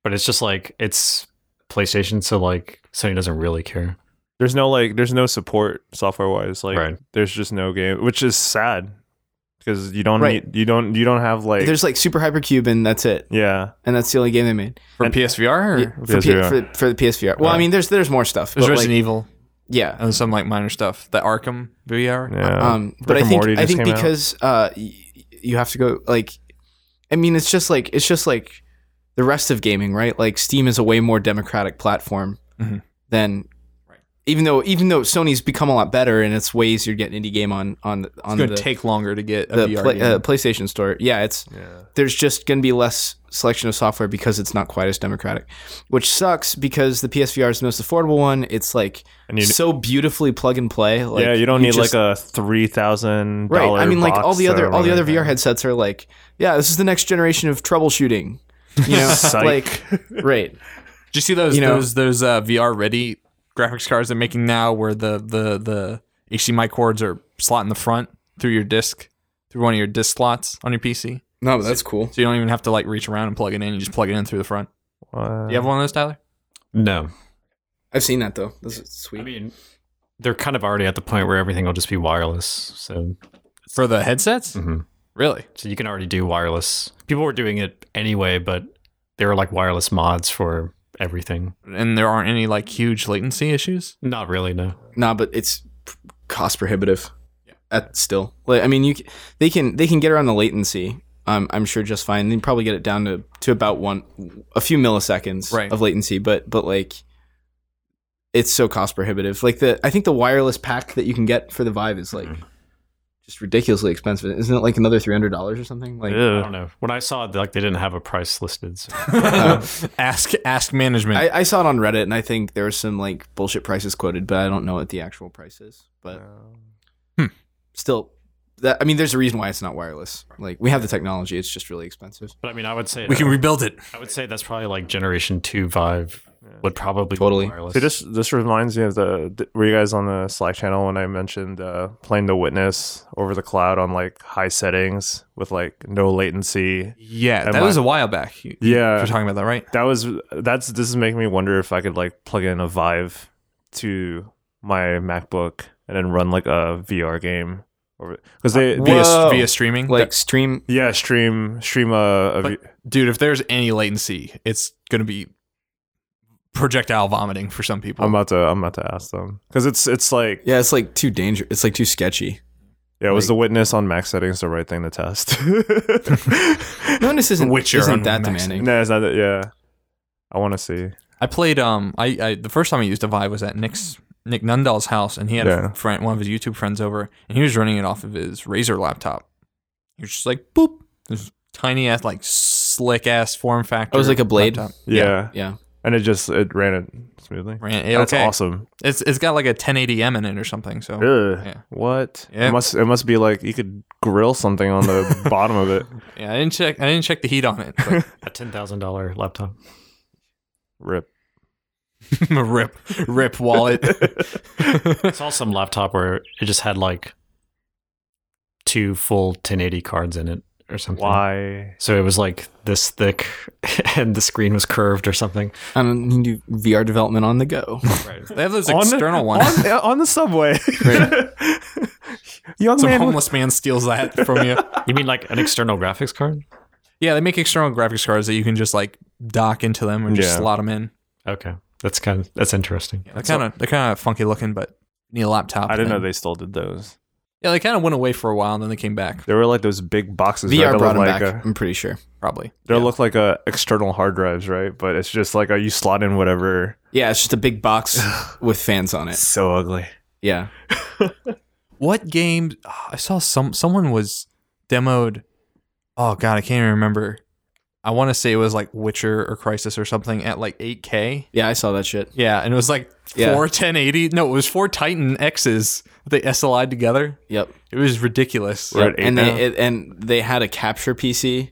C: but it's just like it's PlayStation, so like Sony doesn't really care.
D: there's no like there's no support software wise. Like
C: Right.
D: there's just no game, which is sad because you don't
B: Right.
D: need you don't you don't have like
B: There's like Super Hypercube, and that's it.
D: yeah
B: And that's the only game they made
A: for PSVR. Or
B: Yeah, for, P-
D: PSVR.
B: for, for the PSVR. Well, I
D: Right.
B: mean, there's there's more stuff.
A: There's
B: but,
A: Resident
B: like,
A: Evil
B: yeah.
A: and some like minor stuff. The Arkham VR.
D: yeah.
B: Um, but
D: Rick
B: I
D: and
B: think
D: Morty
B: I
D: just
B: think
D: came out.
B: because uh, y- you have to go like, I mean, it's just like it's just like the rest of gaming, right? Like Steam is a way more democratic platform
A: Mhm.
B: than. Even though, even though Sony's become a lot better, and it's way easier to get an indie game on on the-
A: It's
B: on
A: gonna
B: the,
A: take longer to get a
B: the
A: VR
B: play,
A: game.
B: uh, PlayStation Store, yeah, it's
D: yeah.
B: there's just going to be less selection of software because it's not quite as democratic, which sucks because the PSVR is the most affordable one. It's like
D: And you-
B: so beautifully plug and play. Like,
D: yeah, you don't need
B: just-
D: like a three thousand
B: right
D: dollar.
B: i mean like all the other all the other vr headsets are like yeah this is the next generation of troubleshooting you
D: [laughs]
B: know like right
A: Did you see those
B: you know-
A: those those uh, VR ready graphics cards they're making now, where the the the HDMI cords are slot in the front through your disc, through one of your disc slots on your PC,
B: no that's cool
A: so you don't even have to like reach around and plug it in. You just plug it in through the front.
D: Wow.
B: Uh-huh.
A: You have one of those, Tyler?
C: No,
B: i've seen that though this is sweet
C: I mean, they're kind of already at the point where everything will just be wireless. So,
A: for the
B: Mm.
A: headsets.
C: mhm.
A: Really?
C: so you can already do wireless. People were doing it anyway, but there are like wireless mods for everything.
A: And there aren't any like huge latency
B: [laughs]
A: issues.
C: Not really, no.
B: Nah, but it's cost prohibitive. At still, like I mean, you c- they can they can get around the latency. Um, I'm sure just fine. They can probably get it down to to about one, a few milliseconds
A: Right.
B: of latency. But but like, it's so cost prohibitive. Like the I think the wireless pack that you can get for the Vive is like just ridiculously expensive. Isn't it like another three hundred dollars or something? Like
C: I don't know. When I saw it, like they didn't have a price listed. So.
A: ask ask management.
B: I, I saw it on Reddit, and I think there was some like bullshit prices quoted, but I don't know what the actual price is. But still, that I mean, there's a reason why it's not wireless. Like we have the technology; it's just really expensive.
C: But I mean, I would say
A: [laughs] we can rebuild it.
C: I would say that's probably like Generation Two Vive would probably be
B: Totally.
C: wireless.
D: So this this reminds me of the th- were you guys on the Slack channel when I mentioned uh, playing The Witness over the cloud on like high settings with like no latency.
A: Yeah,
D: Am
A: that
D: I-
A: was a while back. You,
D: Yeah,
A: You're talking about that, right?
D: that was that's this is making me wonder if I could like plug in a Vive to my MacBook and then run like a VR game or because they, they
A: Via,
B: Whoa.
A: via streaming.
B: Like stream,
D: yeah stream stream a, a
A: But- dude, if there's any latency, it's gonna be projectile vomiting for some people.
D: am about to I'm about to ask them because it's it's like yeah,
B: yeah, it's like too dangerous. It's like too sketchy.
D: was
B: like-
D: the witness on Mac settings the right thing
A: [laughs]
D: to test? [laughs] no,
B: No, this isn't
A: Witcher on
B: isn't that
A: Max.
B: demanding.
D: it's not that. Yeah, I want to see.
A: I played. Um, I, I the first time I used a Vive was at Nick's Nick Nundahl's house, and he had
D: Yeah.
A: a friend, one of his YouTube friends over, and he was running it off of his Razer laptop. He was just like boop, this tiny ass, like slick ass form factor.
B: Oh, it was like a blade?
A: laptop.
D: Yeah.
B: Yeah,
D: and it just it ran it smoothly.
A: Ran,
D: That's
A: okay.
D: awesome.
A: It's it's got like a 1080m in it or something. So
D: Ugh.
A: Oh, yeah.
D: What?
A: Yeah.
D: It must it must be like you could grill something
A: [laughs]
D: on the bottom of it.
A: yeah, I didn't check. I didn't check the heat on it. but-
C: a ten thousand dollar laptop.
D: Rip.
A: rip, rip wallet.
C: I saw some laptop where it just had like two full 1080 cards in it or something.
D: Why?
C: So it was like this thick, [laughs] and the screen was curved or something.
B: I don't need to do VR development on the go.
C: Right.
A: They have those
D: On the-
A: external ones.
D: [laughs] On, on the subway. [laughs] Young
A: Some
D: man.
A: homeless man steals that from you.
C: You mean like an external graphics card?
A: Yeah, they make external graphics cards that you can just like dock into them and just
D: Yeah.
A: slot them in.
C: Okay, that's kind of that's interesting.
A: Yeah, they're kind of they're kind of funky looking, but you need a laptop.
D: I didn't know
A: then.
D: they still did those.
A: Yeah, they kind of went away for a while and then they came back.
D: They were like those big boxes. right,
B: VR
D: that
B: brought
D: look
B: them
D: like uh,
B: back.
D: a-
B: I'm pretty sure.
A: Probably.
D: they look like a external hard drives, right? But it's just like a, you slot in whatever.
B: Yeah, it's just a big box with fans on it.
D: So ugly.
B: Yeah,
A: What game? ah, I saw some someone was demoed. Oh god, I can't even remember. I want to say it was like Witcher or Crisis or something at like 8K.
B: yeah, I saw that shit.
A: Yeah, and it was like
B: Yeah.
A: four 1080. No, it was four Titan X's that they SLI'd together.
B: Yep.
A: It was ridiculous.
D: We're at eight
B: and
D: now.
B: they it, and they had a capture PC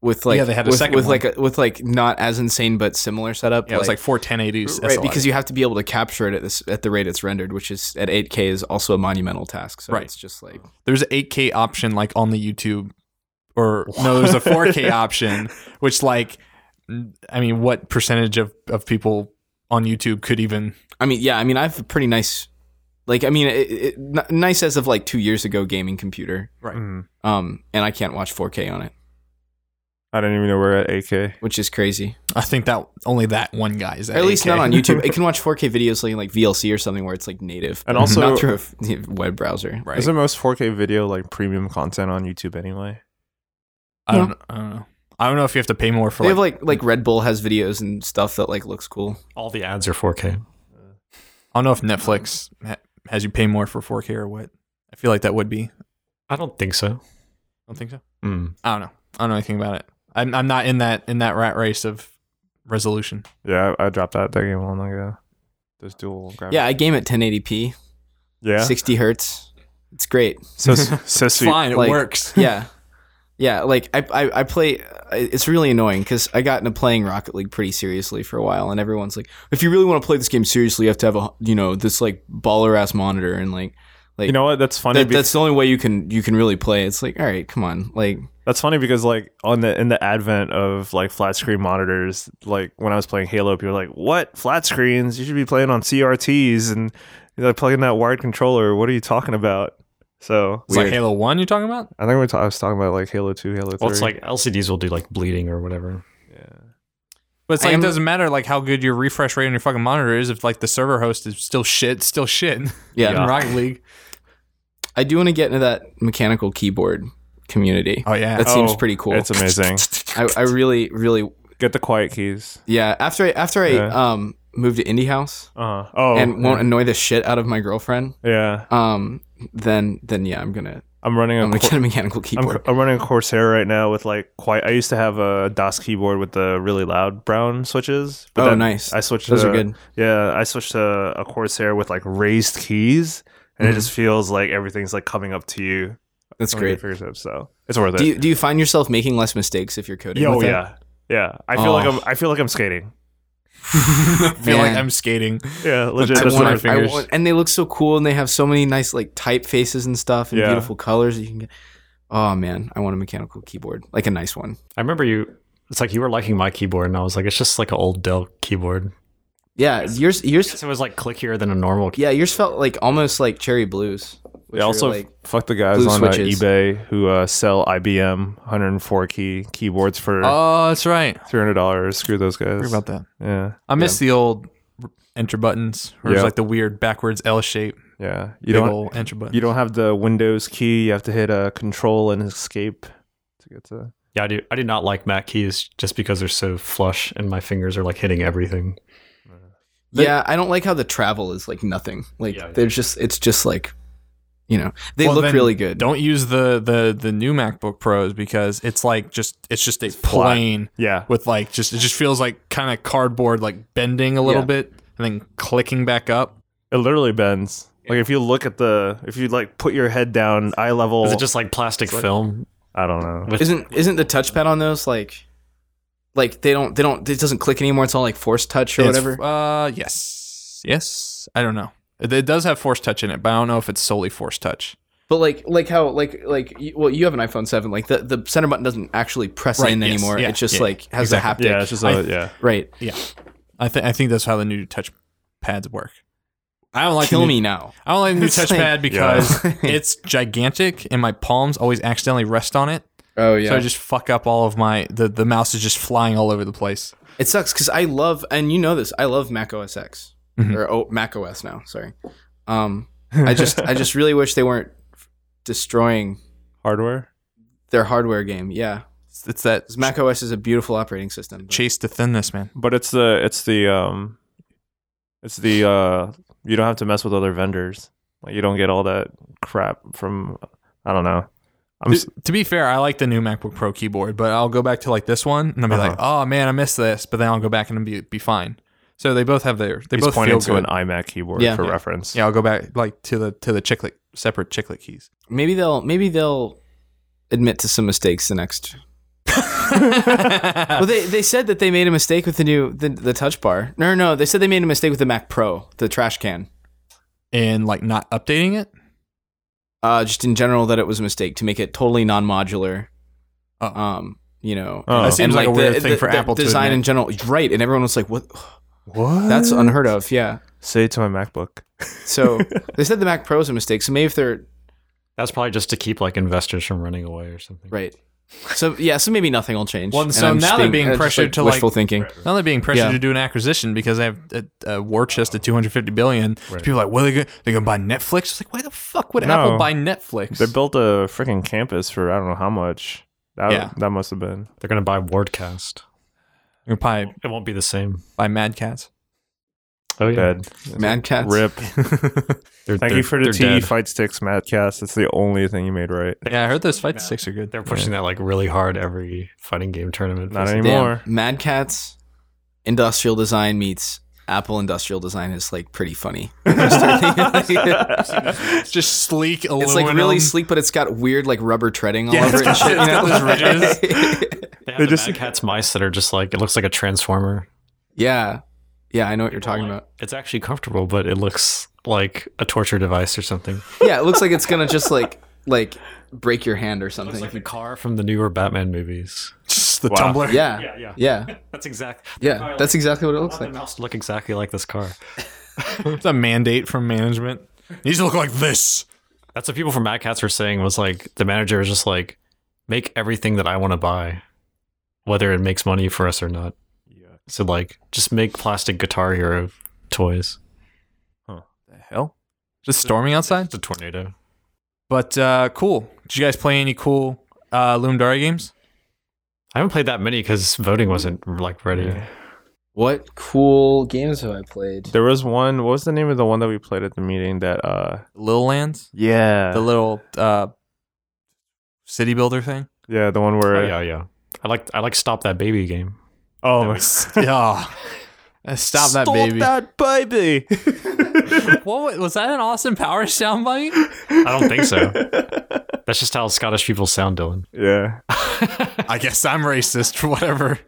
B: with like
A: Yeah, they had a
B: with,
A: second
B: with
A: one.
B: like a, with like not as insane but similar setup.
A: Yeah, it was like four 1080s.
B: right
A: SLI'd.
B: because you have to be able to capture it at this at the rate it's rendered, which is at 8K is also a monumental task. So
A: Right.
B: it's just like
A: there's an 8K option like on the YouTube, or no, there's a
B: [laughs]
A: 4K option, which like, I mean, what percentage of of people on YouTube could even?
B: I mean yeah I mean I have a pretty nice like I mean it, it, n- nice as of like two years ago gaming computer
D: Mm.
B: um and I can't watch 4K on it,
D: I didn't even know we're at AK.
B: which is crazy.
A: I think that only that one guy is.
B: Or at least
A: 8K.
B: not on YouTube. it can watch 4K videos like like VLC or something where it's like native, [laughs]
D: And also-
B: not through a f- [laughs] web browser.
A: Right.
D: Isn't most 4K video like premium content on YouTube anyway?
A: I don't. I don't know. I don't know if you have to pay more for
B: they
A: like,
B: have like like Red Bull has videos and stuff that like looks cool.
C: All the ads are 4K.
A: I don't know if Netflix ha- has you pay more for 4K or what. I feel like that would be. I
C: I don't think so.
A: don't think so.
C: Mm.
A: I don't know. I don't know anything about it. I'm I'm not in that in that rat race of resolution.
D: Yeah, I, I dropped that that game long ago. Those dual graphics.
B: Yeah, I game at 1080p,
D: Yeah.
B: 60 hertz. It's great. [laughs]
D: So so
A: It's
D: sweet.
A: fine. It
B: like-
A: works.
B: [laughs] Yeah, yeah. Like I I, I play. I- It's really annoying because I got into playing Rocket League pretty seriously for a while, and everyone's like, if you really want to play this game seriously, you have to have a you know this like baller ass monitor and like like
D: You know what? That's funny.
B: that,
D: be-
B: that's the only way you can you can really play. It's like all right, come on, like
D: That's funny because like on the in the advent of like flat screen monitors, like when I was playing Halo, people were like, "What flat screens? You should be playing on CRTs and He's like, plug in that wired controller. What are you talking about? So
A: [laughs] It's like
B: Weird.
A: Halo One. You're talking about?
D: I think we ta- I was talking about like Halo 2, Halo 3.
C: Well, it's like LCDs will do like bleeding or whatever.
D: yeah.
A: But it's
B: I
A: like
B: am-
A: it doesn't matter like how good your refresh rate on your fucking monitor is if like the server host is still shit, still shit.
B: Yeah.
A: [laughs] in Rocket League.
B: I do want to get into that mechanical keyboard community.
A: Oh yeah.
B: That
D: Oh,
B: seems pretty cool.
D: It's amazing.
B: I, I really, really,
D: Get the quiet keys.
B: yeah. After I, after I
D: Yeah.
B: um moved to indie house
D: Uh
C: Uh-huh.
D: huh. Oh,
B: and won't annoy the shit out of my girlfriend,
D: yeah.
B: um, then then yeah, I'm gonna
D: I'm running a
B: I'm gonna
D: cor-
B: get a mechanical
D: I'm,
B: keyboard.
D: I'm running a Corsair right now with like quiet. I used to have a DOS keyboard with the really loud brown switches.
B: Oh,
D: then
B: nice.
D: I switched.
B: Those
D: to,
B: are good.
D: Yeah, I switched to a Corsair with like raised keys, and
B: Mhm.
D: it just feels like everything's like coming up to you.
B: That's
D: on your
B: great.
D: fingertips, so it's worth it.
B: Do you, do you find yourself making less mistakes if you're coding?
D: yeah, oh,
B: with it?
D: yeah, yeah. I feel
B: Oh.
D: like I'm. I feel like I'm skating.
A: [laughs] I feel like
B: Man.
A: I'm skating.
D: Yeah, legit.
B: I
D: just
B: want-
D: with my
B: I
D: fingers.
B: want- and they look so cool, and they have so many nice like typefaces and stuff, and
D: Yeah.
B: beautiful colors that you can get. Oh man, I want a mechanical keyboard, like a nice one.
C: I remember you. It's like you were liking my keyboard, and I was like, it's just like an old Dell keyboard.
B: Yeah, yours, yours,
C: It was like clickier than a normal. key-
B: yeah, yours felt like almost like cherry blues. which
D: yeah,
B: are,
D: also,
B: like,
D: fuck the guys
B: blue
D: on uh,
B: switches.
D: eBay who uh, sell IBM 104 key keyboards for
A: Oh, that's right.
D: three hundred dollars. Screw those guys.
A: Forget about that.
D: Yeah,
A: I miss the old enter buttons. Or
D: Yeah.
A: like the weird backwards L shape.
D: yeah.
A: Big
D: You don't.
A: old enter button.
D: You don't have the Windows key. You have to hit a Control and Escape to get to.
C: Yeah, I do. I did not like Mac keys just because they're so flush, and my fingers are like hitting everything.
B: yeah, I don't like how the travel is like nothing. Like
C: Yeah, yeah.
B: there's just it's just like, you know, they
A: Well,
B: look
A: then
B: really good.
A: Don't use the the the new MacBook Pros because it's like just it's just a
D: flat.
A: plane
D: Yeah,
A: with like just it just feels like kind of cardboard like bending a little
B: Yeah.
A: bit and then clicking back up.
D: it literally bends. Like if you look at the, if you like put your head down eye level,
C: Is it just like plastic film?
D: I don't know.
C: With
B: Isn't isn't the touchpad on those like, like they don't they don't it doesn't click anymore. It's all like force touch or
A: It's-
B: whatever.
A: Uh yes. Yes. I don't know. It, it does have force touch in it, but I don't know if it's solely force touch.
B: But like like how like like you, well you have an iPhone seven like the, the center button doesn't actually press
A: Right,
B: in
A: yes,
B: anymore.
A: yeah,
B: it just
A: yeah,
B: like has
A: exactly.
B: the haptic.
D: yeah, it's just a,
A: I-
D: yeah.
B: right.
A: I think I think that's how the new touch pads work. I don't like the
B: Kill
A: new-
B: me now.
A: I don't like
B: [laughs]
A: the new
B: It's like-
A: touchpad
B: [laughs]
A: because it's gigantic and my palms always accidentally rest on it.
B: Oh yeah.
A: So I just fuck up all of my the, the mouse is just flying all over the place.
B: It sucks because I love, and you know this, I love Mac OS X
A: Mhm.
B: or oh, Mac OS now. Sorry, um, I just, I just really wish they weren't destroying
D: Hardware.
B: their hardware game. Yeah,
A: It's, it's that
B: 'Cause Mac OS is a beautiful operating system. but-
A: chase to thinness, man.
D: But it's the it's the um, it's the uh, you don't have to mess with other vendors. Like you don't get all that crap from. I don't know. I'm s-
A: To, to be fair, I like the new MacBook Pro keyboard, but I'll go back to like this one and I'll be
D: Uh-huh.
A: like, oh man, I missed this, but then I'll go back and be be fine. So they both have their they
D: he's
A: both
D: pointing
A: feel
D: to an
A: good.
D: iMac keyboard
B: Yeah.
D: for
B: Yeah.
D: reference.
A: yeah, I'll go back like to the to the chiclet separate chiclet
D: [laughs]
A: keys. [laughs]
B: Maybe they'll, maybe they'll admit to some mistakes the next. Well, they they said that they made a mistake with the new the, the touch bar. No, no, no, they said they made a mistake with the Mac Pro, the trash can.
A: and like not updating it.
B: Uh, just in general, that it was a mistake to make it totally non-modular.
A: Oh.
B: Um, you know,
D: Oh.
A: That seems
B: And,
A: like, a
B: the-
A: weird
B: the-
A: thing for
B: the
A: Apple to
B: design in
A: admit.
B: general, right? And everyone was like, "What?
D: What?
B: That's unheard of." Yeah.
D: Say it to my MacBook.
B: So they said the Mac Pro is a mistake. So maybe if they're
C: That's probably just to keep like investors from running away or something.
B: right, so yeah, so maybe nothing will change.
A: Well, and
B: And
A: so
B: just
A: now they're being
B: uh, just,
A: pressured to, like-
B: wishful thinking.
A: Now they're being pressured
B: Yeah.
A: to do an acquisition because they have a, a war chest of 250 billion. People are like, well, they're gonna, they're gonna buy Netflix. It's like, why the fuck would
D: No.
A: Apple buy Netflix?
D: They built a freaking campus for I don't know how much. That
A: Yeah.
D: that must have been.
C: They're gonna buy Wordcast.
A: They're gonna buy
C: It won't be the same.
A: buy Mad Cats.
C: Oh
D: Dead.
B: Mad cats.
D: Rip.
C: They're,
D: Thank
C: they're-
D: you for the
C: they're
D: tea,
C: dead.
D: fight sticks, Madcast. It's the only thing you made right.
A: Yeah, I heard those fight sticks are good.
C: They're pushing that like really hard every fighting game tournament.
D: Not
C: basically.
B: Damn.
D: anymore.
B: Mad cats. Industrial design meets Apple industrial design is like pretty funny.
A: It's just sleek aluminum.
B: It's like really sleek, but it's got weird like rubber treading all
A: um, Yeah,
B: over
A: it's
B: it. And
A: got-
B: shit,
A: it's got
B: you know?
A: those
C: They have
D: They
C: the
D: just-
C: Mad Catz mice that are just like it looks like a transformer.
B: [laughs] yeah, yeah, I know what you're talking about.
C: It's actually comfortable, but it looks like a torture device or something.
B: Yeah, it looks like it's gonna just like like break your hand or
C: It's
B: something.
C: like the car from the newer Batman movies.
A: Just the
D: Wow.
A: tumbler.
B: yeah,
C: yeah.
B: yeah,
C: That's exactly.
B: yeah. That's exactly what it looks
C: the
B: like.
C: mouse look exactly like this car.
A: It's a mandate from management. These look like this.
C: That's what people from Mad Cats were saying was like the manager is just like make everything that I want to buy, whether it makes money for us or not.
D: Yeah.
C: So like just make plastic Guitar Hero toys.
D: The hell?
A: Just storming outside.
C: It's a tornado.
A: But uh, cool. Did you guys play any cool uh, Lumdara games?
C: I haven't played that many because voting wasn't like ready.
B: What cool games have I played?
D: There was one. What was the name of the one that we played at the meeting? That uh,
A: Little Lands,
D: yeah,
A: the little uh, city builder thing.
D: yeah, the one where
C: Oh, yeah, yeah. I like I like stop that baby game.
D: oh
C: That
D: my- [laughs]
C: was-
A: [laughs] Yeah. Uh, Stop that
D: Stop
A: baby.
D: that baby.
A: What
D: [laughs]
A: wa- was that? An Austin Powers soundbite?
C: I don't think
D: [laughs]
C: so. That's just how Scottish people sound, Dylan.
D: yeah,
A: I guess I'm racist. [laughs] Whatever.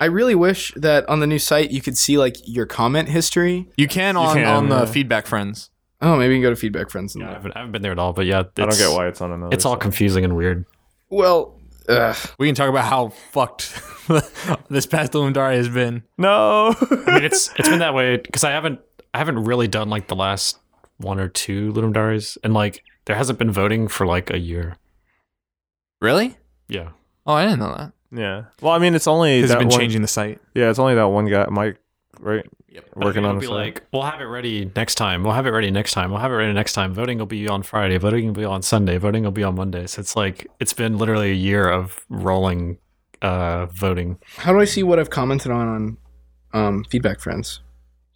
B: I really wish that on the new site you could see like your comment history.
A: You can on
D: can,
A: on the
D: yeah.
A: feedback friends.
B: Oh, maybe you can go to feedback friends. And
C: Yeah, I haven't, I haven't been there at all, but yeah,
D: I don't
C: it's-
D: get why it's on another.
C: It's all
D: side.
C: confusing and weird.
B: Well, ugh.
A: We can talk about how fucked [laughs] this past Lumdara has been.
D: no.
C: I mean, it's it's been that way because I haven't I haven't really done like the last one or two Ludum Dares, and like there hasn't been voting for like a year.
A: Really?
C: Yeah,
A: Oh, I didn't know that.
D: [laughs] yeah. Well, I mean, it's only
A: Because
D: that
A: it's been
D: one,
A: changing the site.
D: Yeah, it's only that one guy, Mike. Right.
A: Yep.
C: But
D: Working
C: it'll
D: on
C: be
D: it.
C: like we'll have it ready next time. We'll have it ready next time. We'll have it ready next time. Voting will be on Friday. Voting will be on Sunday. Voting will be on Monday. So it's like it's been literally a year of rolling uh voting.
B: how do I see what I've commented on on um, feedback friends?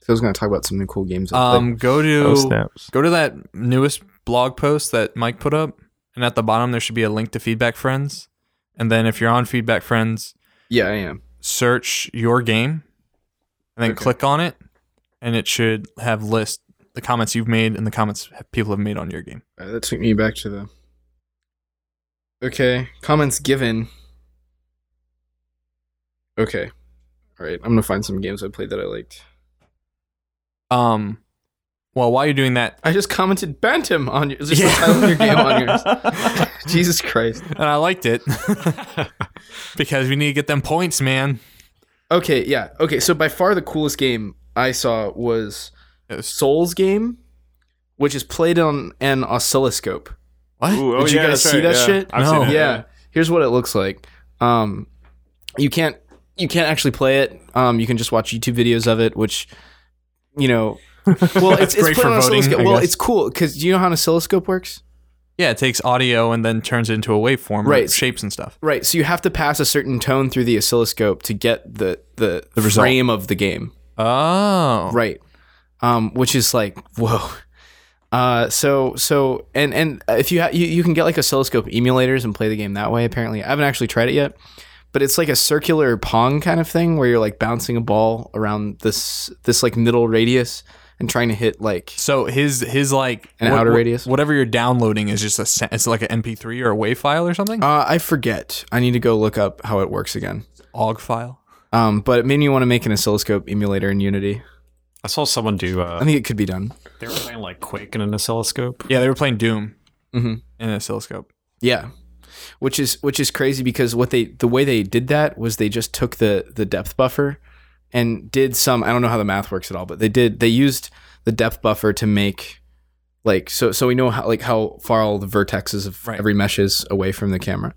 B: 'Cause I was going to talk about some new cool games. I played.
A: Um, go to
D: Oh
A: [laughs]
D: snaps.
A: go to that newest blog post that Mike put up, and at the bottom there should be a link to Feedback Friends. And then if you're on Feedback Friends,
B: yeah, I am.
A: search your game, and then
B: Okay.
A: click on it, and it should have list the comments you've made and the comments people have made on your game.
B: Uh, that took me back to the. Okay, comments given. Okay, all right. I'm gonna find some games I played that I liked.
A: Um, well, while you're doing that,
B: I just commented Bantam on yours. Just
A: Yeah.
B: the title of your game on [laughs] yours. Jesus Christ.
A: and I liked it because we need to get them points, man.
B: Okay, yeah. Okay, so by far the coolest game I saw was
A: It was-
B: Souls game, which is played on an oscilloscope.
A: What?
D: Ooh, oh,
B: Did you guys
D: that's
B: see that shit?
D: I've
A: No.
D: seen it,
B: yeah. Here's what it looks like. Um, you can't you can't actually play it. Um, you can just watch YouTube videos of it, which
A: [laughs]
B: you know. Well, it's, it's
A: great
B: put
A: for
B: on an
A: voting,
B: oscilloscope.
A: I
B: Well,
A: guess.
B: it's cool because do you know how an oscilloscope works?
A: Yeah, it takes audio and then turns it into a waveform, right?
B: Right.
A: Shapes and stuff.
B: Right. So you have to pass a certain tone through the oscilloscope to get the the,
A: The result.
B: frame of the game.
A: Oh,
B: Right. Um, which is like whoa. Uh, so so and and if you ha- you you can get like oscilloscope emulators and play the game that way. Apparently, I haven't actually tried it yet, but it's like a circular pong kind of thing where you're like bouncing a ball around this this like middle radius and trying to hit like
A: So his his like
B: An outer radius?
A: whatever you're downloading is just a sa- it's like an MP3 or a WAV file or something.
B: uh, I forget. I need to go look up how it works again.
A: OG file.
B: Um, but it made me want to make an oscilloscope emulator in Unity.
C: I saw someone do.
B: I
C: Uh,
B: think it could be done.
C: they were playing like Quake in an oscilloscope.
A: Yeah, they were playing Doom
B: Mhm.
A: in an oscilloscope.
B: Yeah. Which is which is crazy because what they the way they did that was they just took the the depth buffer and did some I don't know how the math works at all, but they did they used the depth buffer to make like so so we know how like how far all the vertexes of
A: Right.
B: every mesh is away from the camera.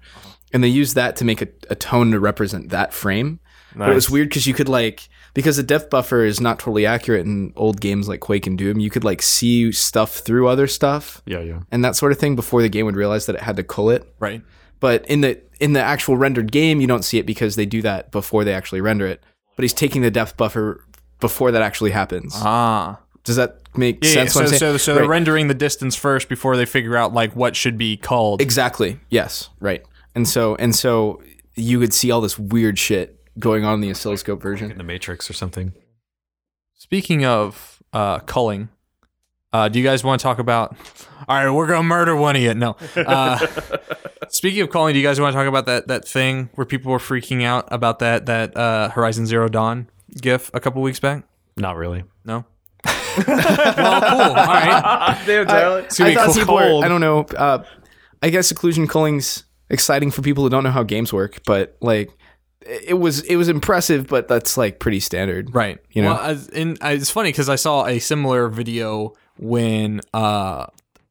B: And they used that to make a, a tone to represent that frame. But it was
D: [laughs] Nice.
B: weird because you could like because the depth buffer is not totally accurate in old games like Quake and Doom, you could like see stuff through other stuff
C: Yeah, yeah.
B: and that sort of thing before the game would realize that it had to cull it.
A: Right.
B: But in the in the actual rendered game, you don't see it because they do that before they actually render it. But he's taking the depth buffer before that actually happens.
A: Ah.
B: Does that make
A: Yeah. yeah.
B: sense?
A: So
B: what I'm saying?
A: so, so they're
B: Right.
A: rendering the distance first before they figure out like what should be called.
B: exactly. Yes. Right. And so and so you could see all this weird shit going on in the oscilloscope
C: In
B: version.
C: the Matrix or something.
A: Speaking of uh, culling, uh, do you guys want to talk about? All right, we're gonna murder one of you. No. [laughs] Uh, speaking of calling, do you guys want to talk about that that thing where people were freaking out about that that uh, Horizon Zero Dawn GIF a couple weeks back?
C: Not really.
B: [laughs]
A: No. well, cool. All right. It's gonna
B: I
A: be
B: thought
A: cool-
B: people were-
A: cold.
B: I don't know. Uh, I guess occlusion culling's exciting for people who don't know how games work, but like it was it was impressive, but that's like pretty standard.
A: Right.
B: You know?
A: Well, I, and I, it's funny because I saw a similar video when uh,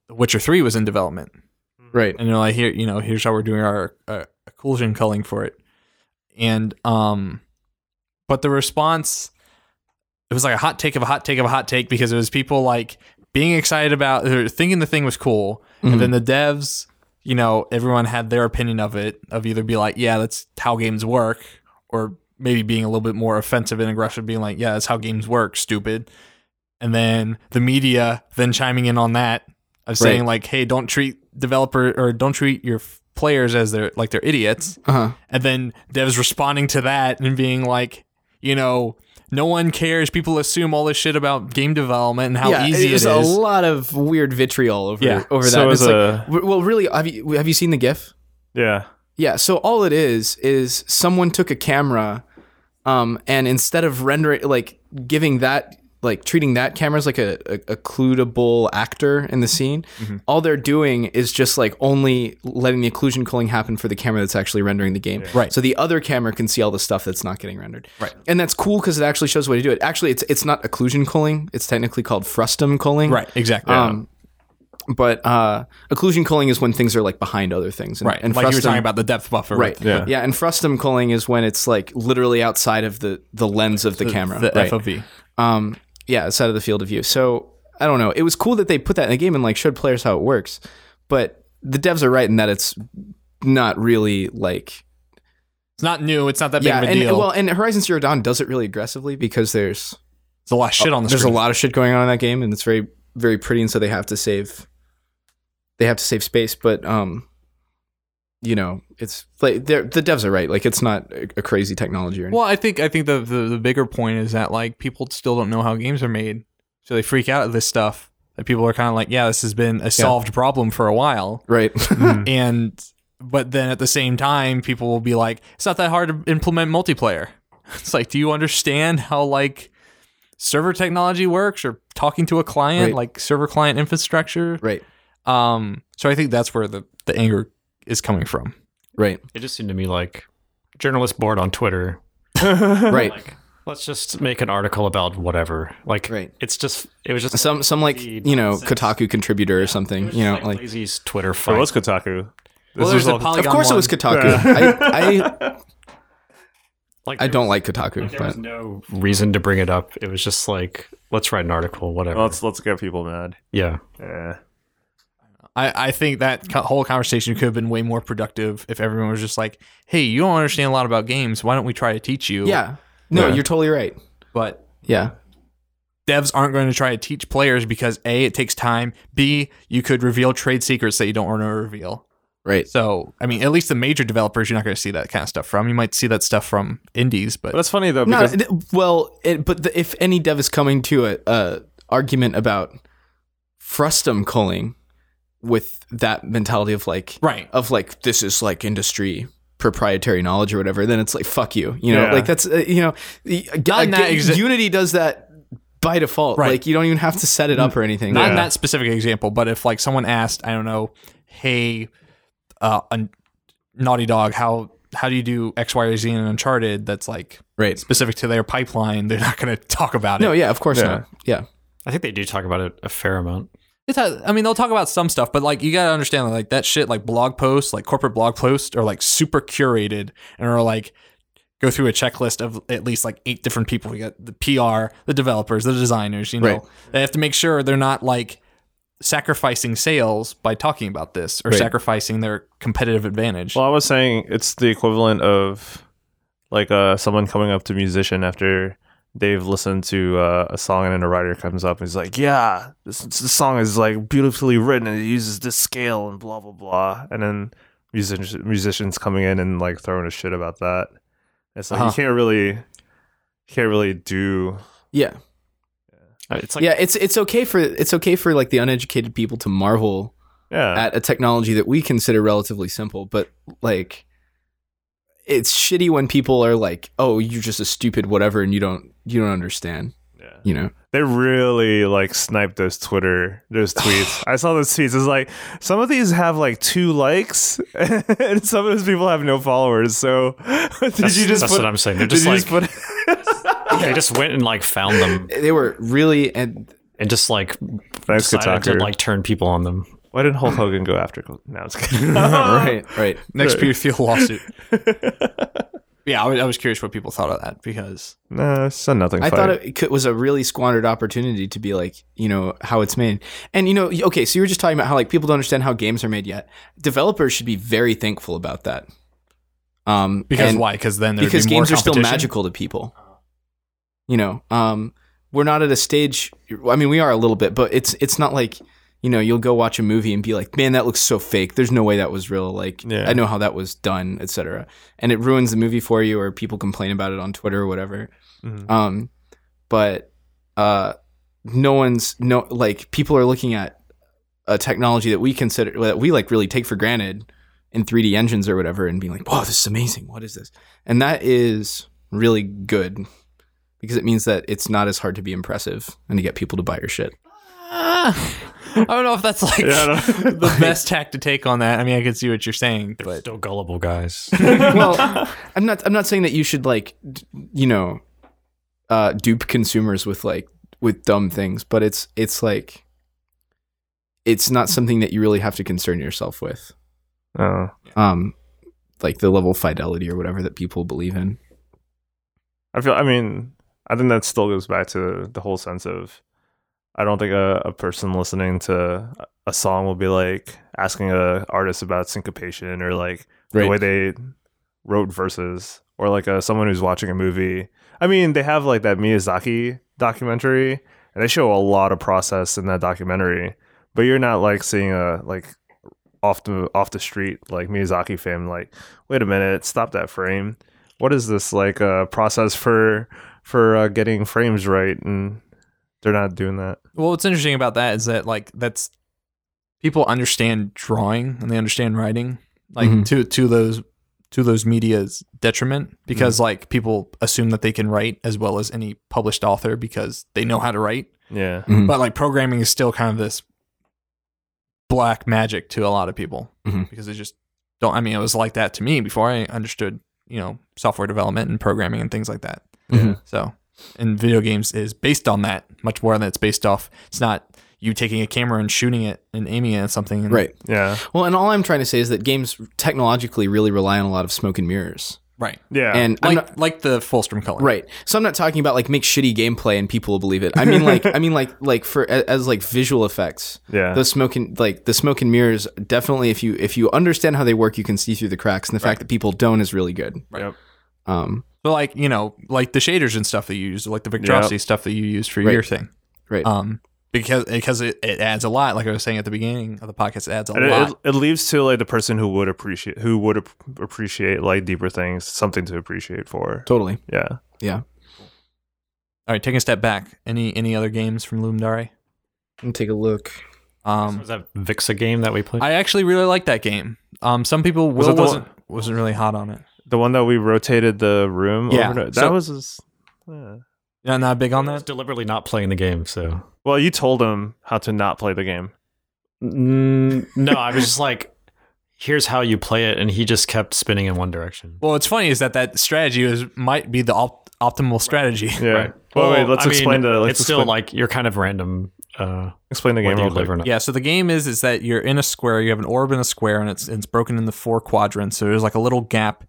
A: Witcher Three was in development,
B: Right.
A: and they're like, "Here, you know, here's how we're doing our uh, occlusion culling for it," and um, but the response, it was like a hot take of a hot take of a hot take because it was people like being excited about or thinking the thing was cool,
B: Mhm.
A: and then the devs, you know, everyone had their opinion of it of either be like, "Yeah, that's how games work," or maybe being a little bit more offensive and aggressive, being like, "Yeah, that's how games work, stupid." And then the media then chiming in on that of saying
B: Right.
A: like, "Hey, don't treat developer or don't treat your f- players as they're like they're idiots."
B: Uh huh.
A: And then devs responding to that and being like, you know, no one cares. People assume all this shit about game development and how
B: yeah,
A: easy it
B: there's
A: is.
B: a lot of weird vitriol over
A: Yeah.
B: over that.
D: So
B: And
D: as
B: it's like,
D: a
B: w- well, really, have you have you seen the GIF?
D: yeah,
B: Yeah. So all it is is someone took a camera, um, and instead of rendering like giving that like treating that camera as like a, a, a cluedable actor in the scene,
A: Mm-hmm.
B: all they're doing is just like only letting the occlusion culling happen for the camera that's actually rendering the game.
A: Right.
B: So the other camera can see all the stuff that's not getting rendered.
A: Right.
B: And that's cool because it actually shows a way to do it. Actually, it's it's not occlusion culling. It's technically called frustum culling.
A: Right, exactly.
B: Um, but uh, occlusion culling is when things are like behind other things. And,
A: right.
B: And
A: like you were
B: frustum-
A: talking about the depth buffer.
B: Right.
A: with
B: Yeah.
D: Yeah.
B: And frustum culling is when it's like literally outside of the the lens of the, camera.
A: The
B: right.
A: FOV.
B: Um. Yeah. Outside of the field of view. So I don't know. It was cool that they put that in the game and like showed players how it works. But the devs are right in that it's not really like
A: It's not new. It's not that big
B: yeah.
A: of a
B: And
A: deal.
B: well, and Horizon Zero Dawn does it really aggressively because there's
A: There's a lot of shit on the
B: oh, there's
A: screen.
B: a lot of shit going on in that game and it's very very pretty and so they have to save they have to save space but um you know it's like they're, the devs are right like it's not a, a crazy technology or anything.
A: Well, I think I think the, the the bigger point is that like people still don't know how games are made, so they freak out at this stuff. That people are kind of like, yeah, this has been a solved problem for a while,
B: right [laughs]
A: and but then at the same time, people will be like, it's not that hard to implement multiplayer. [laughs] It's like, do you understand how like server technology works or talking to a client,
B: Right.
A: like server client infrastructure?
B: right
A: Um, so I think that's where the the anger is coming from.
C: [laughs]
B: right
C: It just seemed to me like journalist board on Twitter. Oh
B: right
C: Like, let's just make an article about whatever. Like,
B: Right.
C: it's just it was just
B: some some like
C: Indeed.
B: you know
C: Nonsense.
B: kotaku contributor or
C: it
B: something
C: was
B: you know
C: just
B: like
C: lazy's Twitter fight.
D: it was Kotaku. This
A: there's
D: is
A: the
D: all-
A: poly-
B: of course it was Kotaku I,
C: [laughs]
B: I
C: like,
B: I
C: there
B: don't
C: was-
B: like Kotaku
C: There was
B: but
C: no reason to bring it up. It was just like, let's write an article, whatever.
D: let's let's get people mad.
C: yeah.
D: Yeah.
A: I, I think that co- whole conversation could have been way more productive if everyone was just like, "Hey, you don't understand a lot about games. Why don't we try to teach you?"
B: yeah no
D: Yeah.
B: you're totally right
A: But
B: yeah
A: devs aren't going to try to teach players because a it takes time. B you could reveal trade secrets that you don't want to reveal.
B: right
A: So I mean, at least the major developers, you're not going to see that kind of stuff from. You might see that stuff from indies, but
D: But it's funny though
B: No,
D: Uh, because
B: th- well, it, but the, if any dev is coming to a, a argument about frustum culling with that mentality of like
A: right.
B: of like this is like industry proprietary knowledge or whatever, then it's like fuck you, you know,
D: Yeah.
B: like that's uh, you know, the- a-
A: Not in
B: a-
A: that exa-
B: Unity does that by default,
A: Right.
B: like you don't even have to set it up or anything.
A: not in
D: Yeah.
A: that specific example, but if like someone asked, I don't know, hey, uh, un- Naughty Dog, how how do you do X, Y, or Z in Uncharted? That's like
B: right?
A: specific to their pipeline. They're not going to [laughs] talk about
B: No,
A: it.
B: yeah, of course
D: Yeah.
B: not. Yeah,
C: I think they do talk about it a fair amount.
A: It's a, I mean, they'll talk about some stuff, but like you got to understand, like that shit, like blog posts, like corporate blog posts, are like super curated and are like go through a checklist of at least like eight different people. We got the PR, the developers, the designers. You know,
B: Right.
A: they have to make sure they're not like sacrificing sales by talking about this or
B: Right.
A: sacrificing their competitive advantage.
D: well, I was saying it's the equivalent of like uh someone coming up to a musician after they've listened to uh, a song and then a writer comes up and he's like, "Yeah, this, this song is like beautifully written and it uses this scale and blah blah blah," and then musicians musicians coming in and like throwing a shit about that. It's like
A: Uh-huh.
D: you can't really you can't really do
B: yeah,
C: Uh, It's like
B: yeah. It's it's okay for it's okay for like the uneducated people to marvel
D: yeah
B: at a technology that we consider relatively simple, but like it's shitty when people are like, "Oh, you're just a stupid whatever and you don't you don't understand."
D: yeah.
B: you know.
D: They really like sniped those Twitter, those
C: [laughs]
D: tweets. I saw those tweets. It's like some of these have like two likes, [laughs] and some of those people have no followers. So [laughs] did
C: That's,
D: you just
C: that's
D: put?
C: what I'm saying. They're
D: did
C: just
D: you
C: like
D: just put? [laughs]
C: they just went and like found them
B: They were really and
C: and just like
D: Thanks,
C: decided to
D: Kotaku.
C: like turn people on them.
D: Why didn't Hulk Hogan go after? No, it's
C: [laughs]
D: kidding. [laughs]
B: right, right.
A: Next
B: [laughs]
A: Pedophile lawsuit. yeah, I was, I was curious what people thought of that because
D: no, it's a nothing.
B: I
D: fight.
B: thought it could, was a really squandered opportunity to be like, you know, how it's made. And you know, okay, so you were just talking about how like people don't understand how games are made yet. Developers should be very thankful about that. Um,
A: because
B: and-
A: why? Because then there'd
B: because
A: be more
B: games are still
A: competition?
B: magical to people. You know, um, we're not at a stage. I mean, we are a little bit, but it's it's not like you know you'll go watch a movie and be like, man, that looks so fake. There's no way that was real. Like,
D: Yeah.
B: I know how that was done, etc. And it ruins the movie for you, or people complain about it on Twitter or whatever.
D: Mhm.
B: Um, but uh, no one's no like people are looking at a technology that we consider that we like really take for granted in 3D engines or whatever, and being like, "Wow, this is amazing! What is this?" And that is really good because it means that it's not as hard to be impressive and to get people to buy your shit.
A: Ah, I don't know if that's like
D: Yeah, I don't-
C: [laughs]
A: the best tack to take on that. I mean, I can see what you're saying,
C: They're
A: but
C: still gullible guys.
B: well, I'm not. I'm not saying that you should like, d- you know, uh, dupe consumers with like with dumb things, but it's it's like, it's not something that you really have to concern yourself with.
D: [laughs] Oh.
B: Um, like the level of fidelity or whatever that people believe in.
D: I feel. I mean, I think that still goes back to the whole sense of. I don't think a, a person listening to a song will be like asking a artist about syncopation or like the way they wrote verses or like a, someone who's watching a movie. I mean, they have like that Miyazaki documentary and they show a lot of process in that documentary, but you're not like seeing a like off the off the street like Miyazaki fan like, wait a minute, stop that frame. What is this like uh, process for for uh, getting frames right? And they're not doing that.
A: well, what's interesting about that is that like that's people understand drawing and they understand writing like
B: Mhm.
A: to to those to those media's detriment because like people assume that they can write as well as any published author because they know how to write
D: Yeah,
B: Mhm.
A: but like programming is still kind of this black magic to a lot of people
B: Mhm.
A: because they just don't i mean it was like that to me before i understood you know software development and programming and things like that
B: Mhm.
A: so and video games is based on that much more than it's based off it's not you taking a camera and shooting it and aiming it at something and,
B: Right.
D: yeah,
B: Well, and all I'm trying to say is that games technologically really rely on a lot of smoke and mirrors.
A: right
D: yeah.
B: And I'm
A: like
B: not-
A: like the Fulstrom color
B: right. So I'm not talking about like make shitty gameplay and people will believe it. I mean like I mean like like for as, as like visual effects.
D: yeah,
B: Those smoke and like the smoke and mirrors definitely if you if you understand how they work you can see through the cracks and the fact that people don't is really good.
D: Right. Yep.
B: Um
A: but like you know like the shaders and stuff that you use like the Victrosity stuff that you used for
B: Right.
A: your thing
B: right.
A: um because because it, it adds a lot like i was saying at the beginning of the podcast it adds a
D: And
A: lot
D: it, it, it leaves to like the person who would appreciate who would ap- appreciate like deeper things something to appreciate for
B: totally.
D: yeah
A: all right taking a step back any any other games from Lumdare?
B: Let me take a look.
A: um
C: was that Vixa game that we played?
A: i actually really like that game um some people
D: Was
A: will
D: that the
A: wasn't wasn't really hot on it
D: the one that we rotated the room
A: Yeah.
D: over to, that
A: So-
D: was his, yeah.
A: no not big on
C: I was
A: that
C: deliberately not playing the game, so
D: well you told him how to not play the game Mm.
C: no, I was just like, here's how you play it, and he just kept spinning in one direction.
A: well what's funny is that that strategy is might be the op- optimal strategy
D: yeah well, wait let's
C: I mean,
D: explain the let's
C: it's still
D: explain,
C: like you're kind of random. Uh,
D: explain the game
C: whether you
D: real
C: live
D: quick
C: or not.
A: Yeah, so the game is is that you're in a square, you have an orb in a square, and it's it's broken into four quadrants. So there's like a little gap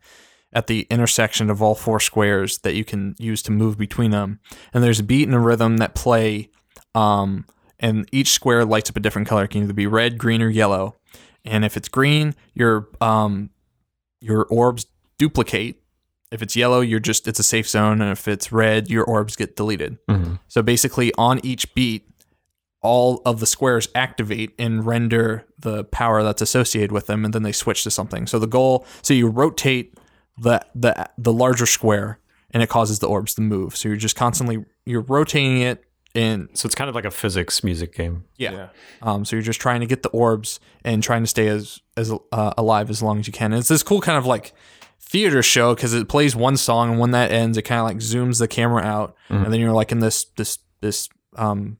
A: at the intersection of all four squares that you can use to move between them. And there's a beat and a rhythm that play, um, and each square lights up a different color. It can either be red, green, or yellow. And if it's green, your um, your orbs duplicate. If it's yellow, you're just it's a safe zone, and if it's red, your orbs get deleted.
C: Mhm.
A: So basically, on each beat, all of the squares activate and render the power that's associated with them, and then they switch to something. So the goal, so you rotate the the the larger square, and it causes the orbs to move. So you're just constantly you're rotating it, and
C: So it's kind of like a physics music game.
A: yeah. Um, so you're just trying to get the orbs and trying to stay as as uh, alive as long as you can. And it's this cool kind of like theater
D: Mm-hmm.
A: show because it plays one song and when that ends, it kind of like zooms the camera out, and then you're like in this this this um,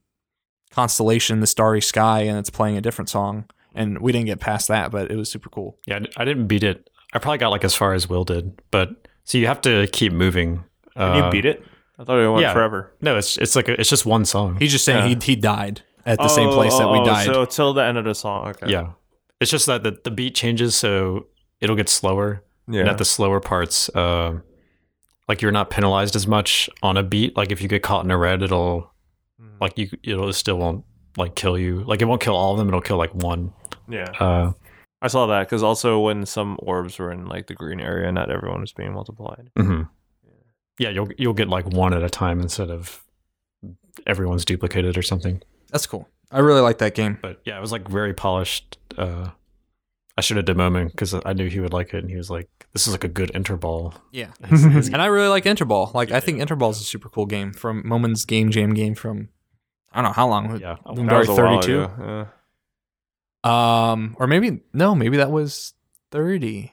A: constellation, the starry sky, and it's playing a different song. And we didn't get past that, but it was super cool.
C: Yeah, I- I didn't beat it. I probably got like as far as Will did, but so you have to keep moving.
D: Can you beat it? I thought it went
C: uh, yeah.
D: forever.
C: No, it's it's like a, it's just one song.
A: He's just saying
D: Yeah. Oh,
A: he he died at the same place that we died.
D: So till the end of the song. Okay.
C: Yeah, it's just that the, the beat changes, so it'll get slower. And
D: Yeah.
C: at the slower parts, uh, like you're not penalized as much on a beat. Like if you get caught in a red, it'll
D: Mm-hmm.
C: like you it'll it still won't like kill you. Like it won't kill all of them. It'll kill like one.
D: Yeah.
C: Uh,
D: I saw that because also when some orbs were in like the green area, not everyone was being multiplied.
C: mhm. Yeah, you'll you'll get like one at a time instead of everyone's duplicated or something.
A: That's cool. I really like that game.
C: But yeah, it was like very polished. Uh, I should have demoed him because I knew he would like it, and he was like, "This is like a good interball."
A: Yeah. [laughs] and I really like Interball. Like I think Interball is a super cool game from Moment's game jam game from I don't know how long.
C: Yeah, I
A: Number
D: was a while
A: 32?
D: ago, yeah.
A: Um or maybe no, maybe that was 30.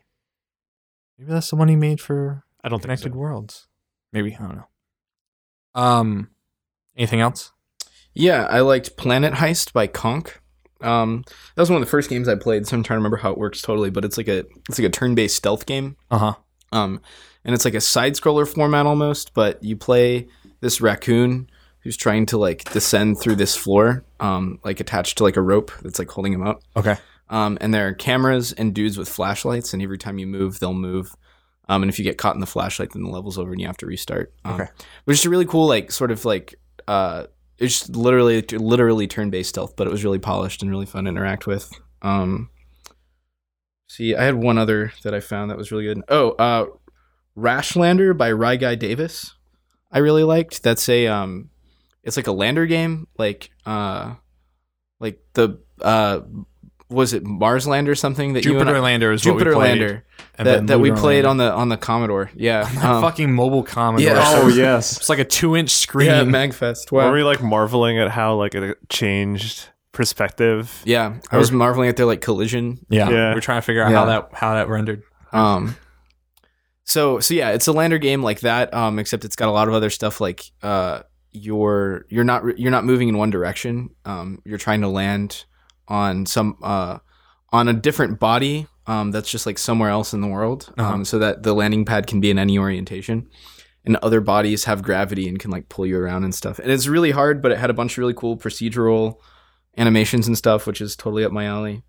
A: Maybe that's the one he made for
C: I don't think
A: Connected
C: so.
A: Worlds. Maybe, I don't know. Um anything else?
B: Yeah, I liked Planet Heist by Conk. Um, that was one of the first games I played, so I'm trying to remember how it works totally. But it's like a it's like a turn-based stealth game.
A: Uh-huh.
B: Um, and it's like a side scroller format almost, but you play this raccoon who's trying to like descend through this floor, um, like attached to like a rope that's like holding him up.
A: Okay.
B: Um, and there are cameras and dudes with flashlights, and every time you move, they'll move. Um, and if you get caught in the flashlight, then the level's over and you have to restart. Um,
A: Okay.
B: Which is a really cool, like sort of like uh, it's just literally literally turn based stealth, but it was really polished and really fun to interact with. Um, see, I had one other that I found that was really good. Oh, uh, Rashlander by Rye Guy Davis. I really liked. That's a um, it's like a lander game, like uh, like the uh, was it Mars Land or something that you and
A: Jupiter
B: I-
A: Lander is
B: Jupiter
A: what we played,
B: Lander
A: and
B: that,
A: then
B: that we
A: Lunar
B: played
A: Lander.
B: on the on the Commodore. [laughs] Yeah,
A: That
B: um,
A: fucking mobile common.
B: Yeah.
D: [laughs] Oh yes.
A: It's like a 2-inch screen.
B: yeah, Magfest.
D: Were
B: Wow.
D: we like marveling at how like it changed perspective?
B: Yeah, I was marveling at their like collision.
A: yeah.
D: Yeah.
A: We're trying to figure out how
B: Yeah.
A: that how that rendered.
B: Um, so so yeah, it's a lander game like that. Um, except it's got a lot of other stuff like uh, you're you're not re- you're not moving in one direction. Um, you're trying to land on some uh, on a different body. Um, that's just like somewhere else in the world.
A: Uh-huh.
B: Um, so that the landing pad can be in any orientation. and other bodies have gravity and can like pull you around and stuff. And it's really hard, but it had a bunch of really cool procedural animations and stuff, which is totally up my alley.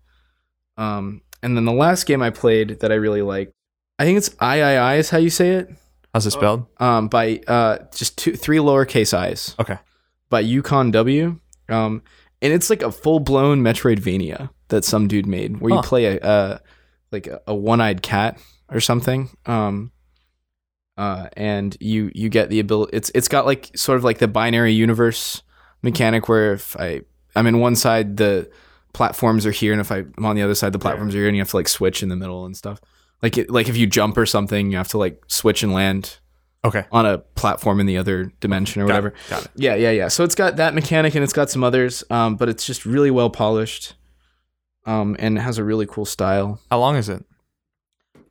B: Um, and then the last game I played that I really liked, I think it's III is how you say it,
A: How's it spelled?
B: um, by uh, just two, three lowercase i's.
A: Okay.
B: By Yukon W. Um, and it's like a full blown Metroidvania that some dude made, where
A: Huh.
B: you play a, a like a, a one eyed cat or something. Um, uh, and you you get the ability. It's it's got like sort of like the binary universe mechanic where if I I'm in one side, the platforms are here, and if I, I'm on the other side, the platforms are here, and you have to like switch in the middle and stuff. Like it, like if you jump or something, you have to like switch and land
A: Okay.
B: on a platform in the other dimension or whatever.
A: got it.
B: Yeah, yeah, yeah. So it's got that mechanic and it's got some others, um, but it's just really well polished, um, and it has a really cool style.
A: How long is it?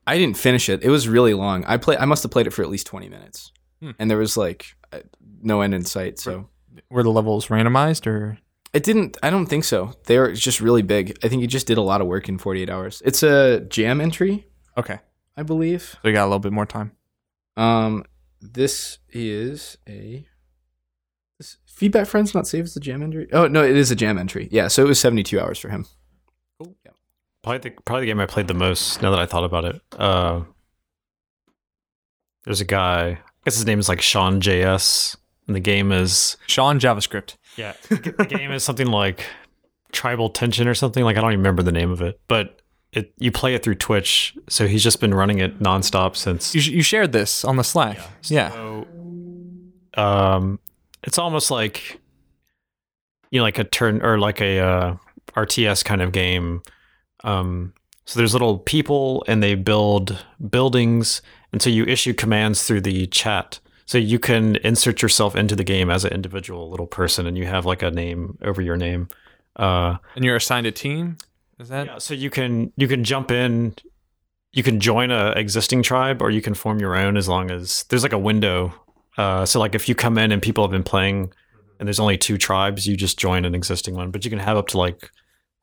B: I didn't finish it. It was really long. I play. I must have played it for at least twenty minutes,
A: Hmm.
B: and there was like uh, no end in sight. So.
A: Were the levels randomized or
B: It didn't. I don't think so. They were just really big. I think it just did a lot of work in 48 hours. It's a jam entry,
A: Okay.
B: I believe.
A: So you got a little bit more time.
B: Um, this is a. This, Feedback Friends not saved as a jam entry. Oh no, it is a jam entry. Yeah, so it was 72 hours for him.
C: Probably the, probably the game I played the most. Now that I thought about it, uh, there's a guy. I guess his name is like Sean JS, and the game is
A: Sean JavaScript.
C: yeah. [laughs] The game is something like Tribal Tension or something. Like I don't even remember the name of it, but it you play it through Twitch. So he's just been running it nonstop since.
A: You, sh- you shared this on the Slack. Yeah.
C: So, um, it's almost like you know, like a turn or like a uh, RTS kind of game. Um, so there's little people and they build buildings, and so you issue commands through the chat. So you can insert yourself into the game as an individual little person, and you have like a name over your name. Uh,
A: And you're assigned a team. Is that?
C: yeah, so you can you can jump in, you can join a existing tribe, or you can form your own as long as there's like a window. Uh, so like if you come in and people have been playing and there's only two tribes, you just join an existing one. But you can have up to like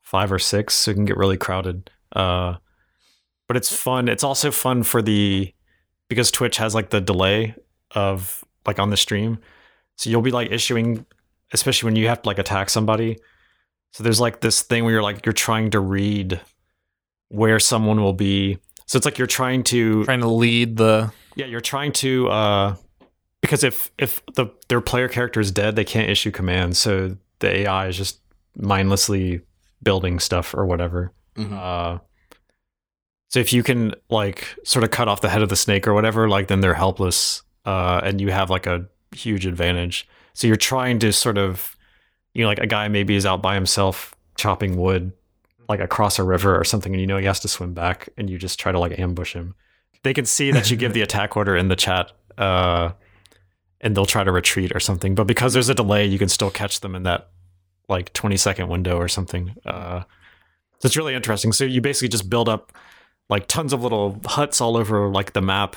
C: five or six, so it can get really crowded. Uh, but it's fun. It's also fun for the because Twitch has like the delay of like on the stream, so you'll be like issuing, especially when you have to like attack somebody. So there's like this thing where you're like you're trying to read where someone will be. So it's like you're trying to
A: Trying to lead the
C: yeah, you're trying to uh because if if the their player character is dead, they can't issue commands. So the AI is just mindlessly building stuff or whatever.
B: Mhm.
C: Uh so if you can like sort of cut off the head of the snake or whatever, like then they're helpless uh and you have like a huge advantage. So you're trying to sort of you know like a guy maybe is out by himself chopping wood like across a river or something and you know he has to swim back and you just try to like ambush him they can see that you give the attack order in the chat uh, and they'll try to retreat or something but because there's a delay you can still catch them in that like 20 second window or something uh, so it's really interesting so you basically just build up like tons of little huts all over like the map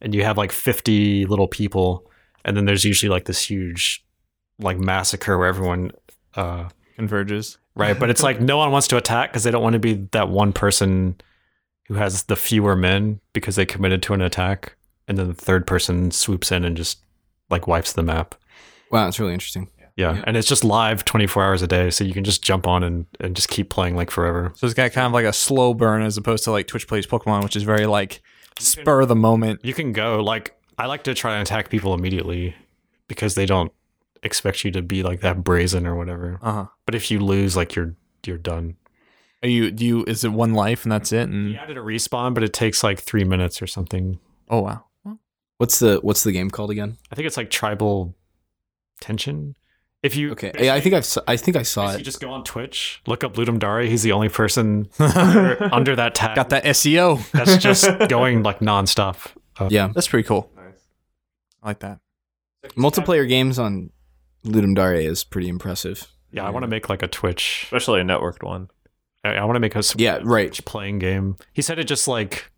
C: and you have like 50 little people and then there's usually like this huge like massacre where everyone uh,
A: converges.
C: right? But it's like no one wants to attack because they don't want to be that one person who has the fewer men because they committed to an attack, and then the third person swoops in and just like wipes the map.
B: Wow, that's really interesting.
C: Yeah,
B: Yeah.
C: and it's just live twenty four hours a day, so you can just jump on and and just keep playing like forever.
A: So it's got kind of like a slow burn as opposed to like Twitch plays Pokemon, which is very like spur of the moment.
C: You can go like I like to try and attack people immediately because they don't expect you to be like that brazen or whatever.
A: Uh huh.
C: But if you lose, like you're you're done.
A: Are you do you is it one life and that's it?
B: Mm-hmm.
A: And
C: You added a respawn, but it takes like three minutes or something.
A: oh wow. [laughs]
B: What's the what's the game called again?
C: I think it's like tribal tension. If you
B: Okay, yeah, I think I've s- I think I saw
C: basically
B: it.
C: just go on Twitch, look up Ludum Dare. He's the
B: [laughs]
C: only person [laughs] under, under that tag
A: Got that E SEO.
C: that's just
B: [laughs]
C: going like nonstop. Uh,
B: Yeah,
A: That's pretty cool. I like that.
B: multiplayer games on Ludum Dare is pretty impressive.
C: yeah. I want to
B: Mm.
C: make like a Twitch.
D: especially a networked one.
C: I, want to make a s-
B: Yeah, right.
C: playing game. He said it just like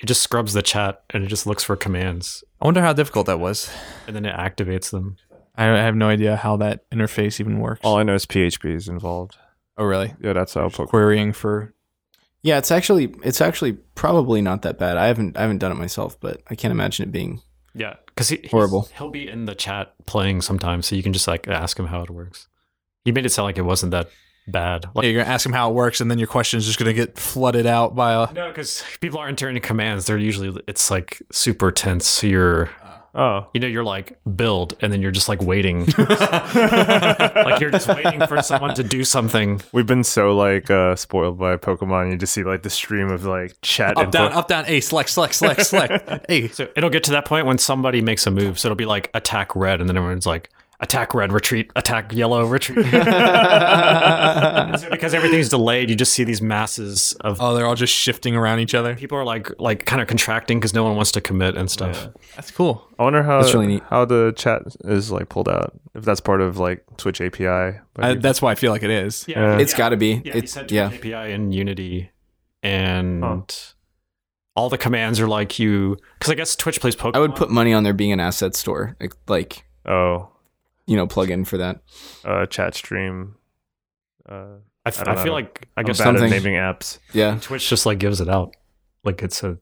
C: it just scrubs the chat and it just looks for commands
A: I wonder how difficult that was.
C: and then it activates them.
A: I I have no idea how that interface even works.
D: All I know is PHP is involved.
A: oh really?
D: Yeah, that's how Pokemon.
A: Querying for
B: Yeah, it's actually it's actually probably not that bad. I haven't I haven't done it myself, but I can't imagine it being.
C: Yeah, because he, he's-
B: Horrible.
C: He'll be in the chat playing sometimes, so you can just like ask him how it works. He made it sound like it wasn't that bad. Like,
A: Yeah, you're gonna ask them how it works, and then your question is just gonna get flooded out by a.
C: No, because people aren't entering commands. They're usually it's like super tense. So you're
D: Oh,
C: you know you're like build, and then you're just like [laughs] waiting. like you're just waiting for someone to do something.
D: we've been so like uh spoiled by Pokemon. You just see like the stream of like chat
A: Up
D: input.
A: down up down a select select select select a.
C: So it'll get to that point when somebody makes a move. So it'll be like attack red, and then everyone's like attack red, retreat, attack yellow,
B: [laughs]
C: retreat. And so because everything's delayed, you just see these masses of
A: Oh, they're all just shifting around each other.
C: people are like like kind of contracting because no one wants to commit and stuff.
A: That's cool.
D: I wonder how
B: That's really neat.
D: how the chat is like pulled out. If that's part of like Twitch API. But
A: I,
D: you-
A: that's why I feel like it is.
C: Yeah,
B: It's got to be.
C: Yeah, he
B: it's
C: said
B: yeah.
C: API in Unity, and all the commands are like you. Because I guess Twitch plays Pokemon.
B: I would put money on there being an asset store, like, like
D: oh,
B: you know, plug in for that.
D: uh, chat stream. Uh,
C: I, f-
D: I
C: I,
D: don't know.
C: feel like I
D: I guess
C: guess
D: I'm bad
B: something-
D: at naming apps.
B: Yeah,
C: Twitch just like gives it out. Like it's a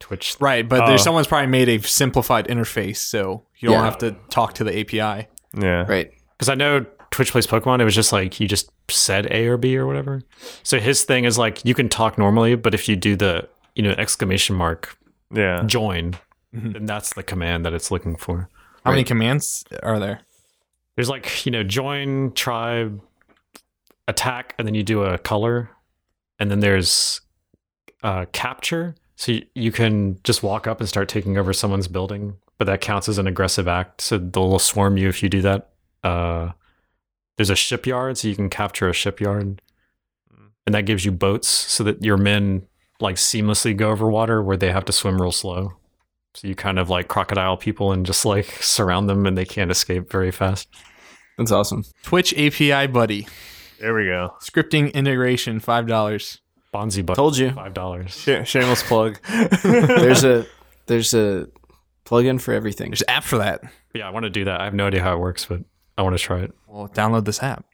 C: Twitch.
A: Right, but there's
D: Oh.
A: someone's probably made a simplified interface, so you don't
B: Yeah.
A: have to talk to the API.
D: Yeah.
B: right.
C: Because I know Twitch plays Pokemon. It was just like you just said A or B or whatever. So his thing is like you can talk normally, but if you do the you know exclamation mark
D: Yeah.
C: join,
A: Mhm.
C: then that's the command that it's looking for.
A: How many commands are there?
C: There's like, you know, join, tribe, attack, and then you do a color. And then there's uh, capture. So you, you can just walk up and start taking over someone's building, but that counts as an aggressive act. So they'll swarm you if you do that. Uh, there's a shipyard, so you can capture a shipyard. And that gives you boats so that your men like seamlessly go over water where they have to swim real slow. So you kind of like crocodile people and just like [laughs] surround them and they can't escape very fast.
B: That's awesome.
A: Twitch API Buddy
D: There we go.
A: scripting integration five dollars.
C: Bonzi butt.
B: Told you.
C: Five dollars.
D: Sh- shameless [laughs] plug.
B: [laughs] There's a there's a plug in for everything.
A: There's an app for that.
C: Yeah, I want to do that. I have no idea how it works, but I want to try it.
A: Well, download this app,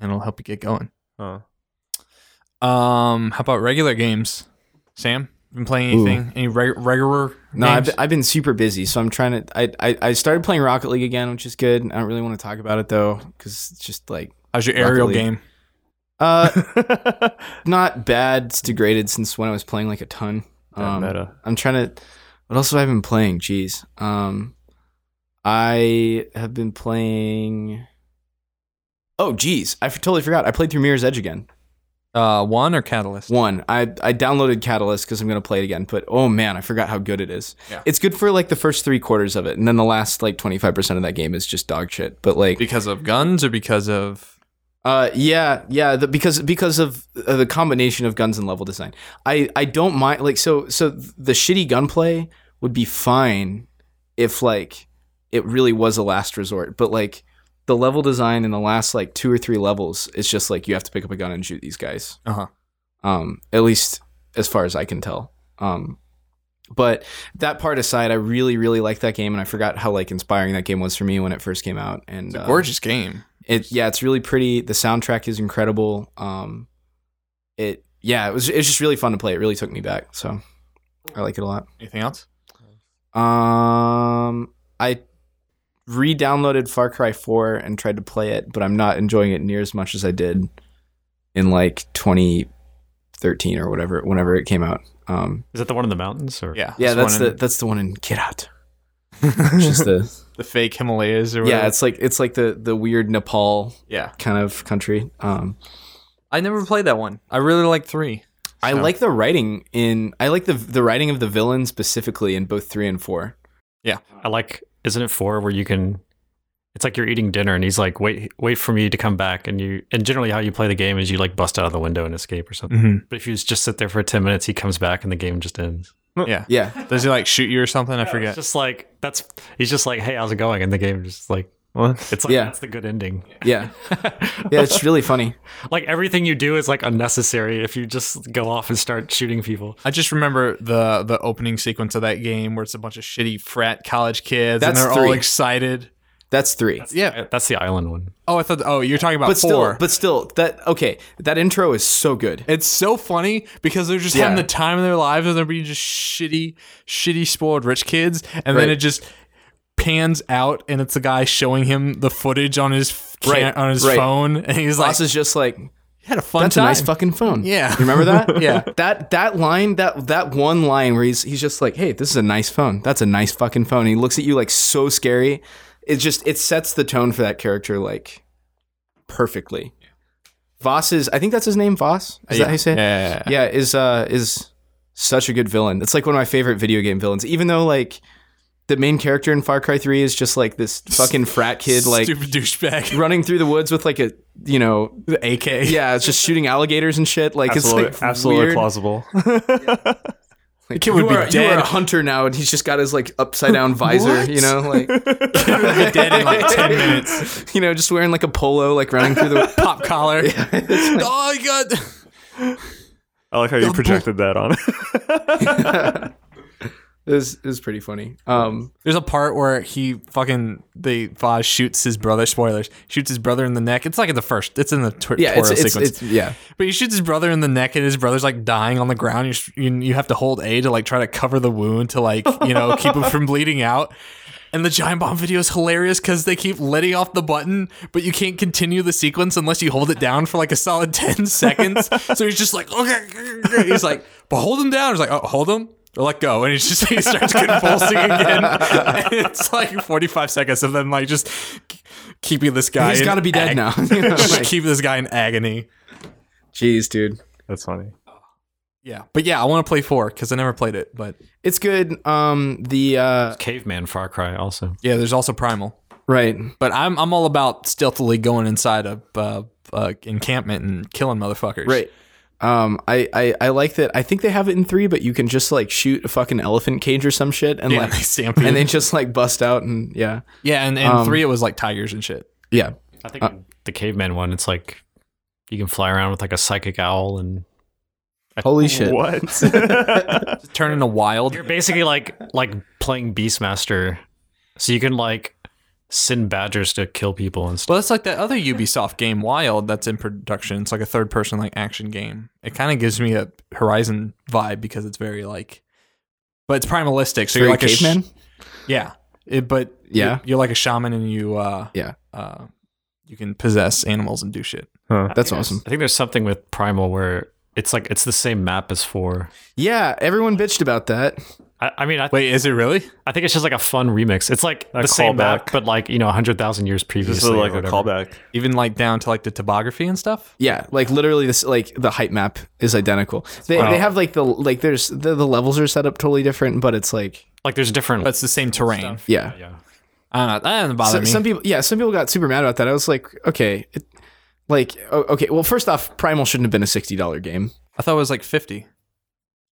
A: and it'll help you get going.
D: Huh.
A: Um, how about regular games? Sam, been playing anything? Any reg- regular?
B: No, I've
A: games?
B: been, I've been super busy, so I'm trying to. I, I I started playing Rocket League again, which is good. I don't really want to talk about it though, because it's just like
A: how's your aerial
B: luckily-
A: game?
B: uh, not bad. It's degraded since when I was playing like a ton.
D: Yeah,
B: Um,
D: meta.
B: I'm trying to. What else have I been playing? Jeez. Um, I have been playing. Oh, jeez, I f- totally forgot. I played through Mirror's Edge again.
A: Uh, one or Catalyst?
B: One, I I downloaded Catalyst because I'm gonna play it again. But oh man, I forgot how good it is.
A: Yeah.
B: It's good for like the first three quarters of it, and then the last like 25 percent of that game is just dog shit. But like,
A: Because of guns or because of?
B: uh, yeah, yeah, the, because because of uh, the combination of guns and level design, I I don't mind like so so the shitty gunplay would be fine if like it really was a last resort, but like the level design in the last like two or three levels is just like you have to pick up a gun and shoot these guys.
A: Uh huh.
B: Um, at least as far as I can tell. Um, but that part aside, I really really like that game, and I forgot how like inspiring that game was for me when it first came out. And
A: It's a
B: uh,
A: gorgeous game.
B: it yeah it's really pretty the soundtrack is incredible um it yeah it was it's just really fun to play it really took me back so i like it a lot
A: Anything else?
B: um i re-downloaded far cry 4 and tried to play it but i'm not enjoying it near as much as i did in like 2013 or whatever whenever it came out um
C: Is that the one in the mountains? Or
A: Yeah.
B: yeah that's
A: one
B: the
A: in
B: that's the one in
A: [laughs]
B: get out [laughs] which is the
A: the fake Himalayas or whatever.
B: yeah it's like it's like the the weird nepal
A: yeah.
B: kind of country um
A: I never played that one. I really like three.
B: I
A: So-
B: like the writing in I like the the writing of the villain specifically in both three and four.
C: I like. Isn't it four where you can? It's like you're eating dinner and he's like, "Wait, wait for me to come back." And you and generally how you play the game is you like bust out of the window and escape or something.
A: Mm-hmm.
C: But if you just sit there for ten minutes, he comes back and the game just ends.
A: Yeah.
B: Yeah,
A: Does he like shoot you or something? I
C: It's
A: forget.
C: just like that's he's just like, "Hey, how's it going?" And the game just like
D: What?
C: it's like
B: Yeah.
C: that's the good ending.
A: [laughs]
B: yeah, yeah. It's really funny.
C: like everything you do is like unnecessary if you just go off and start shooting people.
A: I just remember the the opening sequence of that game where it's a bunch of shitty frat college kids
B: That's
A: and they're all
B: three.
A: excited.
B: That's three.
A: Yeah.
C: That's the island one.
A: Oh, I thought. Oh, you're talking about
B: But
A: four.
B: still, but still, that okay. That intro is so good.
A: It's so funny because they're just having
B: Yeah.
A: the time of their lives and they're being just shitty, shitty, spoiled rich kids. And then
B: Right.
A: it just pans out and it's the guy showing him the footage on his f- can-
B: Right,
A: on his
B: right.
A: phone. And he's like,
B: Boss is just like
A: had a fun
B: that's
A: time.
B: a nice fucking phone.
A: Yeah.
B: you remember
A: [laughs]
B: that?
A: Yeah.
B: That that line that that one line where he's he's just like, hey, this is a nice phone. That's a nice fucking phone. And he looks at you like so scary. It just it sets the tone for that character like perfectly. Voss is I think that's his name. Voss is that how you say it?
A: Yeah. yeah, yeah.
B: yeah is uh is such a good villain it's like one of my favorite video game villains even though like the main character in far cry 3 is just like this fucking frat
A: [laughs]
B: kid like
A: Stupid douchebag.
B: running through the woods with like a you know
A: The AK.
B: yeah it's just shooting alligators and shit like
D: Absolutely,
B: it's like
D: absolutely
B: weird.
D: [laughs] plausible.
B: Like,
A: kid would
B: you
A: be
B: are, you are
A: dead.
B: a hunter now and he's just got his like upside
A: [laughs]
B: down visor you know like
A: Be dead in like 10 minutes.
B: [laughs] you know just wearing like a polo like running through
A: [laughs]
B: the
A: Pop [laughs]
B: [laughs]
A: collar. oh, I got. [laughs]
D: I like how you projected that on. [laughs]
B: it was, it was pretty funny um
A: There's a part where he fucking the Foz shoots his brother. Spoilers. Shoots his brother in the neck. It's like in the first. It's in the tor-
B: yeah it's,
A: Toro
B: it's,
A: sequence.
B: it's yeah
A: but he shoots his brother in the neck, and his brother's like dying on the ground. You, sh- you you have to hold A to like try to cover the wound to like you know keep him from bleeding out. And the giant bomb video is hilarious because they keep letting off the button, but you can't continue the sequence unless you hold it down for like a solid [laughs] ten seconds. so he's just like, okay, okay, okay." he's like, but hold him down. He's like, oh, hold him. Or let go, and it's just he starts convulsing again. [laughs] And it's like forty-five seconds of them like just k- keeping this guy.
B: he's
A: in
B: got to be dead
A: ag-
B: now [laughs] you know,
A: [laughs] just
B: like,
A: keep this guy in agony.
B: jeez dude
D: That's funny.
A: Yeah, but yeah, I want to play four because I never played it. But
B: It's good. Um, the uh,
C: Caveman Far Cry also.
A: yeah, there's also Primal.
B: right.
A: But I'm I'm all about stealthily going inside a uh, uh, encampment and killing motherfuckers.
B: Um, I, I I like that. I think they have it in three, but you can just like shoot a fucking elephant cage or some shit, and
A: Yeah, [laughs]
B: like,
A: they stampede.
B: and they just like bust out and yeah,
A: yeah, and, and
B: Um,
A: three it was like tigers and shit.
B: yeah, Uh,
C: I think the caveman one, it's like you can fly around with like a psychic owl and
B: holy shit.
D: [laughs] What?
A: Just turn into wild.
C: you're basically like like playing Beastmaster. So you can like send badgers to kill people and stuff.
A: Well, it's like that other Ubisoft game, Wild, that's in production. It's like a third person like action game. It kind of gives me a Horizon vibe because it's very like, but it's primalistic. So you're
B: Very
A: like a
B: caveman?
A: sh- yeah, It- but
B: Yeah.
A: you're, you're like a shaman and you uh
B: Yeah.
A: uh you can possess animals and do shit.
D: Huh.
B: That's
A: Yes.
B: awesome.
C: I think there's something with Primal where it's like it's the same map as four.
B: Yeah, everyone bitched about that.
C: I, I mean, I,
A: Wait, is it really?
C: I think it's just like a fun remix. It's like
D: A
C: the same map,
D: callback.
C: but like you know, hundred thousand years previously.
D: This is like
C: or
D: a
C: whatever.
D: callback.
A: Even like down to like the topography and stuff.
B: Yeah, like literally this like the height map is identical. They
C: Wow.
B: they have like the like there's the, the levels are set up totally different, but it's like
C: Like there's different.
A: But it's the same terrain.
B: yeah.
C: yeah.
A: I don't know. That doesn't bother
B: So-
A: me.
B: some people yeah, some people got super mad about that. I was like, okay, it, like oh, okay, well first off, Primal shouldn't have been a $60 game.
A: I thought it was like fifty.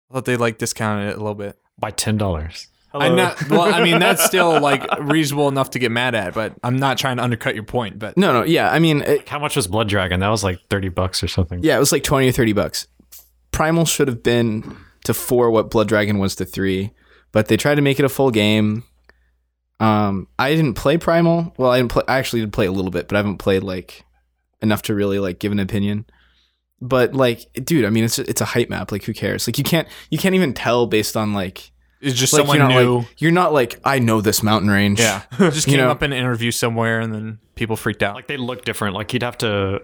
A: I thought they like discounted it a little bit.
C: By ten dollars.
A: I not, well, I mean that's still like reasonable enough to get mad at, but I'm not trying to undercut your point. But
B: No, no, yeah, I mean, it,
C: How much was Blood Dragon? That was like thirty bucks or something.
B: yeah, it was like 20 or 30 bucks. Primal should have been to 4 what Blood Dragon was to 3, but they tried to make it a full game. Um, I didn't play Primal. Well, I didn't play. I actually did play a little bit, but I haven't played like enough to really like give an opinion. But like, dude, I mean, it's it's a hype map. Like, who cares? Like, you can't you can't even tell based on like
A: it's just
B: like
A: someone
B: you're not
A: new.
B: like you're not like I know this mountain range.
A: yeah,
B: [laughs]
A: [laughs] just came
B: know-
A: up in an interview somewhere, and then people freaked out.
C: Like they look different. Like you'd have to,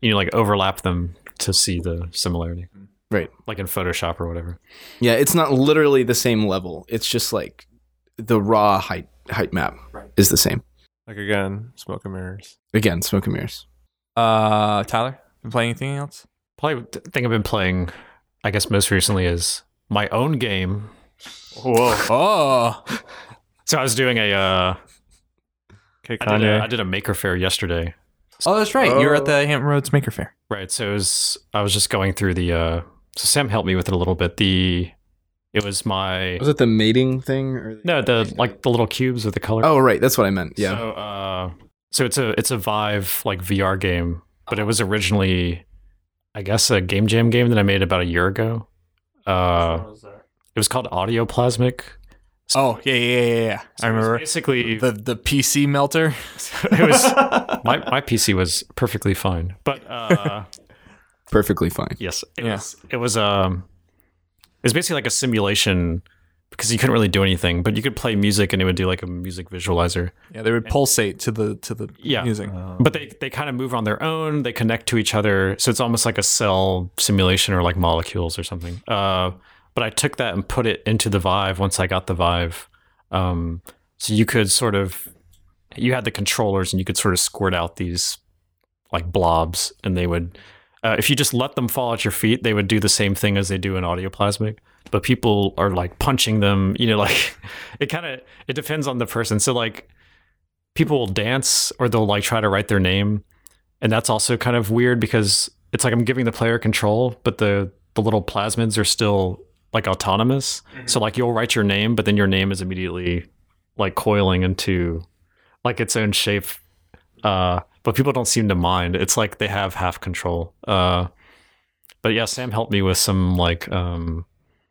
C: you know, like overlap them to see the similarity.
B: Right.
C: Like in Photoshop or whatever.
B: yeah. It's not literally the same level. It's just like the raw height height map is the same.
D: Like again, smoke and mirrors.
B: Again, smoke and mirrors.
A: uh, Tyler, you play anything else?
C: Probably the thing I've been playing, I guess most recently is my own game.
D: Whoa.
A: Oh,
C: So I was doing a, uh,
D: Okay,
C: I did a, I
D: Kanye.
C: did a maker fair yesterday.
A: oh, that's right. You're at the Hampton Roads Maker Fair.
C: Right. So it was, I was just going through the. Uh, so Sam helped me with it a little bit. The it was my
B: Was it the mating thing or
C: no the like the little cubes with the color.
B: Oh right, that's what I meant. Yeah.
C: So, uh, so it's a it's a Vive like VR game, but it was originally, I guess, a game jam game that I made about a year ago. Uh, it was called Audioplasmic.
A: Oh yeah, yeah, yeah, yeah. I remember [laughs]
C: Basically, [laughs]
A: the the PC melter.
C: it was my my PC was perfectly fine, but. Uh,
B: Perfectly fine.
C: [laughs] Yes. It
A: Yeah.
C: was it was um it was basically like a simulation because you couldn't really do anything, but you could play music and it would do like a music visualizer.
A: Yeah, they would pulsate to the to the
C: Yeah.
A: music.
C: But they they kind of move on their own, they connect to each other, so it's almost like a cell simulation or like molecules or something. Uh but I took that and put it into the Vive once I got the Vive. Um so you could sort of you had the controllers and you could sort of squirt out these like blobs and they would uh, if you just let them fall at your feet they would do the same thing as they do in audioplasmic but people are like punching them you know like it kind of it depends on the person so like people will dance or they'll like try to write their name and that's also kind of weird because it's like i'm giving the player control but the the little plasmids are still like autonomous so like you'll write your name but then your name is immediately like coiling into like its own shape uh, but people don't seem to mind. It's like they have half control. Uh, but yeah, Sam helped me with some like um, [laughs]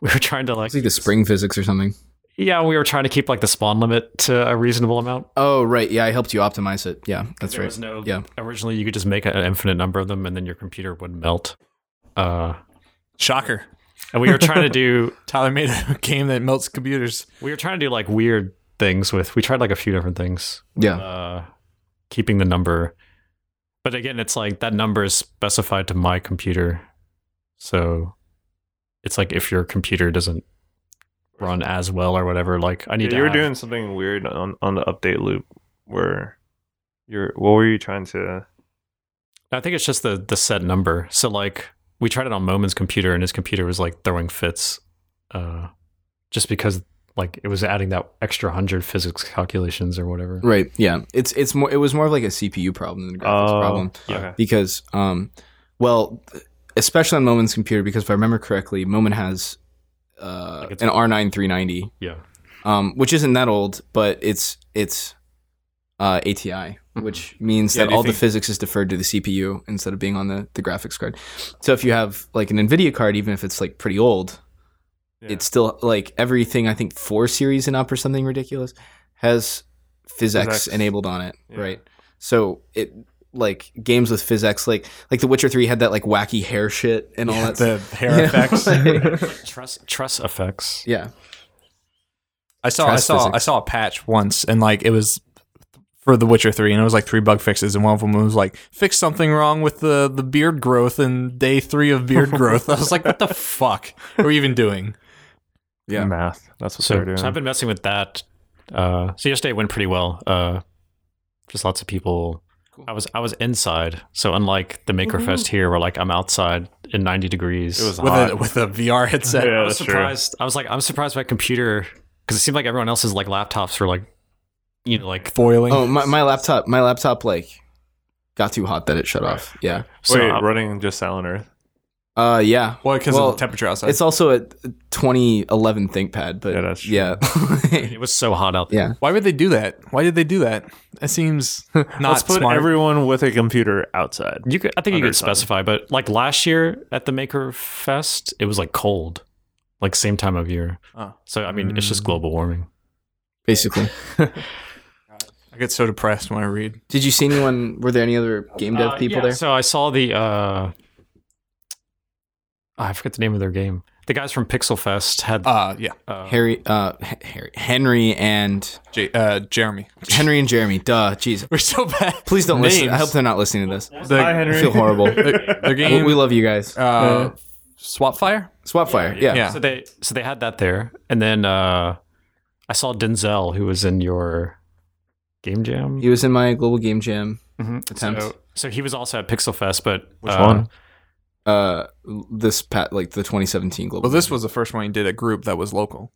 C: we were trying to like
B: It's like the spring physics or something.
C: yeah, we were trying to keep like the spawn limit to a reasonable amount.
B: Oh right, yeah, I helped you optimize it. Yeah, that's
C: there
B: right.
C: was no
B: Yeah.
C: Originally, you could just make an infinite number of them, and then your computer would melt. Uh,
A: Shocker.
C: and we were trying to do
A: Tyler made a [laughs] game that melts computers.
C: we were trying to do like weird things with. We tried like a few different things.
B: Yeah.
C: uh, keeping the number. But again, it's like that number is specified to my computer. So it's like if your computer doesn't run as well or whatever, like I need
D: Yeah,
C: to.
D: you were
C: have-
D: doing something weird on, on the update loop where you're what were you trying to
C: I think it's just the, the set number. So like we tried it on Moment's computer and his computer was like throwing fits uh, just because like it was adding that extra 100 physics calculations or whatever.
B: Right. Yeah. It's it's more it was more of like a CPU problem than a graphics
D: Oh,
B: problem
C: Yeah.
D: okay.
B: because um well especially on Moment's computer because if I remember correctly, Moment has uh
C: Like it's-
B: an R9 390
C: Yeah.
B: um which isn't that old, but it's it's uh, ATI,
C: Mm-hmm.
B: which means
A: Yeah,
B: that
A: do you
B: all the
A: think-
B: physics is deferred to the CPU instead of being on the, the graphics card. So if you have like an NVIDIA card, even if it's like pretty old,
D: Yeah.
B: it's still like everything I think four series and up or something ridiculous has PhysX,
D: PhysX.
B: enabled on it,
D: Yeah.
B: right? So it like games with PhysX, like like The Witcher Three had that like wacky hair shit and all that. stuff.
A: the hair [laughs]
B: [laughs]
A: effects.
D: [laughs]
C: Truss truss effects.
B: yeah,
A: I saw I
B: Trust
A: saw
B: physics.
A: I saw a patch once and like it was for The Witcher 3 and it was like three bug fixes and one of them was like fix something wrong with the the beard growth in day 3 of [laughs] beard growth. I was like what the fuck are we even doing?
B: Yeah.
D: Math. That's what they're
C: So,
D: doing.
C: so I've been messing with that. Uh, so yesterday went pretty well. Uh, just lots of people. I was I was inside, so unlike the Maker Fest here, where like I'm outside in 90 degrees.
D: it was
A: With
D: hot.
A: a with a VR headset.
D: Yeah.
C: I was
D: that's true.
C: surprised. I was like, I'm surprised my computer because it seemed like everyone else's like laptops were like, you know, like.
A: Foiling.
B: Oh, my, my laptop, my laptop like got too hot that it shut off. Yeah.
C: So
D: Wait,
C: I'm-
D: running just Silent Earth.
B: Uh, yeah.
A: well, because
B: well,
A: of the temperature outside.
B: It's also a 2011 ThinkPad, but
D: Yeah, that's true.
B: yeah. [laughs]
C: it was so hot out there.
B: yeah.
A: Why would they do that? Why did they do that? That seems [laughs] not
D: Let's put
A: smart.
D: everyone with a computer outside.
C: You could, I think you could
D: Under time.
C: specify, but like last year at the Maker Fest, it was like cold, like same time of year.
A: Oh.
C: So I mean, it's
B: Mm.
C: just global warming.
B: Basically,
A: I get so depressed when I read.
B: did you see anyone? Were there any other game dev
C: Uh,
B: people
C: yeah,
B: there?
C: So I saw the uh I forget the name of their game. The guys from Pixel Fest had
A: Uh yeah.
C: uh,
B: Harry, uh, H- Harry, Henry, and
A: J- uh Jeremy. [laughs]
B: Henry and Jeremy. Duh, jeez.
A: We're so bad.
B: Please don't listen. I
A: Names.
B: hope they're not listening to this.
A: The,
D: Hi, Henry.
B: I
D: Mm-hmm.
B: feel
D: [laughs]
B: horrible. we,
A: the- the game
B: we love you guys.
A: uh Swapfire?
B: Swapfire. Yeah.
A: yeah.
C: So they so they had that there, and then uh I saw Denzel who was in your game jam.
B: He was in my global game jam
C: Mhm.
B: attempt.
C: So, so he was also at Pixel Fest, but
D: Which
C: uh,
D: one?
B: uh, this pat like the 2017 global.
A: Well, this was the first one he did at group that was local.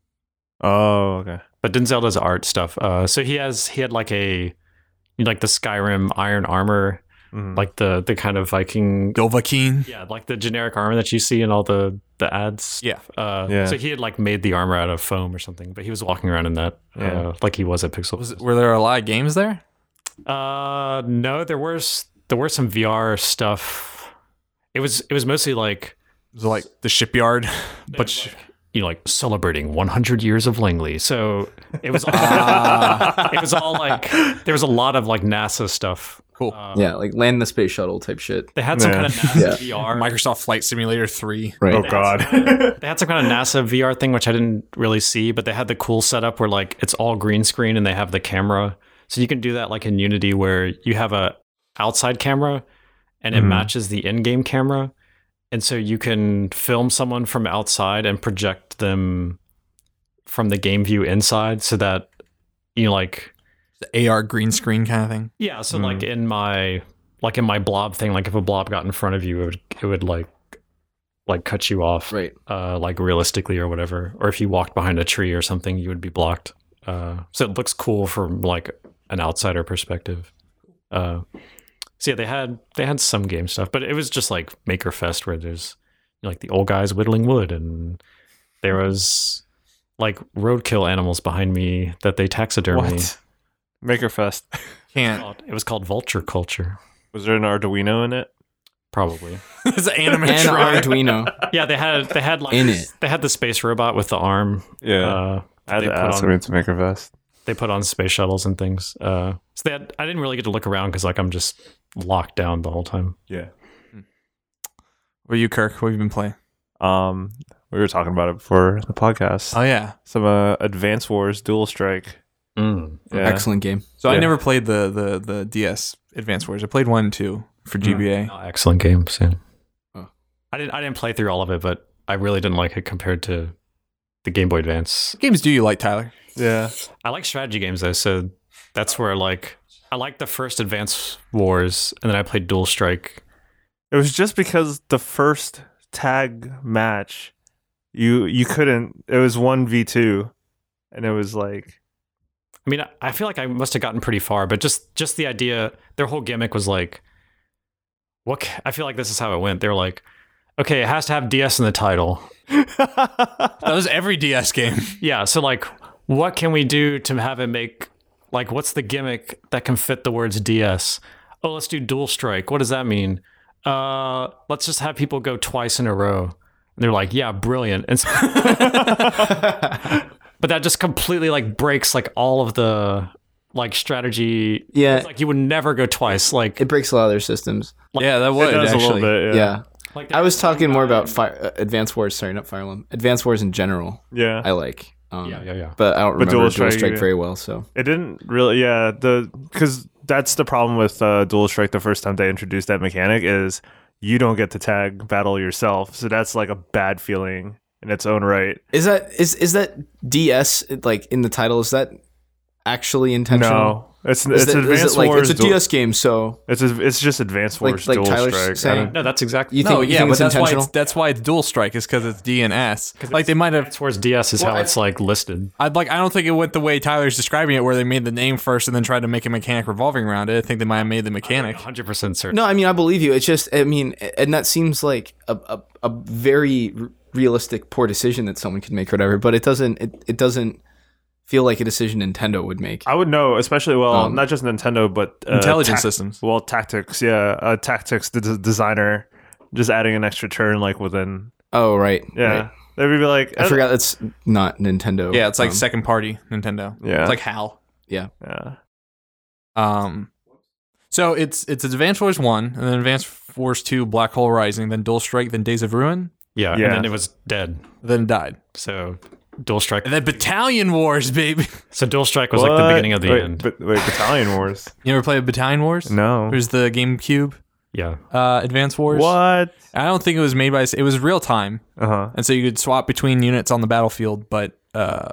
D: Oh, okay.
C: But Denzel does art stuff. Uh, so he has he had like a you know, like the Skyrim iron armor,
A: Hmm.
D: Mhm.
C: like the the kind of Viking
A: Dovahkiin.
C: Yeah, like the generic armor that you see in all the the ads.
A: Yeah.
C: Uh,
D: Yeah.
C: So he had like made the armor out of foam or something, but he was walking around in that,
D: Yeah.
C: uh, like he was at Pixel.
A: Was it, were there a lot of games there?
C: uh, no, there were s- there were some VR stuff. It was it was mostly like
A: Was it like the shipyard? [laughs] but sh-
C: you know like celebrating 100 years of Langley. So it was all, it was all like there was a lot of like NASA stuff.
A: Cool.
C: Uh,
B: yeah, like land the space shuttle type shit.
C: They had some
D: Yeah.
C: kind of NASA VR.
A: Microsoft Flight Simulator 3.
B: Right.
D: Oh [laughs] God.
C: They had some kind of NASA VR thing, which I didn't really see, but they had the cool setup where like it's all green screen and they have the camera. So you can do that like in Unity where you have a outside camera and it
D: Mhm.
C: matches the in-game camera. And so you can film someone from outside and project them from the game view inside so that you know, like
A: The AR green screen kind of thing.
C: yeah, so like in my like in my blob thing, like if a blob got in front of you, it would it would like like cut you off
B: Right.
C: uh, like realistically or whatever, or if you walked behind a tree or something, you would be blocked. Uh, so it looks cool from like an outsider perspective. Uh, so yeah, they had they had some game stuff, but it was just like Maker Fest where there's you know, like the old guys whittling wood, and there was like roadkill animals behind me that they taxidermy.
D: what? Maker Fest.
A: Can't.
C: It was called vulture culture,
D: Was there an Arduino in it?
C: probably.
A: [laughs] it's an [laughs]
B: And
A: animatronic.
B: Arduino.
C: yeah, they had they had like
B: In it.
C: they had the space robot with the arm.
D: Yeah.
C: Uh,
D: I had
C: they
D: to
C: put
D: ask
C: on-
D: him to Maker Fest.
C: they put on space shuttles and things. Uh, so they had, I didn't really get to look around because like I'm just locked down the whole time.
D: Yeah.
A: Were you Kirk? What have you been playing?
D: Um, we were talking about it before the podcast.
A: Oh yeah.
D: Some uh, Advance Wars Dual Strike. Yeah.
B: Excellent game.
A: So I
D: Yeah.
A: never played the the the DS Advance Wars. I played one and two for GBA.
C: Uh, Not excellent game, Sam.
B: Oh.
C: I didn't I didn't play through all of it, but I really didn't like it compared to the Game Boy Advance.
A: What games do you like, Tyler? [laughs]
D: Yeah.
C: I like strategy games though, so that's where like I liked the first Advance Wars, and then I played Dual Strike.
D: It was just because the first tag match, you you couldn't. It was one v two, and it was like
C: I mean, I- I feel like I must have gotten pretty far, but just just the idea, their whole gimmick was like, what? ca- I feel like this is how it went. They were like, okay, it has to have DS in the title.
A: That was every DS game.
C: Yeah, so like, what can we do to have it make like what's the gimmick that can fit the words DS? Oh, let's do dual strike. What does that mean? Uh, let's just have people go twice in a row. And they're like, yeah, brilliant. And so, [laughs] but that just completely like breaks like all of the like strategy.
B: Yeah,
C: It's like you would never go twice. Like,
B: it breaks a lot of their systems.
A: [laughs] yeah, that would
D: it does
A: actually.
D: a little bit.
B: Yeah,
D: Yeah.
C: like
B: I was
C: there's
B: talking
C: one
B: more
C: guy-
B: about fire, uh, advanced wars. Sorry, not fire emblem. Advanced wars in general.
D: Yeah.
B: I like. Um,
C: Yeah, yeah, yeah.
B: But I don't
D: But
B: remember
D: Dual
B: Dual
D: Strike,
B: Strike,
D: yeah.
B: very well. So
D: It didn't really, yeah. The because that's the problem with uh, Dual Strike. The first time they introduced that mechanic is you don't get to tag battle yourself, so that's like a bad feeling in its own right.
B: is that is is that DS like in the title? Is that actually intentional?
D: No, it's
B: Is
D: it's
B: that- is
D: Advanced
B: it like,
D: Wars.
B: It's a
D: Dual-
B: DS game, so
D: It's it's just Advanced
B: Like-
D: Wars
B: like
D: Dual
B: Tyler's
D: Strike. I
B: saying-
D: don't-
C: No, that's exactly.
B: you think
A: no,
B: you
A: Oh, yeah,
B: think
A: but
B: it's
A: that's why it's,
B: intentional?
A: that's why it's dual strike is because it's D and S. Like they might have.
C: That's where DS is how it's like listed.
A: I'd like. I don't think it went the way Tyler's describing it, where they made the name first and then tried to make a mechanic revolving around it. I think they might have made the mechanic.
C: 100% certain.
B: No, I mean I believe you. It's just I mean, and that seems like a a, a very r- realistic poor decision that someone could make or whatever. But it doesn't it, it doesn't feel like a decision Nintendo would make.
D: I would know, especially well,
B: Um,
D: not just Nintendo, but uh,
A: Intelligent
D: tac-
A: systems.
D: Well, tactics, yeah, uh, tactics. The d- designer just adding an extra turn, like within,
B: oh right,
D: yeah.
B: right.
D: They'd be like, uh,
B: I forgot that's not Nintendo.
A: Yeah, it's like
B: Um,
A: second party Nintendo.
D: Yeah.
A: it's like HAL.
D: Yeah.
A: Um, so it's it's Advanced Wars one, and then Advanced Wars two, Black Hole Rising, then Dual Strike, then Days of Ruin,
C: Yeah,
D: Yeah.
C: and then it was dead.
A: then died,
C: So Dual Strike.
A: and then Battalion Wars, baby. [laughs]
C: So Dual Strike was like the
D: What?
C: beginning of the
D: Wait,
C: end.
D: But wait,
C: [laughs]
D: Battalion Wars?
A: You ever played Battalion Wars?
D: No.
A: There's the GameCube
C: yeah.
A: uh, Advanced Wars.
D: What?
A: I don't think it was made by. It was real time,
D: Uh huh.
A: and so you could swap between units on the battlefield. But uh,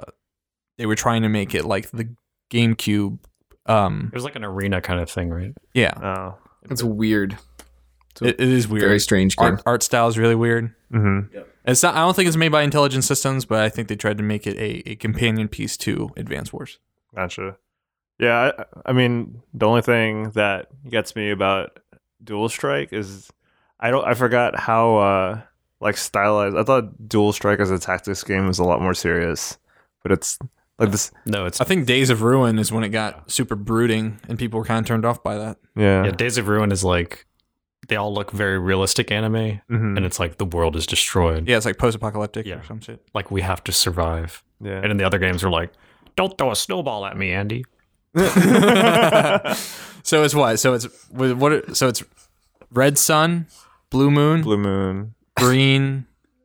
A: they were trying to make it like the GameCube. Um,
C: It was like an arena kind of thing, right?
A: yeah,
D: Oh.
B: it's weird,
A: it, it is weird.
B: very strange game.
A: Art, art style is really weird.
D: Mm-hmm.
A: It's not. I don't think it's made by Intelligent Systems, but I think they tried to make it a, a companion piece to Advanced Wars.
D: Gotcha. Yeah, I, I mean, the only thing that gets me about Dual Strike is I don't. I forgot how uh like stylized. I thought Dual Strike as a tactics game was a lot more serious, but it's like this.
C: No, it's
A: I think Days of Ruin is when it got super brooding, and people were kind of turned off by that.
D: Yeah.
C: yeah, Days of Ruin is like they all look very realistic anime,
D: Mhm.
C: and it's like the world is destroyed.
A: Yeah, it's like post-apocalyptic
C: Yeah.
A: or some shit.
C: Like we have to survive.
D: yeah.
C: And in the other games, we're like, don't throw a snowball at me, Andy.
A: [laughs] so it's what? So it's what? what are- so it's Red Sun, Blue Moon,
D: Blue Moon.
A: Green,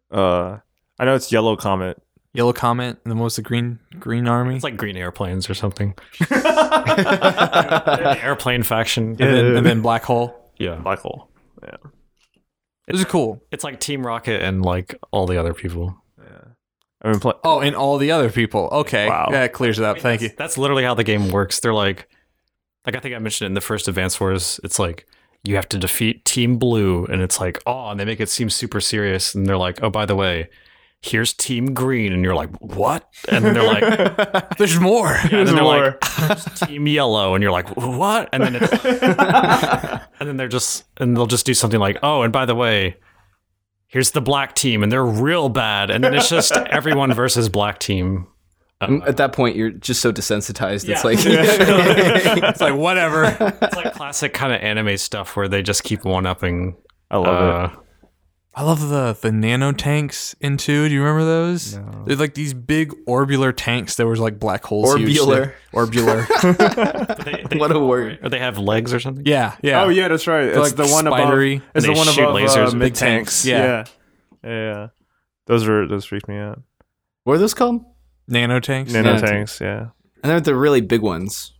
D: Uh, I know it's Yellow Comet.
A: Yellow Comet, and then what was the Green Green Army?
C: It's like green airplanes or something. the [laughs] airplane faction.
A: and, then, and then Black Hole.
C: yeah.
D: Black hole.
A: It was cool.
C: It's like Team Rocket and like all the other people.
D: I mean, play-
A: Oh, and all the other people. Okay,
D: Wow.
A: that clears it up. Thank you.
C: That's literally how the game works. They're like, like I think I mentioned it in the first Advance Wars. It's like you have to defeat Team Blue, and it's like, oh, and they make it seem super serious, and they're like, oh, by the way, here's Team Green, and you're like, what? And then
A: [laughs]
C: they're like, and
A: There's more.
C: then they're
D: more.
C: like, "Here's Team Yellow, and you're like, what? And then
A: [laughs]
C: it's, and then they're just, and they'll just do something like, oh, and by the way. Here's the black team, and they're real bad. And then it's just everyone versus black team.
B: Um, At that point, you're just so desensitized. It's
C: Yeah.
B: like
A: [laughs]
B: [laughs]
A: It's like whatever.
C: It's like classic kind of anime stuff where they just keep one upping
D: I love
C: Uh,
A: I love the the nano tanks in two. Do you remember those? They're like these big orbular tanks that was like black holes. huge.
B: Orbular.
A: Orbular.
B: [laughs]
C: they,
B: what a word.
C: or they have legs or something.
A: yeah,
D: it.
A: yeah.
D: Oh yeah, that's right. It's
A: like,
D: the one
A: spidery,
D: above. It's
C: and
D: the
C: they
D: one
C: shoot
D: above
C: lasers
D: uh,
C: with
D: mid
A: big
D: tanks.
A: tanks. Yeah.
D: yeah, yeah. Those were those freaked me out.
B: What are those called?
A: Nano tanks.
D: Nano
B: Nanotanks.
D: tanks. Yeah.
B: And they're the really big ones.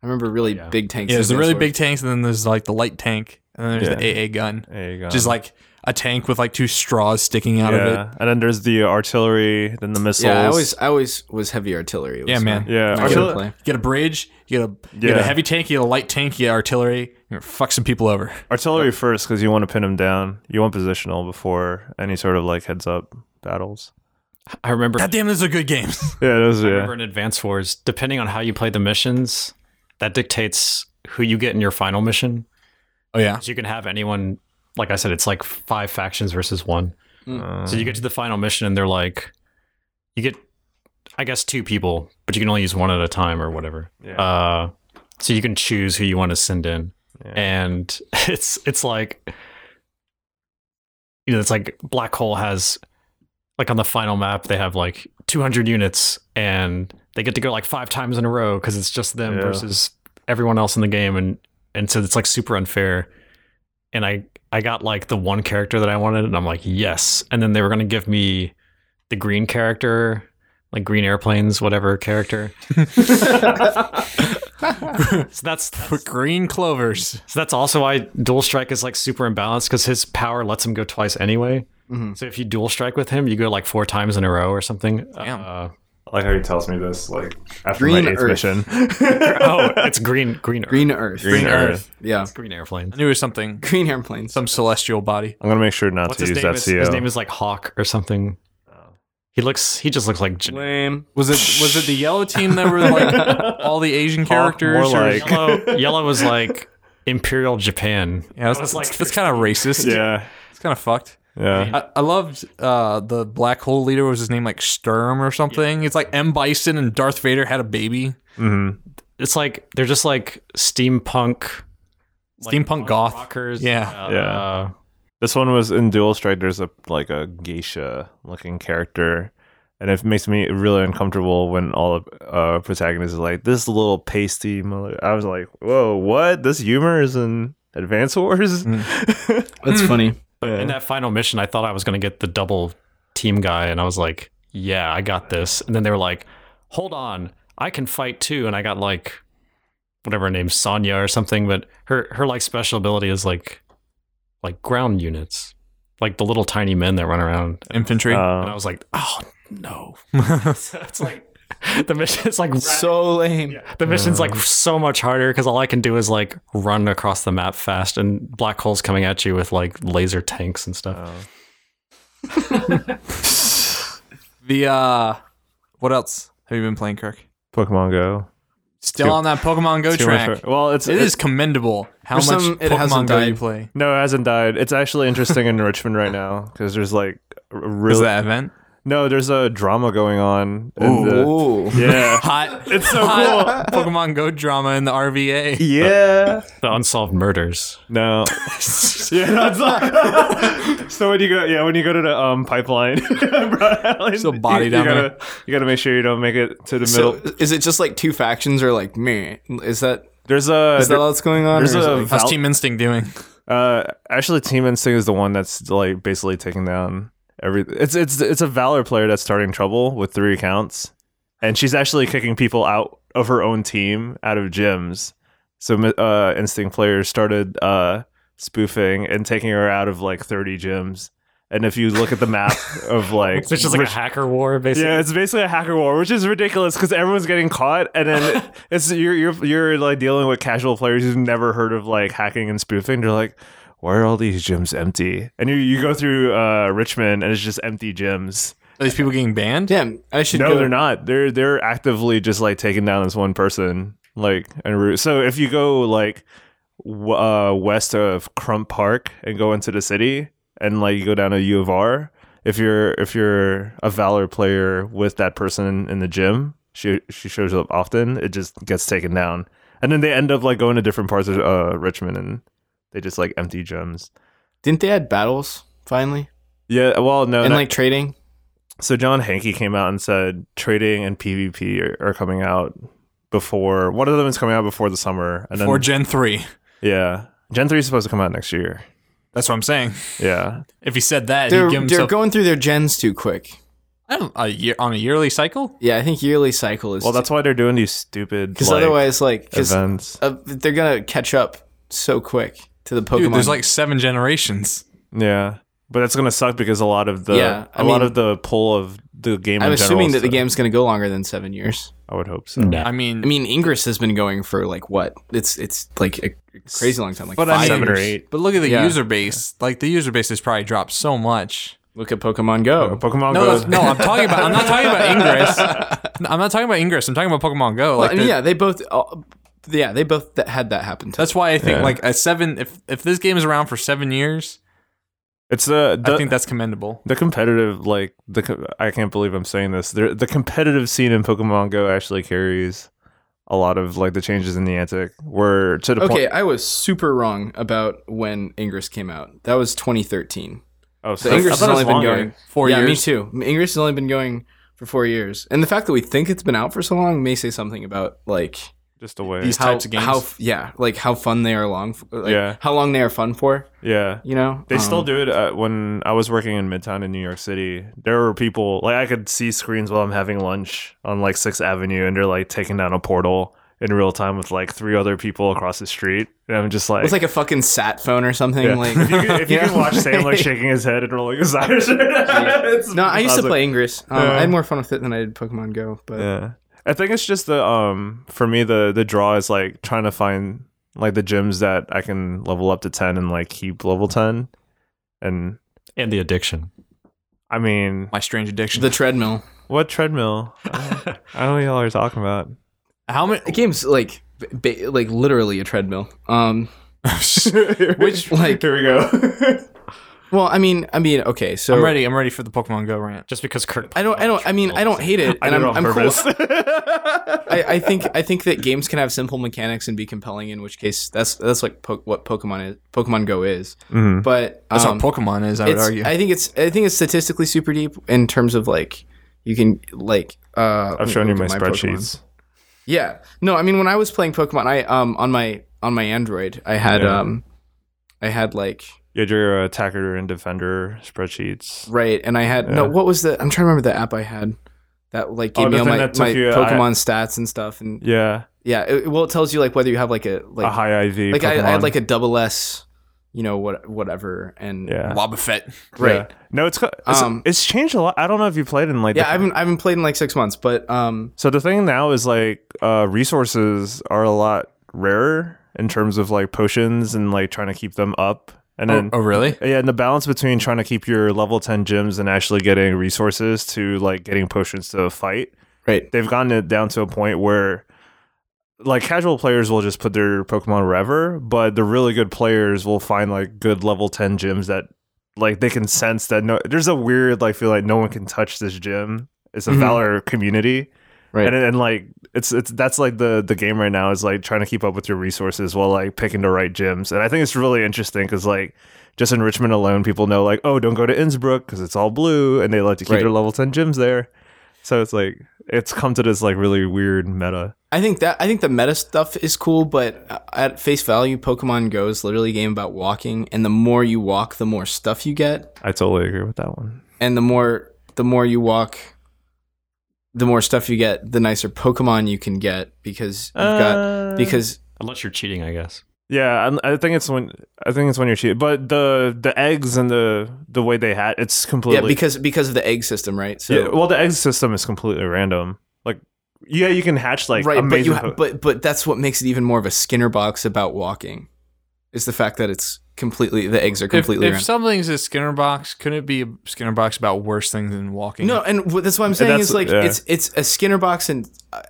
B: I remember really
C: Yeah.
B: big tanks.
A: Yeah, there's the
B: in
A: really
B: Advance
A: big tanks, and then there's like the light tank, and then there's the AA gun,
D: There you go.
A: which is like a tank with like two straws sticking out of it.
D: And then there's the artillery, then the
B: Wars.
D: missiles.
B: Yeah, I always, I always was heavy artillery. It was
A: Yeah, man.
B: fun.
D: Yeah,
B: I used to
D: artil-
B: play.
A: You get a bridge, you get a you get
D: Yeah.
A: a heavy tank, you get a light tank, you get artillery, you fuck some people over.
D: artillery first because you want to pin them down. You want positional before any sort of like heads up battles.
C: I
A: [laughs]
C: remember,
A: God damn, those are good games.
D: Yeah, those.
C: I
D: Yeah,
C: remember in Advance Wars, depending on how you play the missions, that dictates who you get in your final mission.
A: Oh yeah,
C: So you can have anyone. Like I said, it's like five factions versus one.
D: Um,
C: So you get to the final mission, and they're like, you get, I guess, two people, but you can only use one at a time or whatever.
D: Yeah.
C: Uh, so you can choose who you want to send in,
D: Yeah.
C: and [laughs] it's it's like, you know, it's like black hole has, like on the final map, they have like 200 units, and they get to go like five times in a row because it's just them
D: Yeah.
C: versus everyone else in the game, and and so it's like super unfair. And I I got like the one character that I wanted, and I'm like yes. And then they were gonna give me the green character, like green airplanes, whatever character. so that's
A: For green clovers.
C: so that's also why dual strike is like super imbalanced because his power lets him go twice anyway.
B: Mhm.
C: So if you dual strike with him, you go like four times in a row or something.
A: Damn.
C: Uh,
D: I like how he tells me this, like after
B: Green
D: my eighth
B: Earth.
D: mission.
C: oh, it's green, green, green,
B: Green Earth.
D: Green Earth.
B: Yeah. [laughs]
C: green airplane.
A: I knew it was something.
B: Green airplanes.
A: Some celestial body.
D: I'm gonna make sure not
C: What's
D: to
C: his
D: use
C: name?
D: that
C: Is,
D: CO.
C: his name is like Hawk or something. He looks. He just looks like. gen-
B: Lame.
A: Was it [sniffs] was it the [laughs] yellow team that were like all the Asian characters?
D: more
A: or-
D: like- [laughs]
C: Yellow, yellow was like Imperial Japan.
A: yeah, that's,
C: was like-
A: that's
C: [laughs]
A: kind of racist.
D: yeah,
A: it's kind of fucked.
D: yeah.
A: I, I loved uh, the black hole leader was his name like Sturm or something. It's like M Bison and Darth Vader had a baby.
D: hmm
C: It's like they're just like steampunk, like,
A: Steampunk goth.
C: rockers.
A: Yeah.
C: uh,
D: Yeah. This one was in Dual Strike. There's a like a geisha looking character, and it makes me really uncomfortable when all the uh, protagonists are like this little pasty. Mother. I was like, whoa, what? This humor is in Advance Wars.
A: Mm-hmm.
B: That's funny.
C: in that final mission, I thought I was going to get the double team guy, and I was like, "Yeah, I got this." And then they were like, "Hold on, I can fight too." And I got like whatever her name, Sonya or something, but her her like special ability is like like ground units, like the little tiny men that run around.
A: Infantry.
C: And I
D: Uh,
C: was like, "Oh no!" it's like the mission is like
B: So lame.
C: the mission's like so much harder because all I can do is like run across the map fast, and black holes coming at you with like laser tanks and stuff.
D: uh,
A: [laughs] the uh, what else have you been playing, Kirk?
D: Pokemon Go.
A: Still on that Pokemon Go
D: Too much
A: track.
D: for- well, it's
A: it is commendable how much
B: For some, it
A: Pokemon
B: hasn't
A: Go
B: died.
A: you play.
D: No, it hasn't died. It's actually interesting in Richmond right now because there's like a
A: Is
D: really
A: that event
D: no. There's a drama going on. in the-
B: Ooh.
D: yeah,
A: hot?
D: [laughs] it's so cool.
A: hot Pokemon Go drama in the RVA.
D: Yeah.
C: The unsolved murders.
A: [laughs]
D: No. yeah, that's not. so when you go, yeah, when you go to the um pipeline, [laughs] Broad Island,
A: Still body
D: you,
A: down
D: you gotta,
A: there.
D: You gotta make sure you don't make it to the
B: So
D: middle.
B: is it just like two factions or like me? Is that
D: There's a
B: is that all that's going on?
D: there's
B: or is
D: a-
B: it, like-
A: How's
D: Val-
A: Team Instinct doing?
D: Uh, actually, Team Instinct is the one that's like basically taking down every. It's it's it's a Valor player that's starting trouble with three accounts, and she's actually kicking people out of her own team out of gyms. So uh, Instinct players started uh, spoofing and taking her out of like thirty gyms. And if you look at the map of like,
C: So it's just like a hacker war, basically.
D: yeah, it's basically a hacker war, which is ridiculous because everyone's getting caught, and then it's you're you're you're like dealing with casual players who've never heard of like hacking and spoofing. They're like, why are all these gyms empty? And you you go through uh, Richmond, and it's just empty gyms.
A: Are these people getting banned?
B: Damn, I should
D: No,
B: go.
D: they're not. They're they're actively just like taking down this one person, like and root. So if you go like w- uh, west of Crump Park and go into the city, and like you go down to U of R, if you're if you're a Valor player with that person in the gym, she she shows up often. It just gets taken down, and then they end up like going to different parts of uh, Richmond, and they just like empty gyms.
B: Didn't they add battles finally
D: Yeah, well, no,
B: and
D: that-
B: like trading?
D: so John Hankey came out and said trading and PvP are, are coming out before one of them is coming out before the summer, and
A: Or
D: then
A: Gen three?
D: yeah, Gen three is supposed to come out next year.
A: That's what I'm saying.
D: Yeah,
A: If he said that,
B: They're
A: he'd give
B: they're
A: himself
B: going through their gens too quick.
A: I don't, a year on a yearly cycle.
B: Yeah, I think yearly cycle is
D: well, that's why they're doing these stupid
B: because
D: like,
B: otherwise, like, because
D: events.
B: uh, they're gonna catch up so quick to the Pokemon.
A: Dude, there's like seven generations.
D: Yeah, but that's gonna suck because a lot of the
B: Yeah,
D: a
B: I
D: lot
B: mean-
D: of the pull of the game.
B: I'm
D: in general
B: assuming
D: is
B: that the game's gonna go longer than seven years.
D: I would hope so.
C: No.
A: I mean,
B: I mean, Ingress has been going for like what? It's it's like a crazy long time, like
A: But I
B: five
A: mean-
D: Seven or
B: years.
D: eight.
A: but look at the
B: Yeah.
A: user base. Like the user base has probably dropped so much.
B: Look at Pokemon Go.
D: Oh, Pokemon
A: No,
D: Go.
A: that's-
D: [laughs]
A: no, I'm talking about. I'm not talking about Ingress. No, I'm not talking about Ingress. I'm talking about Pokemon Go. Like
B: I mean,
A: the-
B: yeah, they both. Uh, yeah, they both th- had that happen. To
A: that's why I think
D: Yeah.
A: like a seven. If if this game is around for seven years,
D: It's uh, the
A: I think that's commendable.
D: The competitive, like the, co- I can't believe I'm saying this. The, the competitive scene in Pokemon Go actually carries a lot of like the changes in Niantic. Were to the
B: okay,
D: point.
B: I was super wrong about when Ingress came out. That was 2013.
D: Oh,
B: So Ingress
D: I thought
B: has
D: it was
B: only been
D: longer.
B: going
A: Four
B: yeah,
A: years.
B: me too. Ingress has only been going for four years, and the fact that we think it's been out for so long may say something about like
D: Just a way.
A: These
B: how,
A: types of games?
B: how f- yeah, like how fun they are long, f- like,
D: Yeah.
B: how long they are fun for.
D: Yeah.
B: You know,
D: They still
B: Um,
D: do it uh, when I was working in Midtown in New York City. There were people like I could see screens while I'm having lunch on like Sixth Avenue, and they're like taking down a portal in real time with like three other people across the street, and I'm just like,
B: It's like a fucking sat phone or something.
D: Yeah.
B: Like,
D: if you, could- if
B: [laughs]
D: you
B: Yeah.
D: can watch Sam like shaking his head and rolling his eyes, [laughs] It's-
B: no, I used to
D: was like-
B: play Ingress. Um,
D: Yeah.
B: I had more fun with it than I did Pokemon Go. But
D: Yeah, I think it's just the um for me the the draw is like trying to find like the gyms that I can level up to ten and like keep level ten, and
C: and the addiction.
D: I mean
A: My strange addiction.
B: the treadmill,
D: what treadmill? I
B: [laughs]
D: don't, I don't know what y'all are talking about.
A: How many?
B: the game's like, ba- like literally a treadmill. Um,
A: [laughs]
D: Which
B: like-
D: [laughs] here we go.
B: well, I mean, I mean, okay, so
A: I'm ready. I'm ready for the Pokemon Go rant.
C: Just because Kirk,
B: I don't, I don't, I mean, I don't hate it,
D: I
B: and I'm,
D: did it on
B: I'm cool.
D: purpose.
B: [laughs] I, I think I think that games can have simple mechanics and be compelling. In which case, that's that's like po- what Pokemon is. Pokemon Go is,
D: Mhm.
B: but
A: That's
B: um,
A: what Pokemon is. I would
B: it's-
A: argue.
B: I think it's I think it's statistically super deep in terms of like you can like uh let
D: I've
B: me
D: shown you
B: look
D: my
B: at Pokemon.
D: spreadsheets.
B: Yeah. No, I mean when I was playing Pokemon, I um on my on my Android, I had
D: Yeah.
B: um I had like
D: You had your uh, attacker and defender spreadsheets.
B: right and I had no
D: Yeah.
B: what was the I'm trying to remember the app I had that like
D: Oh,
B: gave
D: the
B: me all
D: thing
B: my, my
D: that took you- I-
B: Pokemon stats and stuff and
D: Yeah,
B: yeah, it, well it tells you like whether you have like a like
D: a high IV.
B: like I, I
D: Pokemon.
B: had like a double S, you know what whatever and
D: yeah.
A: Wobbuffet.
B: right.
D: Yeah. No, it's, co- it's
B: Um,
D: it's changed a lot. I don't know if you played in like
B: Yeah,
D: the-
B: I haven't I haven't played in like 6 months, but um
D: So the thing now is like uh, resources are a lot rarer in terms of like potions and like trying to keep them up, and then
A: Oh, really?
D: yeah, and the balance between trying to keep your level ten gyms and actually getting resources to like getting potions to fight.
B: right.
D: They've gotten it down to a point where like casual players will just put their Pokemon wherever, but the really good players will find like good level ten gyms that like they can sense that no, there's a weird like feel like no one can touch this gym. It's a
B: Mhm.
D: Valor community
B: Right.
D: and and like it's it's that's like the the game right now is like trying to keep up with your resources while like picking the right gyms and i think it's really interesting because like just in richmond alone people know like oh don't go to innsbruck because it's all blue and they like to keep
B: Right.
D: their level 10 gyms there so it's like it's come to this like really weird meta
B: I think that I think the meta stuff is cool, but at face value, Pokemon Go is literally a game about walking, and the more you walk, the more stuff you get,
D: i totally agree with that one
B: and the more the more you walk, the more stuff you get, the nicer Pokemon you can get because you've
D: Uh,
B: got because
C: unless you're cheating, I guess.
D: yeah I'm- i think it's when i think it's when you're cheating but the the eggs and the the way they had it's completely
B: yeah because because of the egg system, right? So
D: yeah, well the egg system is completely random like yeah you can hatch like
B: right, but
D: amazing
B: you ha-
D: po-
B: but but that's what makes it even more of a Skinner box about walking, is the fact that it's completely the eggs are completely
A: If, if
B: round.
A: something's a Skinner box, couldn't it be a Skinner box about worse things than walking?
B: No, and w- that's what I'm saying
D: That's-
B: is like
D: yeah.
B: it's it's a Skinner box, and I,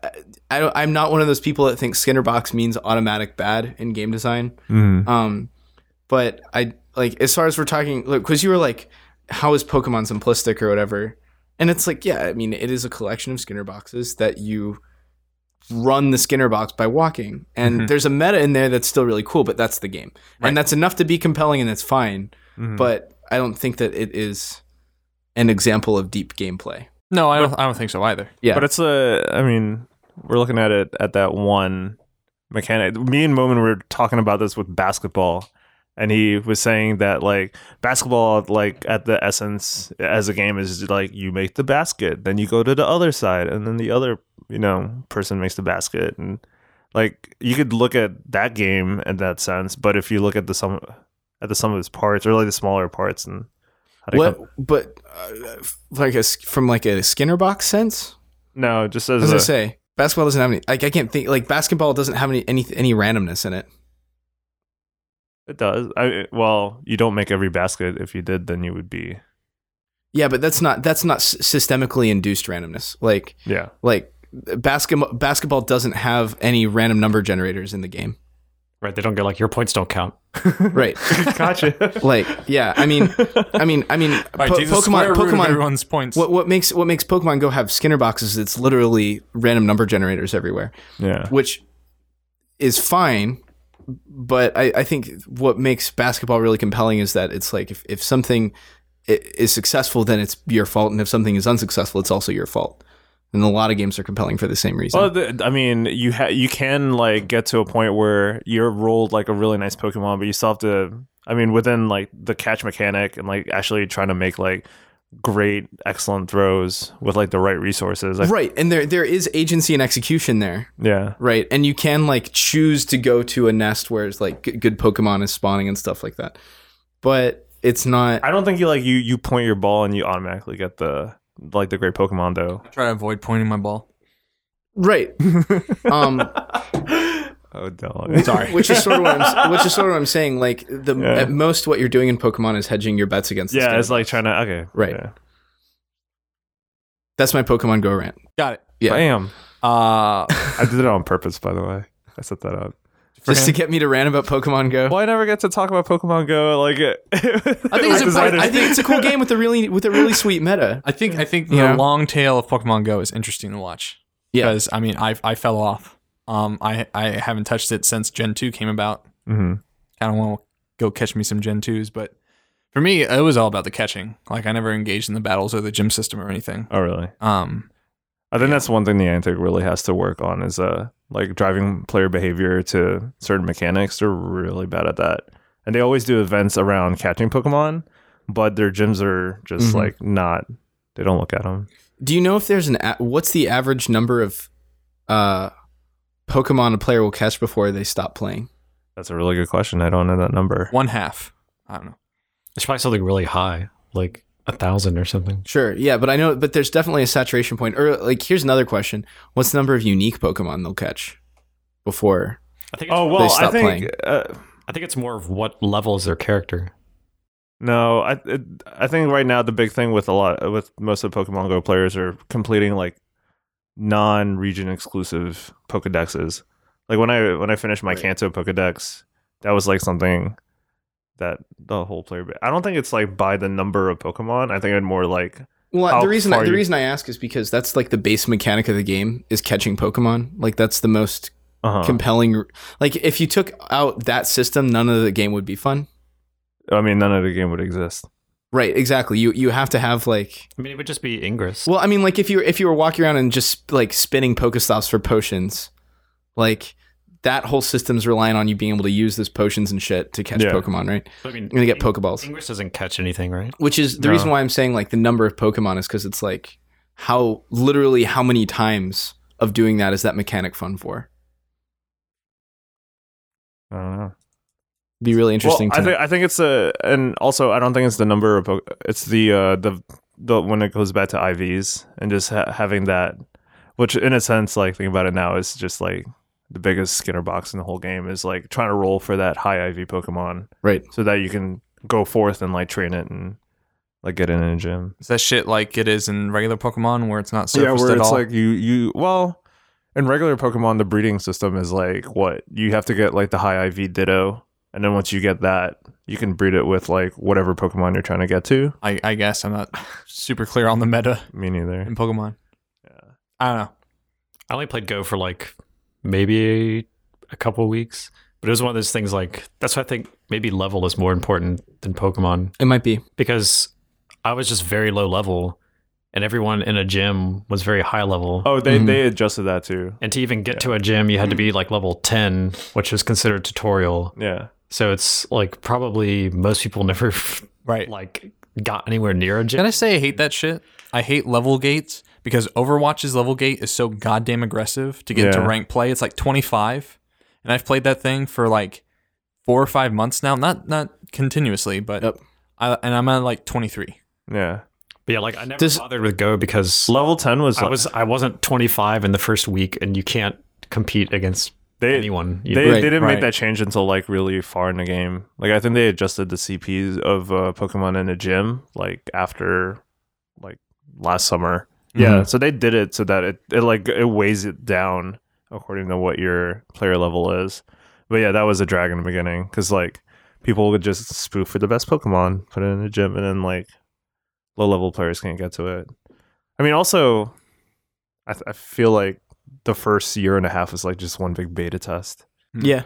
B: I don't, I'm not one of those people that thinks Skinner box means automatic bad in game design.
D: Mhm.
B: Um, but I like as far as we're talking, look, because you were like, how is Pokemon simplistic or whatever, and it's like, yeah, I mean, it is a collection of Skinner boxes that you run the Skinner box by walking, and
A: Mhm.
B: there's a meta in there that's still really cool, but that's the game,
A: Right.
B: and that's enough to be compelling, and that's fine
D: Mhm.
B: but I don't think that it is an example of deep gameplay.
A: no, I don't. I don't think so either.
B: Yeah.
D: But it's a, I mean, we're looking at it at that one mechanic. Me and Moman were talking about this with basketball, and he was saying that, like, basketball, like, at the essence as a game is like you make the basket, then you go to the other side, and then the other, you know, person makes the basket. And, like, you could look at that game in that sense, but if you look at the sum, at the sum of its parts, or like the smaller parts, and how they
B: what?
D: come-
B: But uh, like a, s- from like a Skinner box sense,
D: no, just
B: what
D: as
B: does
D: a,
B: it say? Basketball doesn't have any. Like I can't think. Like basketball doesn't have any any, any randomness in it.
D: It does. I well, you don't make every basket. If you did, then you would be
B: Yeah, but that's not that's not s- systemically induced randomness. Like
D: yeah.
B: like basketball basketball doesn't have any random number generators in
A: [laughs]
B: the game.
C: Right? They don't go like your points don't count.
B: Right.
D: gotcha.
B: like yeah. I mean, I mean, I
A: [laughs]
B: mean,
A: All right,
B: Po-
A: do the square
B: Pokemon
A: root of
B: Pokemon
A: everyone's points.
B: What what makes what makes Pokemon Go have Skinner boxes? It's literally random number generators everywhere,
D: yeah.
B: which is fine. But I, I think what makes basketball really compelling is that it's like if, if something i- is successful, then it's your fault. And if something is unsuccessful, it's also your fault. And a lot of games are compelling for the same reason.
D: Well, th- I mean, you ha- you can like get to a point where you're rolled like a really nice Pokemon, but you still have to. I mean, within like the catch mechanic and like actually trying to make like great, excellent throws with like the right resources. Like,
B: right. And there there is agency and execution there.
D: Yeah,
B: Right. And you can like choose to go to a nest where it's like g- good Pokemon is spawning and stuff like that. But it's not.
D: I don't think you like you you point your ball and you automatically get the like the great Pokemon though.
A: Try to avoid pointing my ball.
D: [laughs]
B: Right. um,
D: Oh no!
A: Sorry.
B: which is sort of what [laughs] I'm, which is sort of what I'm saying. Like the
D: Yeah.
B: at most, what you're doing in Pokemon is hedging your bets against. this
D: [laughs] Yeah,
B: game.
D: it's like trying to okay.
B: Right.
D: Yeah.
B: that's my Pokemon Go rant.
A: Got it.
B: Yeah.
D: Bam!
A: Uh,
D: I did it on purpose, by the way. I set that up.
A: for
B: Just
A: him.
B: to get me to rant about Pokemon Go.
D: Well, I never get to talk about Pokemon Go. Like, it, [laughs] I
B: I think it's a fun- I think it's a
D: [laughs]
B: cool game with a really with a really sweet meta.
A: I think I think the
B: Yeah.
A: long tail of Pokemon Go is interesting to watch.
B: Yeah.
A: Because I mean, I I fell off. Um, I I haven't touched it since Gen two came about.
D: hmm
A: Kind of want to go catch me some Gen twos, but for me, it was all about the catching. Like I never engaged in the battles or the gym system or anything.
D: Oh, really?
A: Um,
D: I think that's one thing Niantic really has to work on is uh like driving player behavior to certain mechanics. They're really bad at that, and they always do events around catching Pokemon, but their gyms are just
B: Mhm.
D: like not. They don't look at them.
B: Do you know if there's an a- what's the average number of uh, Pokemon a player will catch before they stop playing?
D: That's a really good question. I don't know that number.
A: one half. I don't know.
C: It's probably something really high, like a thousand or something.
B: Sure. Yeah, but I know, but there's definitely a saturation point. Or like, here's another question: What's the number of unique Pokemon they'll catch before?
C: I think. It's,
D: Oh
B: They
D: well, I
B: stop playing.
D: think uh,
C: I think it's more of what levels their character.
D: no, I it, I think right now the big thing with a lot with most of the Pokemon Go players are completing like non-region exclusive Pokedexes. Like when I when I finished my
B: Right.
D: Kanto Pokedex, that was like something that the whole player. ba- I don't think it's like by the number of Pokemon. I think it more like
B: Well,
D: How
B: the reason I,
D: far
B: the
D: you-
B: reason I ask is because that's like the base mechanic of the game is catching Pokemon. Like that's the most
D: uh
B: compelling. Like if you took out that system, none of the game would be fun.
D: I mean, none of the game would exist.
B: Right. Exactly. You you have to have like.
C: I mean, it would just be Ingress.
B: Well, I mean, like if you if you were walking around and just like spinning Pokestops for potions, like that whole system's relying on you being able to use those potions and shit to catch
D: Yeah.
B: Pokemon, right?
C: I mean,
B: I'm gonna get
C: Ing-
B: Pokeballs.
C: Ingress doesn't catch anything, right?
B: Which is the
D: No.
B: reason why I'm saying like the number of Pokemon is because it's like how literally how many times of doing that is that mechanic fun for?
D: I don't know.
B: Be really interesting.
D: Well, I
B: to
D: think I think it's a, and also I don't think it's the number of po- it's the uh, the the when it goes back to IVs and just ha- having that, which in a sense, like think about it now, is just like the biggest Skinner box in the whole game is like trying to roll for that high IV Pokemon,
B: Right.
D: So that you can go forth and like train it and like get it in a gym.
A: Is that shit like it is in regular Pokemon where it's not surfaced at all?
D: you you well. In regular Pokemon, the breeding system is like what you have to get like the high IV Ditto, and then once you get that, you can breed it with like whatever Pokemon you're trying to get to.
A: I, I guess I'm not super clear on the meta
D: Me neither.
A: in Pokemon. I don't know.
C: I only played Go for like maybe a couple weeks, but it was one of those things. Like that's why I think maybe level is more important than Pokemon
B: it might
D: Hmm.
B: be
C: because I was just very low level, and everyone in a gym was very high level.
D: Oh, they
B: Mhm.
D: they adjusted that too.
C: And to even get to a gym, you had to be like level ten, which was considered tutorial.
D: Yeah,
C: So it's like probably most people never [laughs]
A: Right.
C: like got anywhere near a
A: Can
C: gym.
A: I say I hate that shit? I hate level gates because Overwatch's level gate is so goddamn aggressive to get into
D: Yeah.
A: rank play. It's like 25, and I've played that thing for like four or five months now. Not not continuously, but
B: Yep.
A: I, and I'm at like 23.
D: yeah.
C: But yeah, like I never
B: Does-
C: bothered with Go because
D: Level ten was,
C: I was I wasn't 25 in the first week, and you can't compete against
D: they
C: anyone. you
D: they,
C: know?
B: Right,
D: they didn't
A: right.
D: make that change until like really far in the game. Like I think they adjusted the CPs of uh, Pokemon in a gym like after like last summer.
A: Mm-hmm.
D: Yeah, so they did it so that it, it like it weighs it down according to what your player level is. But yeah, that was a drag in the beginning because like people would just spoof for the best Pokemon, put it in the gym, and then like low level players can't get to it. I mean, also, I, th- I feel like the first year and a half is like just one big beta test.
B: Yeah.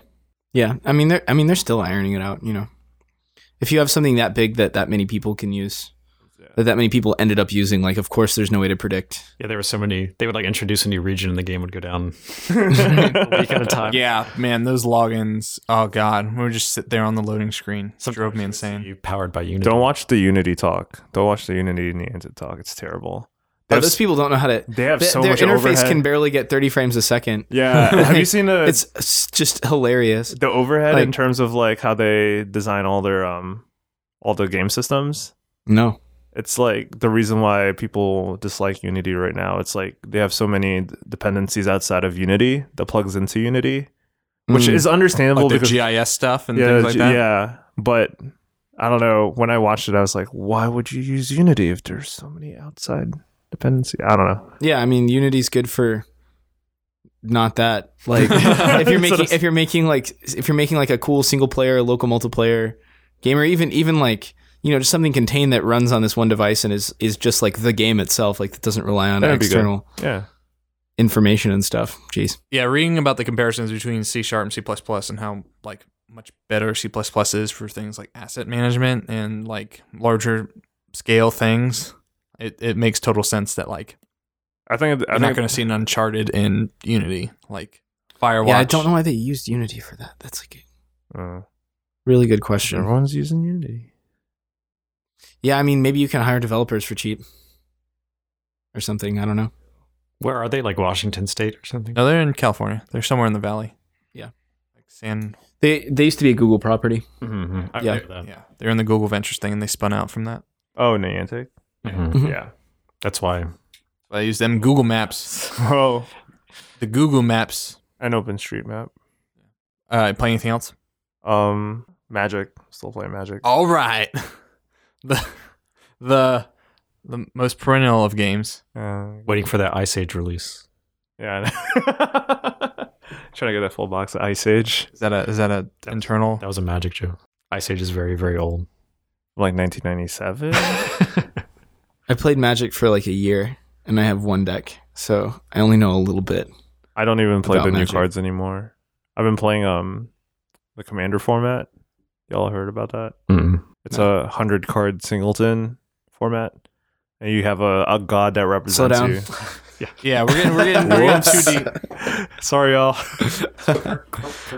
B: Yeah. I mean they're I mean they're still ironing it out, you know. If you have something that big that that many people can use, that that many people ended up using. Like, of course, there's no way to predict.
C: Yeah, there were so many. They would like introduce a new region, and the game would go down a week at a time.
A: Yeah, man, those logins. Oh god, we would just sit there on the loading screen. drove me insane.
C: You powered by Unity.
D: Don't watch the Unity talk. Don't watch the Unity and the Antic talk. It's terrible.
B: Oh,
D: They have,
B: those
D: s-
B: people don't know how to.
D: they have
B: th-
D: so
B: their
D: much
B: interface
D: overhead.
B: can barely get 30 frames a second.
D: yeah. [laughs] Have you seen the
B: It's s- just hilarious.
D: the overhead in
B: like-
D: terms of like how they design all their um all the game systems?
B: No,
D: it's like the reason why people dislike unity right now it's like they have so many d- dependencies outside of unity that plugs into unity which
B: Mm.
D: is understandable
A: Like the
D: because
A: GIS stuff and
D: yeah
A: things like
D: g-
A: that.
D: yeah but i don't know when i watched it i was like why would you use unity if there's so many outside dependency i don't know
B: yeah. I mean, Unity's good for not that. [laughs] Like, if you're
D: That's what
B: making
D: I
B: if you're making like if you're making like a cool single player, local multiplayer game, or even even like you know just something contained that runs on this one device and is is just like the game itself, like that doesn't rely on
D: That'd be good.
B: external
D: yeah
B: information and stuff. Jeez.
A: yeah, reading about the comparisons between C sharp and C and how like much better C is for things like asset management and like larger scale things. It it makes total sense that like
D: i think i
A: I'm
D: think
A: not going to see an Uncharted in Unity like Firewatch.
B: Yeah, I don't know why they used Unity for that. That's like a
D: uh,
B: really good question.
D: everyone's using unity
B: Yeah, I mean, maybe you can hire developers for cheap or something. I don't know.
C: Where are they? Like Washington State or something?
A: No, they're in California. They're somewhere in the valley.
B: Yeah.
A: like San.
B: They they used to be a Google property.
C: Mhm. I
B: Yeah.
C: remember that.
A: Yeah, they're in the Google Ventures thing, and they spun out from that.
D: oh niantic
C: Mhm.
A: Mm-hmm.
B: Mhm.
D: yeah
C: That's why.
A: I use them Google Maps.
D: [laughs] oh
A: The Google Maps.
D: and openstreetmap
A: Uh, play anything else?
D: um magic still playing magic
A: All right. [laughs] The the the most perennial of games.
D: Uh,
C: Waiting for that Ice Age release.
D: Yeah. [laughs] I know. Trying to get that full box of Ice Age,
A: Is that a is that a internal?
C: That was a magic joke. Ice Age is very, very old.
D: like 1997.
B: I played Magic for like a year, and I have one deck, so I only know a little bit.
D: I don't even play
B: About
D: the new
B: Magic.
D: cards anymore. I've been playing um the Commander format. Y'all heard about that?
C: Mm.
D: It's a hundred card singleton format, and you have a, a god that
B: [laughs]
D: represents
B: Slow down.
D: you.
A: Yeah, we're getting we're getting, we're getting too deep.
D: [laughs] Sorry, y'all.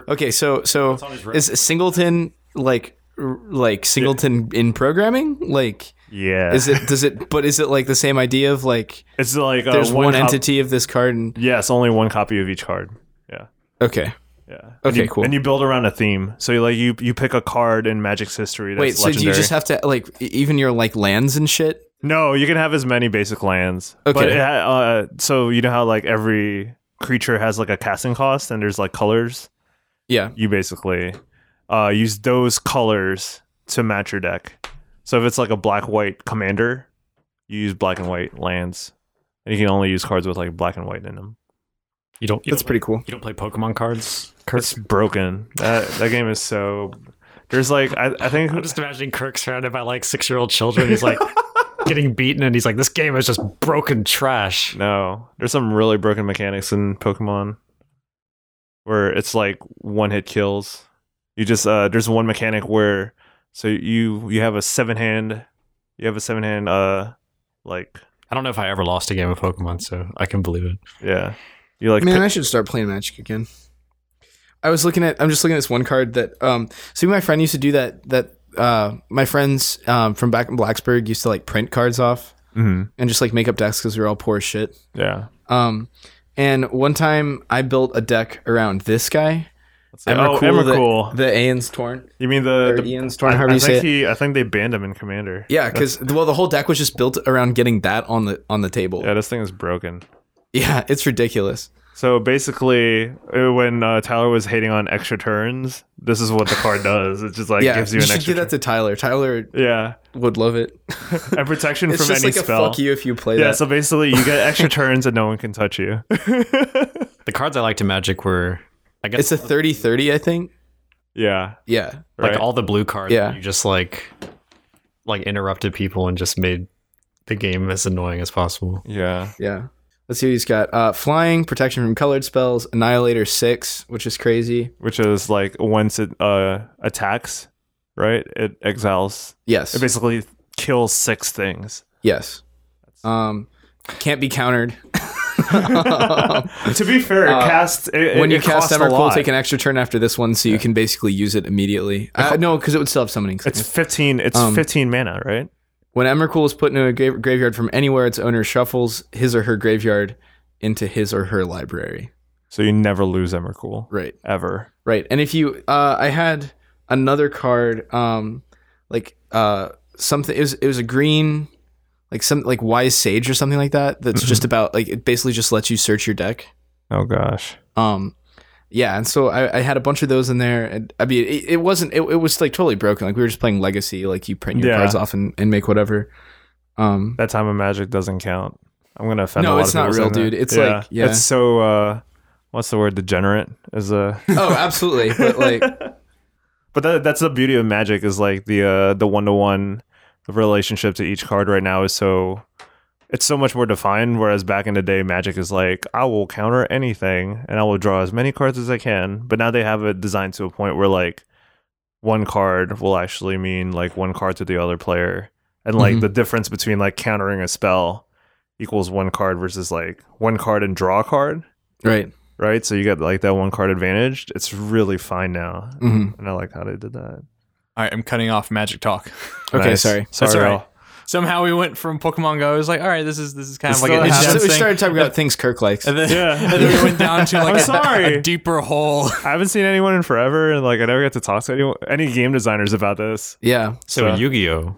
B: Okay, so so is Singleton like r- like Singleton in programming? Like
D: Yeah,
B: is it does it but is it like the same idea of like
D: It's like uh,
B: there's one
D: cop-
B: entity of this card and
D: Yes, only one copy of each card.
B: okay.
D: Yeah. And
B: Okay,
D: you-
B: cool.
D: And you build around a theme. So you like you you pick a card in Magic's history. That's
B: Wait, so do you
D: legendary.
B: just have to like e- even your like lands and shit?
D: No, you can have as many basic lands. But
B: Okay.
D: it ha- uh, so you know how like every creature has like a casting cost and there's like colors.
B: Yeah.
D: You basically uh, use those colors to match your deck. So if it's like a black white commander, you use black and white lands, and you can only use cards with like black and white in them.
C: You don't. You
B: That's
C: don't
B: pretty
C: play-
B: cool.
C: You don't play Pokemon cards.
D: It's broken. That that game is so. There's like I, I
C: [laughs]
D: think
C: I'm just imagining Kirk surrounded by like six year old children. He's like getting beaten, and he's like, "This game is just broken trash."
D: No, there's some really broken mechanics in Pokemon where it's like one hit kills. You just uh, there's one mechanic where so you you have a seven hand, you have a seven hand uh like
C: I don't know if I ever lost a game of Pokemon, so I can believe it.
D: yeah you like
B: Man,
D: pick-
B: I should start playing Magic again. I was looking at. I'm just looking at this one card that. Um, see, my friend used to do that. That uh, my friends um, from back in Blacksburg used to like print cards off
D: Mhm,
B: and just like make up decks because we were all poor as shit.
D: yeah.
B: Um, and one time I built a deck around this guy.
D: oh, Emrakul.
B: The, the Aeon's Torn.
D: You mean the,
B: Or
D: the
B: Ian's
D: I,
B: Torn, however
D: I
B: you say
D: think
B: it.
D: he I think they banned him in Commander.
B: Yeah, because well, the whole deck was just built around getting that on the on the table.
D: Yeah, this thing is broken.
B: [laughs] yeah it's ridiculous.
D: So basically, uh, when uh, Tyler was hating on extra turns, this is what the card does. It just
B: [laughs]
D: like
B: yeah,
D: gives you,
B: you
D: an
B: should
D: extra.
B: give that to Tyler. Tyler
D: turn. yeah,
B: would love it.
D: [laughs]
B: [laughs]
D: and protection
B: it's
D: from
B: just
D: any
B: like
D: spell.
B: a fuck you if you play
D: Yeah,
B: that.
D: so basically you get
B: [laughs]
D: extra turns and no one can touch you.
C: The cards I liked in Magic were, I guess,
B: It's a 30 30, I think.
D: yeah.
B: Yeah.
C: like
D: right.
C: all the blue cards.
B: Yeah.
C: you just like like interrupted people and just made the game as annoying as possible.
D: Yeah.
B: Yeah. Let's see what he's got. Uh, flying, protection from colored spells, Annihilator 6, which is crazy.
D: Which is like once it uh attacks, right? It exiles.
B: Yes. [laughs]
D: It basically kills six things.
B: Yes. Um, can't be
D: [laughs]
B: countered. [laughs]
D: to be fair,
B: Uh,
D: cast it,
B: when
D: it-
B: you
D: it
B: cast
D: costs a
B: Emrakul,
D: lot.
B: take an extra turn after this one, so you can basically use it immediately. Uh, no, because it would still have summoning.
D: It's fifteen. It's
B: Um,
D: fifteen mana, right?
B: When Emrakul is put into a gra- graveyard from anywhere, its owner shuffles his or her graveyard into his or her library.
D: So you never lose Emrakul
B: Right.
D: ever.
B: Right. And if you uh I had another card um like uh something it was it was a green like some like wise sage or something like that that's just about like it basically just lets you search your deck.
D: Oh gosh.
B: Um yeah, and so I, I had a bunch of those in there. And, I mean, it, it wasn't it, it was like totally broken. Like we were just playing Legacy. Like you print your
D: Yeah.
B: cards off and, and make whatever.
D: [laughs]
B: Um,
D: That time of magic doesn't count. I'm gonna offend.
B: No,
D: a lot
B: it's
D: of
B: not
D: people
B: real,
D: saying that.
B: dude. It's like- yeah.
D: It's so. uh What's the word? Degenerate is a.
B: oh, absolutely. But like,
D: But that, that's the beauty of Magic is like the uh, the one to one relationship to each card right now is so it's so much more defined. Whereas back in the day, Magic is like I will counter anything and I will draw as many cards as I can. But now they have it designed to a point where like one card will actually mean like one card to the other player, and like
B: Mhm.
D: the difference between like countering a spell equals one card versus like one card and draw a card.
B: right.
D: Right, so you got like that one card advantage. It's really fine now,
B: Mhm.
D: and I like how they did that.
A: All right, I'm cutting off magic talk. [laughs]
B: Okay,
D: Nice.
B: sorry.
D: Sorry.
A: all right.
D: Al.
A: Somehow we went from Pokemon Go. It was like, all right, this is this is kind
D: It's
A: of like
D: still
A: an
B: It's
D: Yeah,
B: just
A: in-depth
B: that we
A: thing.
B: started talking about things Kirk likes.
A: And then,
D: Yeah.
A: and then we went down
D: [laughs]
A: to like
D: I'm
A: a,
D: sorry.
A: a deeper hole. [laughs]
D: I haven't seen anyone in forever, and like I never get to talk to anyone, any game designers about this.
B: Yeah.
C: So,
D: So-
C: Yu-Gi-Oh.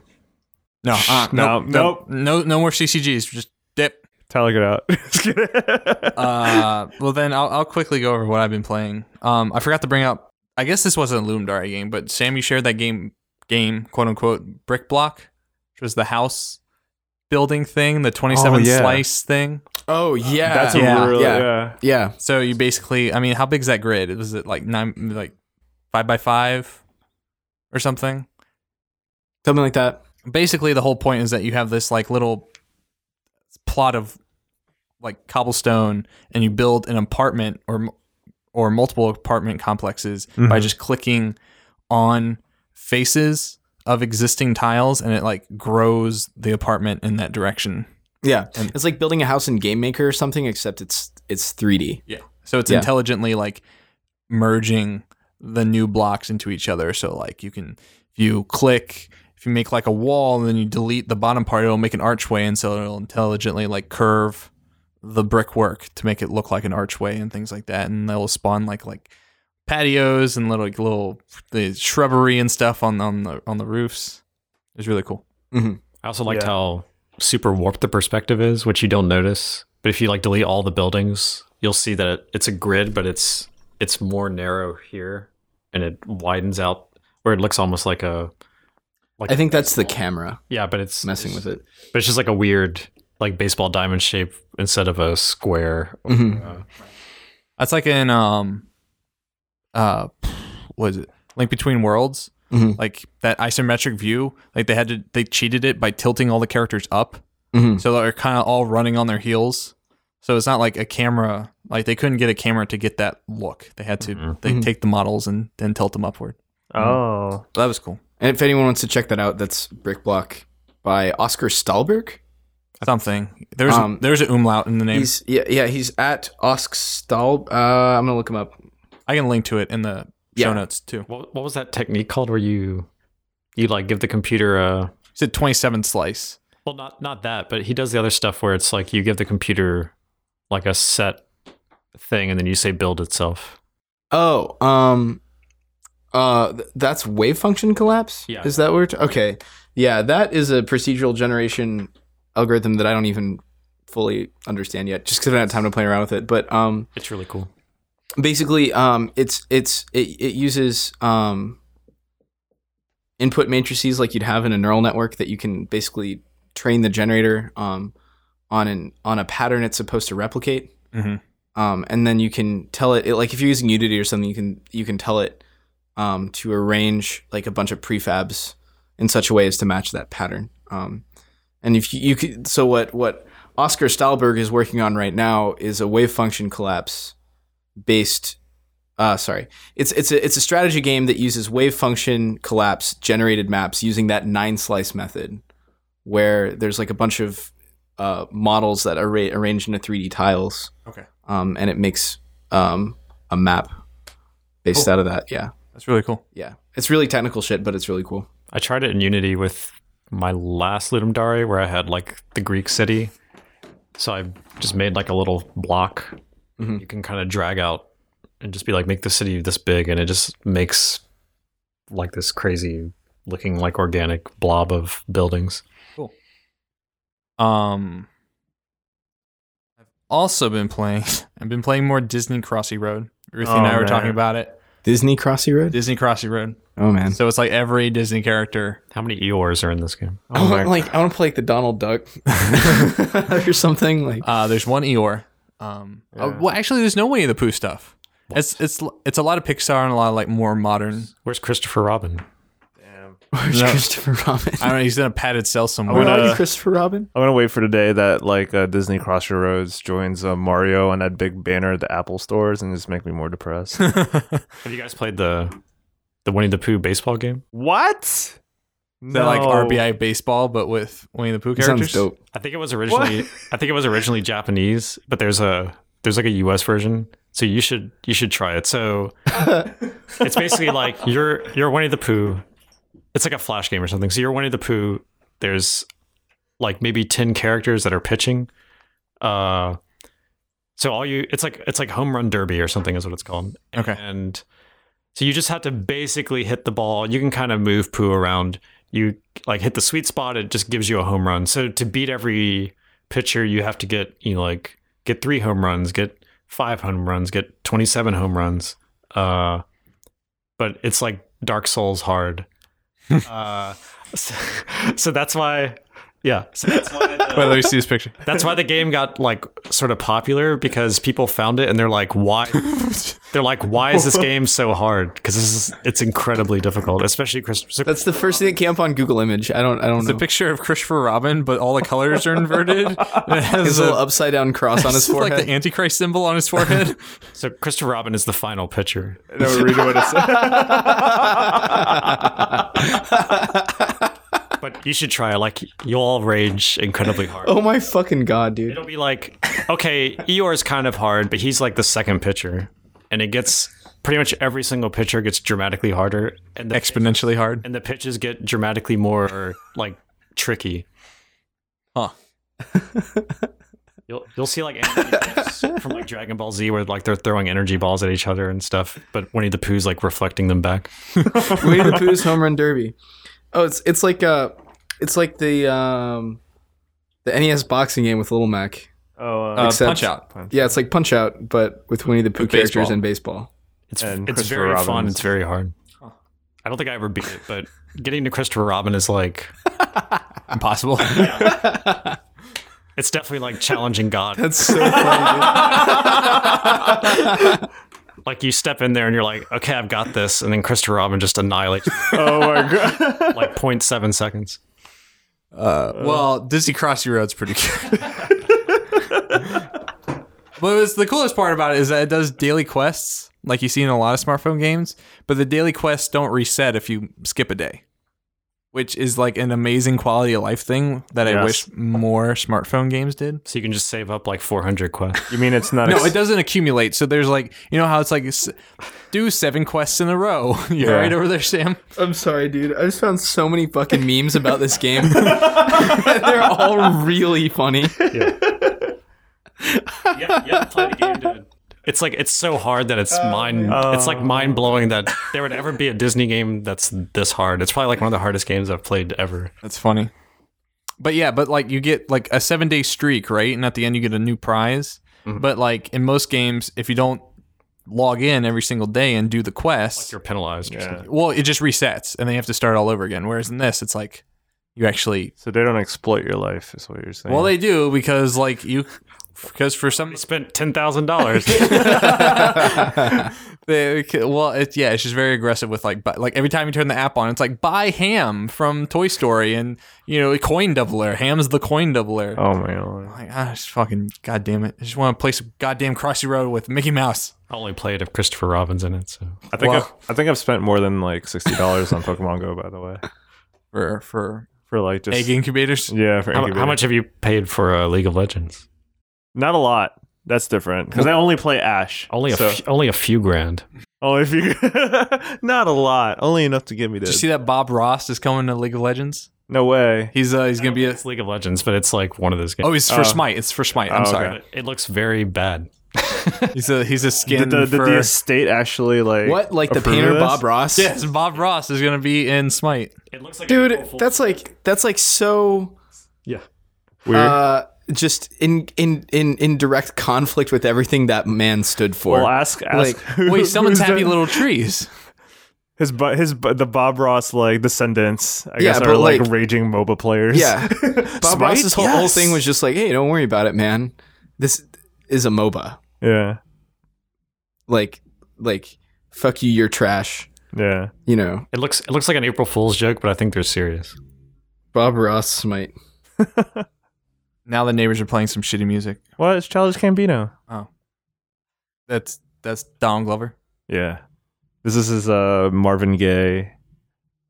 A: No, uh,
D: No,
A: nope, no, no more CCGs. Just dip.
D: Tyler, get out. [laughs] Just kidding.
A: Uh, well, then I'll, I'll quickly go over what I've been playing. Um, I forgot to bring up. I guess this wasn't a Lumdari game, but Sam, you shared that game, game quote unquote, brick block, which was the house building thing, the twenty-seven
D: Oh, yeah.
A: slice thing.
B: Oh yeah.
D: That's
A: Yeah.
D: a really
B: Yeah.
D: yeah.
B: yeah.
A: So you basically, I mean, how big's that grid? Was it like nine, like five by five, or something?
B: Something like that.
A: basically the whole point is that you have this like little plot of like cobblestone and you build an apartment or m- or multiple apartment complexes by
D: Mhm.
A: just clicking on faces of existing tiles and it like grows the apartment in that direction
B: Yeah,
A: And-
B: it's like building a house in Game Maker or something, except it's it's 3D.
A: yeah so it's
B: Yeah.
A: intelligently like merging the new blocks into each other so like you can if you click if you make like a wall and then you delete the bottom part it'll make an archway and so it'll intelligently like curve the brickwork to make it look like an archway and things like that and they'll spawn like like patios and little like little the shrubbery and stuff on on the on the roofs it's really cool
C: I also liked
D: Yeah.
C: how super warped the perspective is, which you don't notice. But if you like delete all the buildings, you'll see that it, it's a grid, but it's it's more narrow here, and it widens out where it looks almost like a like
B: I think that's the camera
C: yeah, but it's
B: messing with it.
C: But it's just like a weird like baseball diamond shape instead of a square. or,
B: Mhm.
C: uh,
A: That's like in um uh what is it? Link Between Worlds.
B: Mhm.
A: Like that isometric view, like they had to they cheated it by tilting all the characters up.
B: Mhm.
A: So they're kind of all running on their heels. So it's not like a camera like they couldn't get a camera to get that look. They had to
C: Mhm.
A: they
B: Mhm.
A: take the models and then tilt them upward.
B: Mm.
D: Oh,
A: But that was cool.
B: And if anyone wants to check that out, that's Brick Block by Oscar Stahlberg.
A: Something. There's
B: Um,
A: there's an umlaut in the name.
B: He's yeah yeah he's at Osk Stahl. Uh, I'm gonna look him up.
A: I can link to it in the
B: Yeah.
A: show notes too.
C: what what was that technique called where you you like give the computer a
A: It's at 27 slice.
C: Well, not not that, but he does the other stuff where it's like you give the computer like a set thing, and then you say build itself.
B: Oh um, uh th- that's wave function collapse.
C: Yeah.
B: is that word? Okay, yeah, that is a procedural generation algorithm that I don't even fully understand yet, just because I don't have time to play around with it. But um,
C: It's really cool.
B: basically um it's it's it, it uses um input matrices like you'd have in a neural network that you can basically train the generator um on an on a pattern it's supposed to replicate
A: Mhm.
B: um and then you can tell it, it like if you're using Udity or something you can you can tell it um to arrange like a bunch of prefabs in such a way as to match that pattern um and if you, you could so what what Oscar Stahlberg is working on right now is a wave function collapse based uh sorry it's it's a it's a strategy game that uses wave function collapse generated maps using that nine slice method where there's like a bunch of uh, models that are ra- arranged into 3D tiles.
A: Okay.
B: Um, and it makes um, a map based
A: Cool.
B: out of that. Yeah.
A: That's really cool.
B: Yeah. It's really technical shit, but it's really cool.
C: I tried it in Unity with my last Ludum Dare, where I had like the Greek city. So I just made like a little block
B: Mhm.
C: you can kind of drag out and just be like, make the city this big, and it just makes like this crazy looking like organic blob of buildings.
A: Um, I've also been playing. [laughs] I've been playing more Disney Crossy Road. Ruthie and
D: Oh,
A: I were
D: man.
A: talking about it.
B: Disney Crossy Road?
A: Disney Crossy Road.
B: Oh, man.
A: So it's like every Disney character.
C: How many Eeyores are in this game?
B: I
D: Oh
B: want like I want to play like the Donald Duck Oh [laughs] or something [laughs] like
A: Uh, there's one Eeyore. Um, uh, well, actually, there's no Winnie the Pooh stuff. It's it's it's a lot of Pixar and a lot of like more modern.
C: Where's Christopher Robin?
B: Where's
A: No.
B: Christopher [laughs] Robin.
A: I don't know. He's in a padded cell
B: Oh,
D: I
A: somewhere.
D: wanna-
B: Where are you,
D: uh,
B: Christopher Robin?
D: I'm gonna wait for the day that like uh, Disney Cross Your Roads joins uh, Mario on that big banner at the Apple stores and just make me more
A: [laughs]
D: depressed.
C: Have you guys played the the Winnie the Pooh baseball game?
D: what?
A: They're like RBI baseball, but with Winnie the Pooh
B: That
A: characters.
B: sounds dope.
C: I think it was originally I think it was originally Japanese, but there's a there's like a US version. So you should you should try it. So it's basically like you're you're Winnie the Pooh. It's like a flash game or something. So you're Winnie the Pooh. There's like maybe ten characters that are pitching. Uh, so all you it's like it's like home run derby or something is what it's called.
A: Okay.
C: And so you just have to basically hit the ball. You can kind of move Pooh around. You like hit the sweet spot. It just gives you a home run. So to beat every pitcher, you have to get you know, like get three home runs, get five home runs, get twenty seven home runs. Uh, but it's like Dark Souls hard. uh, so, [laughs] so that's why, yeah. So that's why the-
A: Wait, let me see this picture.
C: [laughs] that's why the game got like sort of popular because people found it and they're like, why? [laughs] they're like, why is this [laughs] game so hard? Because this is it's incredibly difficult, especially Christmas. So
B: That's the first thing that came up on Google Image. I don't I don't
A: It's
B: know.
A: a picture of Christopher Robin, but all the colors are inverted. And it
B: [laughs]
A: has
B: His little
A: a,
B: upside down cross on
A: [laughs]
B: his forehead.
A: like the Antichrist symbol on his
B: [laughs]
A: forehead.
C: so Christopher Robin is the final pitcher.
D: [laughs] No, read what
A: [laughs]
D: it said.
C: But you should try. it. Like you'll all rage incredibly hard.
B: oh my fucking god,
A: [laughs]
B: dude.
C: It'll be like, okay, Eeyore's kind of hard, but he's like the second pitcher, and it gets pretty much every single pitcher gets dramatically harder, and the
A: Exponentially hard.
C: and the pitches get dramatically more like tricky.
A: Huh.
C: You'll, you'll see like energy
D: [laughs]
C: balls from like Dragon Ball Z where like they're throwing energy balls at each other and stuff, but Winnie the Pooh's like reflecting them back.
B: Winnie the Pooh's home run derby. Oh, it's it's like uh it's like the um the NES boxing game with Little Mac.
D: Oh, uh,
A: Uh,
B: Except-
A: punch out.
B: Yeah, it's like Punch Out, but with Winnie the Pooh characters
A: baseball.
B: and baseball.
C: It's
D: And
C: it's
D: Christopher
C: very fun.
D: Robin's-
C: It's very hard. I don't think I ever beat it, but getting to Christopher Robin is like
A: [laughs] Impossible.
C: it's definitely like challenging
D: [laughs]
C: God.
B: That's [laughs] so funny. dude.
C: like you step in there and you're like, okay, I've got this, and then Christopher Robin just annihilates you
D: oh my god.
C: in, like 0.7 seconds.
A: [laughs] well, Disney Crossy Road's pretty good. [laughs] but it's the coolest part about it is that it does daily quests, like you see in a lot of smartphone games. But the daily quests don't reset if you skip a day, which is like an amazing quality of life thing that I
D: Yes.
A: wish more smartphone games did.
C: So you can just save up like 400 quests.
D: [laughs] You mean it's not?
A: No,
D: ex-
A: it doesn't accumulate. So there's like, you know how it's like, s- do seven quests in a row. [laughs] You're
D: Yeah.
A: right over there, Sam.
B: I'm sorry, dude. I just found so many fucking memes about this game. [laughs] They're all really funny.
C: yeah, yeah, play the game, dude. Oh. It's like it's so hard that it's mind. it's like mind blowing [laughs] that there would ever be a Disney game that's this hard. It's probably like one of the hardest games I've played ever.
A: That's funny. But yeah, but like you get like a seven day streak, right? And at the end you get a new prize. But like in most games, if you don't log in every single day and do the quest,
C: You're penalized. Or
D: Yeah.
C: something.
A: well, it just resets and they have to start all over again. Whereas in this, it's like you actually
D: So they don't exploit your life, is what you're saying.
A: well they do because like you because for some
C: I spent ten thousand [laughs] dollars.
A: they, well it's yeah it's just very aggressive with like bu- like every time you turn the app on it's like buy ham from Toy Story and you know coin doubler ham's the coin doubler
D: Oh my god.
A: Like, ah, just fucking goddamn it. I just want to play some goddamn Crossy Road with Mickey Mouse.
C: I only played if Christopher Robin's in it. So
D: I think
A: Wow.
D: I've, I think I've spent more than like sixty dollars on Pokemon Go. By the way,
A: For for
D: for like just
A: egg incubators.
D: yeah for
C: How, how
D: incubator.
C: much have you paid for uh, League of Legends?
D: Not a lot. That's different because I only play Ash.
C: Only a
D: so-
C: f- only a few grand.
D: only if you. [laughs] not a lot. Only enough to give me
A: Did you
D: this.
A: see that Bob Ross is coming to League of Legends?
D: No way.
A: He's uh, he's gonna be a
C: it's League of Legends, but it's like one of those games.
A: oh it's for
D: Oh.
A: Smite. It's for Smite. I'm
D: Oh,
A: sorry.
D: okay.
C: it looks very bad.
A: He's a he's a skin
D: Did the, did
A: for
D: the estate actually like
B: What? Like the
D: approve of
B: painter
D: this?
B: Bob Ross?
A: yes. Bob Ross is gonna be in Smite.
C: It looks like
B: Dude, that's like that's like so
C: yeah.
D: Weird.
B: uh just in in in in direct conflict with everything that man stood for.
D: well, ask ask.
B: like,
D: [laughs] [laughs] who-
A: Wait, someone's
D: who's
A: happy
D: the-
A: little trees.
D: his bu- his bu- the Bob Ross like descendants. I
B: Yeah,
D: guess are
B: but,
D: like,
B: like-
D: raging MOBA
A: [laughs]
D: players.
B: yeah. Bob
D: Smite?
B: Ross's whole, whole
D: Yes.
B: thing was just like, "Hey, don't worry about it, man. This is a MOBA.
D: [laughs] yeah,
B: Like like fuck you, you're trash."
D: yeah.
B: You know,
C: It looks it looks like an April Fool's joke, but I think they're serious.
B: Bob Ross might
A: Now the neighbors are playing some shitty music.
D: Well, it's Childish Gambino.
A: That's that's Don Glover.
D: Yeah, this is his uh Marvin Gaye.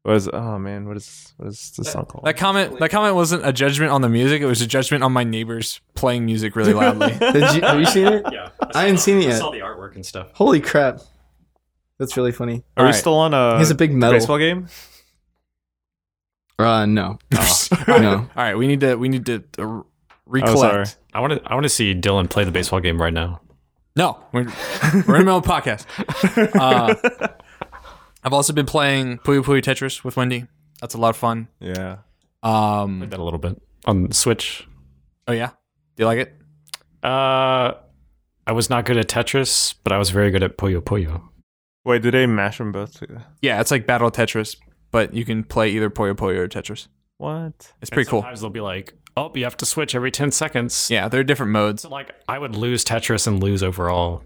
D: What is oh man? What is what is this song called?
A: That comment that comment wasn't a judgment on the music. It was a judgment on my neighbors playing music really
D: [laughs]
A: loudly.
B: Did you, have you seen it?
C: Yeah,
B: I hadn't seen it yet.
C: the artwork and stuff.
B: Holy crap. That's really funny.
D: Are we
A: Alright.
D: still on a,
B: He has a big medal.
D: baseball game?
B: Uh, no.
A: [laughs]
B: no.
A: All right, we need to we need to uh,
D: sorry.
A: recollect.
C: I want to I want to see Dylan play the baseball game right now.
A: no, we're, we're in the middle of a podcast. Uh, I've also been playing Puyo Puyo Tetris with Wendy. That's a lot of fun.
D: Yeah.
A: Um,
C: Played that a little bit on Switch.
A: oh yeah, do you like it?
C: Uh, I was not good at Tetris, but I was very good at Puyo Puyo.
D: Wait, did they mash them both together?
A: Yeah, it's like Battle Tetris, but you can play either Puyo Puyo or Tetris.
D: What?
A: It's pretty cool.
C: Sometimes they'll be like, "Oh, you have to switch every ten seconds."
A: Yeah, there are different modes.
C: So like, I would lose Tetris and lose overall,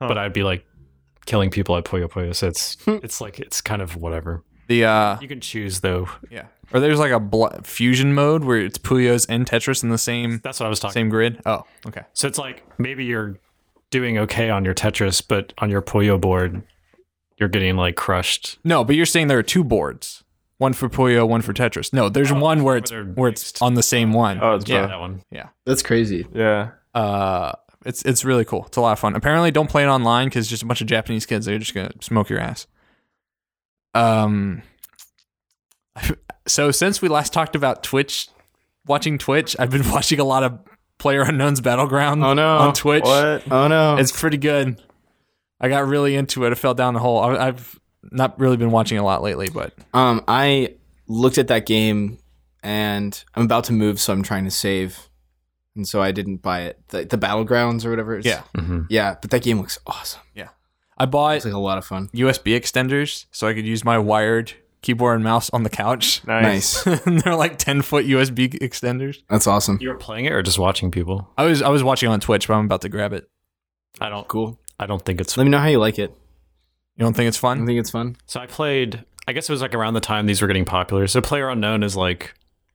D: Huh.
C: but I'd be like killing people at Puyo Puyo. So it's
A: Hmm.
C: it's like it's kind of whatever.
A: The uh,
C: You can choose though.
A: yeah, or there's like a bl- fusion mode where it's Puyo's and Tetris in the same
C: That's what I was talking.
A: same grid. Oh, okay.
C: So it's like maybe you're doing okay on your Tetris, but on your Puyo board, you're getting like crushed.
A: No, but you're saying there are two boards, one for Puyo, one for Tetris. No, there's one where it's
C: they're
A: where it's on the same one.
D: Oh, it's
A: yeah,
C: that one.
B: That's crazy.
D: Yeah.
A: uh, it's it's really cool. It's a lot of fun. Apparently, don't play it online because just a bunch of Japanese kids they're just gonna smoke your ass. Um. [laughs] So since we last talked about Twitch, watching Twitch, I've been [laughs] watching a lot of Player Unknown's Battleground
B: Oh, no.
A: on Twitch.
D: What?
B: Oh no.
A: It's pretty good. I got really into it. I fell down the hole. I, I've not really been watching a lot lately, but
B: um I looked at that game and I'm about to move so I'm trying to save. And so I didn't buy it. The, the battlegrounds or whatever. It's,
A: Yeah.
C: Mhm.
B: Yeah, but that game looks awesome.
A: I bought
B: It's like a lot of fun.
A: USB extenders so I could use my wired keyboard and mouse on the couch. [laughs]
D: Nice.
B: Nice.
A: and they're like 10 foot USB extenders.
B: That's awesome.
C: You were playing it or just watching people?
A: I was I was watching on Twitch, but I'm about to grab it.
C: I don't.
B: Cool.
C: I don't think it's.
B: Let me know how you like it.
A: You don't think it's
B: I
A: fun?
B: think it's fun.
C: So I played. I guess it was like around the time these were getting popular. So Player Unknown is like,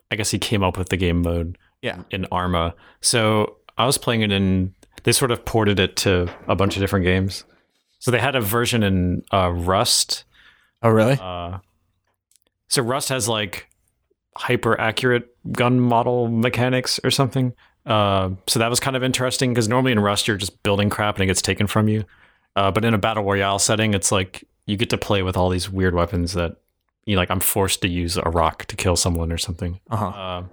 C: I guess he came up with the game mode
A: Yeah.
C: in Arma. So I was playing it in. They sort of ported it to a bunch of different games. So they had a version in uh, Rust.
A: Oh, really?
C: Uh, so Rust has like hyper accurate gun model mechanics or something. Uh, so that was kind of interesting because normally in Rust you're just building crap and it gets taken from you. Uh, but in a battle royale setting, it's like you get to play with all these weird weapons that you know, like. I'm forced to use a rock to kill someone or something.
A: Uh-huh.
C: Um,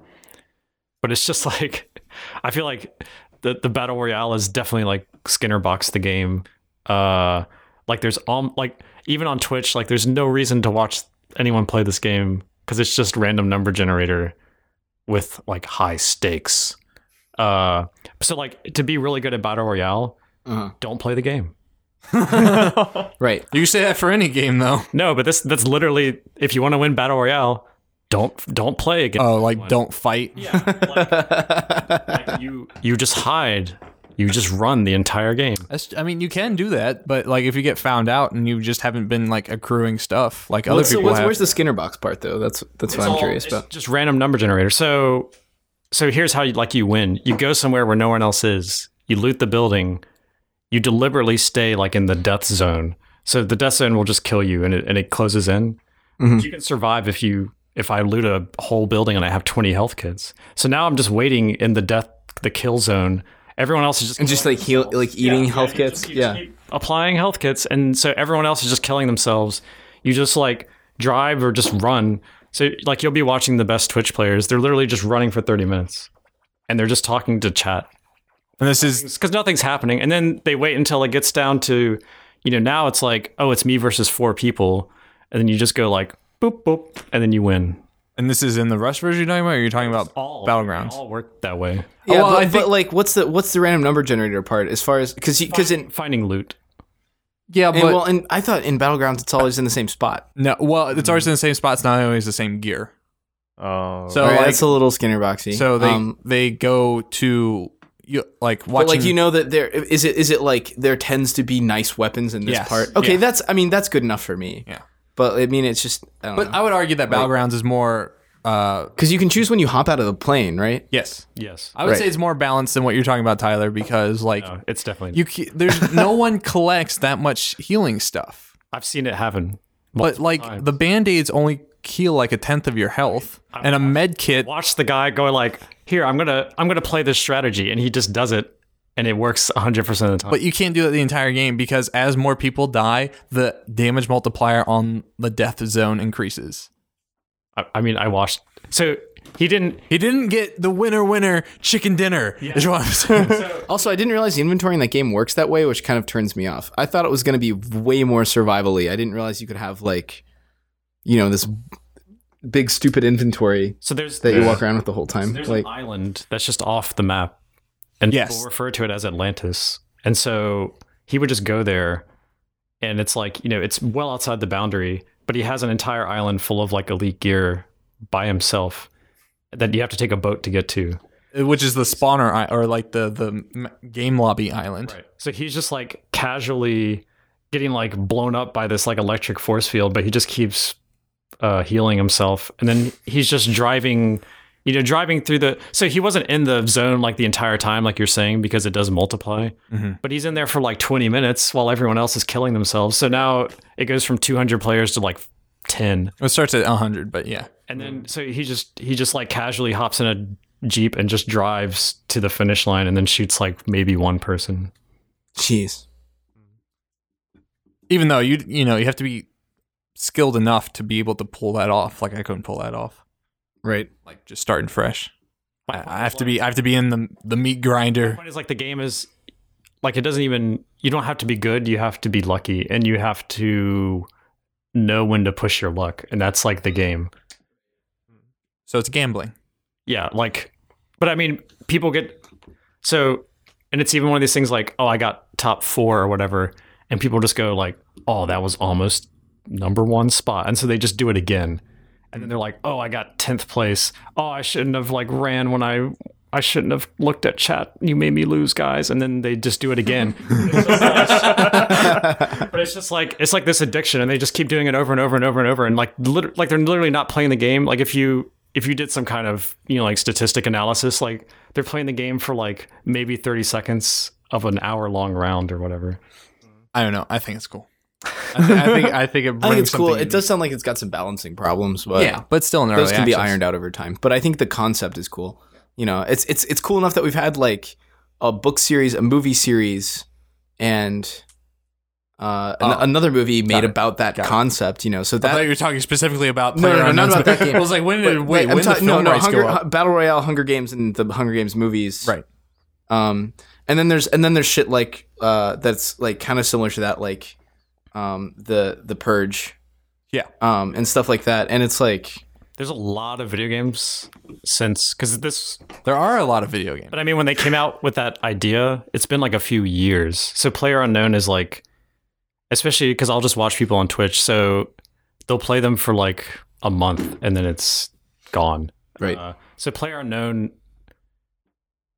C: but it's just [laughs] like I feel like the the battle royale is definitely like Skinner box the game. Uh, like there's um like even on Twitch like there's no reason to watch anyone play this game because it's just random number generator with like high stakes. Uh, so like to be really good at battle royale,
B: Uh-huh.
C: don't play the game.
B: Right.
A: You can say that for any game though.
C: No, but this that's literally if you want to win battle royale, don't don't play again.
A: Oh, like don't fight.
C: Like, you you just hide. You just run the entire game.
A: [laughs] That's, I mean, you can do that, but like if you get found out and you just haven't been like accruing stuff like other
B: What's the,
A: people
B: what's,
A: have.
B: where's the Skinner box part though? That's that's what I'm curious
C: It's
B: about.
C: just random number generator. So so here's how you like you win. You go somewhere where no one else is. You loot the building. You deliberately stay like in the death zone. So the death zone will just kill you and it and it closes in.
B: Mhm.
C: You can survive if you if I loot a whole building and I have 20 health kits. So now I'm just waiting in the death, the kill zone. Everyone else is just
B: and just like heal, like eating health
C: you
B: kits.
C: just keep-
B: yeah,
C: keep applying health kits, and so everyone else is just killing themselves. You just like drive or just run. So like you'll be watching the best Twitch players. They're literally just running for thirty minutes, and they're just talking to chat
A: And this is
C: because nothing's happening. And then they wait until it gets down to, you know, now it's like, oh, it's me versus four people, and then you just go like boop boop, and then you win.
A: and this is in the rush version you're talking about. Or you're talking about
C: All
A: battlegrounds.
C: all work that way.
A: Oh,
B: yeah.
A: well,
B: but,
A: I think-
B: but like, what's the what's the random number generator part as far as because because in
C: Finding loot.
A: yeah,
B: and,
A: but
B: well, and I thought in battlegrounds it's always in the same spot.
A: no. Well, it's
B: Mm-hmm.
A: always in the same spot. It's not always the same gear.
D: Oh,
A: So
B: All right,
A: like,
B: that's a little Skinner boxy.
A: so they
B: Um,
A: they go to you like watching.
B: but like you know that there is it is it like there tends to be nice weapons in this
A: Yes.
B: part. Okay,
A: Yeah.
B: that's I mean that's good enough for me.
A: Yeah.
B: But I mean it's just I don't
A: but I would argue that battlegrounds is more. Uh,
B: because you can choose when you hop out of the plane, right?
A: yes,
C: Yes.
A: I would
B: Right.
A: say it's more balanced than what you're talking about, Tyler, because like
C: No, it's definitely
A: you ca-
B: [laughs]
A: there's no one collects that much healing stuff.
C: I've seen it happen.
A: But like
C: times.
A: the band aids only heal like a tenth of your health, and a med kit.
C: watch the guy go like, "Here, I'm gonna, I'm gonna play this strategy," and he just does it, and it works 100 percent of the time.
A: But you can't do that the entire game because as more people die, the damage multiplier on the death zone increases.
C: I, I mean, I watched. So he didn't.
A: He didn't get the winner winner chicken dinner. Is what I'm saying.
B: Also, I didn't realize the inventory in that game works that way, which kind of turns me off. I thought it was going to be way more survivally. I didn't realize you could have like, you know, this big stupid inventory
C: So there's
B: that you
C: there's-
B: walk around with the whole time.
C: There's
B: Like,
C: an island that's just off the map, and
A: Yes.
C: people refer to it as Atlantis. And so he would just go there, and it's like you know, it's well outside the boundary, but he has an entire island full of like elite gear by himself that you have to take a boat to get to.
A: uh, Which is the spawner i- or like the the m- game lobby island.
C: Right. So he's just like casually getting like blown up by this like electric force field, but he just keeps uh, healing himself, and then he's just driving, you know, driving through the. So he wasn't in the zone like the entire time, like you're saying, because it does multiply.
A: Mhm.
C: But he's in there for like 20 minutes while everyone else is killing themselves. So now it goes from 200 players to like 10
A: It starts at 100, but yeah.
C: and then so he just he just like casually hops in a jeep and just drives to the finish line and then shoots like maybe one person
B: jeez,
A: Even though you you know you have to be skilled enough to be able to pull that off. Like I couldn't pull that off.
B: right?
A: Like just starting fresh.
C: My
A: I, I have to be I have to be in the the meat grinder.
C: point is like the game is like it doesn't even you don't have to be good you have to be lucky and you have to know when to push your luck and that's like the game
A: So it's gambling.
C: yeah like but i mean people get so and it's even one of these things like oh i got top four or whatever and people just go like oh that was almost number one spot and so they just do it again and then they're like oh i got 10th place oh i shouldn't have like ran when i i shouldn't have looked at chat you made me lose guys and then they just do it again but it's just like it's like this addiction and they just keep doing it over and over and over and over and like lit- like they're literally not playing the game like if you if you did some kind of you know like statistic analysis like they're playing the game for like maybe 30 seconds of an hour long round or whatever
A: I don't know. I think it's [laughs] cool. I, thi- I think I think it brings
B: I think it's cool.
A: something
B: It does sound like it's got some balancing problems, but
A: Yeah, but still in early
B: those can be
A: access.
B: ironed out over time. But I think the concept is cool. You know, it's it's it's cool enough that we've had like a book series, a movie series, and uh, an-
A: Oh.
B: another movie
A: it.
B: made about that
A: Got it.
B: concept. You know, so
A: I thought
B: that
A: you were talking specifically about
B: No, no, no,
A: PlayerUnknown's-
B: not about that game.
A: I was like, when did wait,
B: I'm
A: when did the
B: talking-
A: film rights
B: Hunger,
A: go up?
B: Hu- Battle Royale, Hunger Games, and the Hunger Games movies.
A: Right.
B: Um, and then there's and then there's shit like uh that's like kind of similar to that like, um the the Purge.
A: Yeah.
B: Um, and stuff like that, and it's like
C: there's a lot of video games since because this
A: There are a lot of video games.
C: but i mean when they came out with that idea it's been like a few years so player unknown is like especially because i'll just watch people on twitch so they'll play them for like a month and then it's gone
B: right.
C: Uh, so player unknown,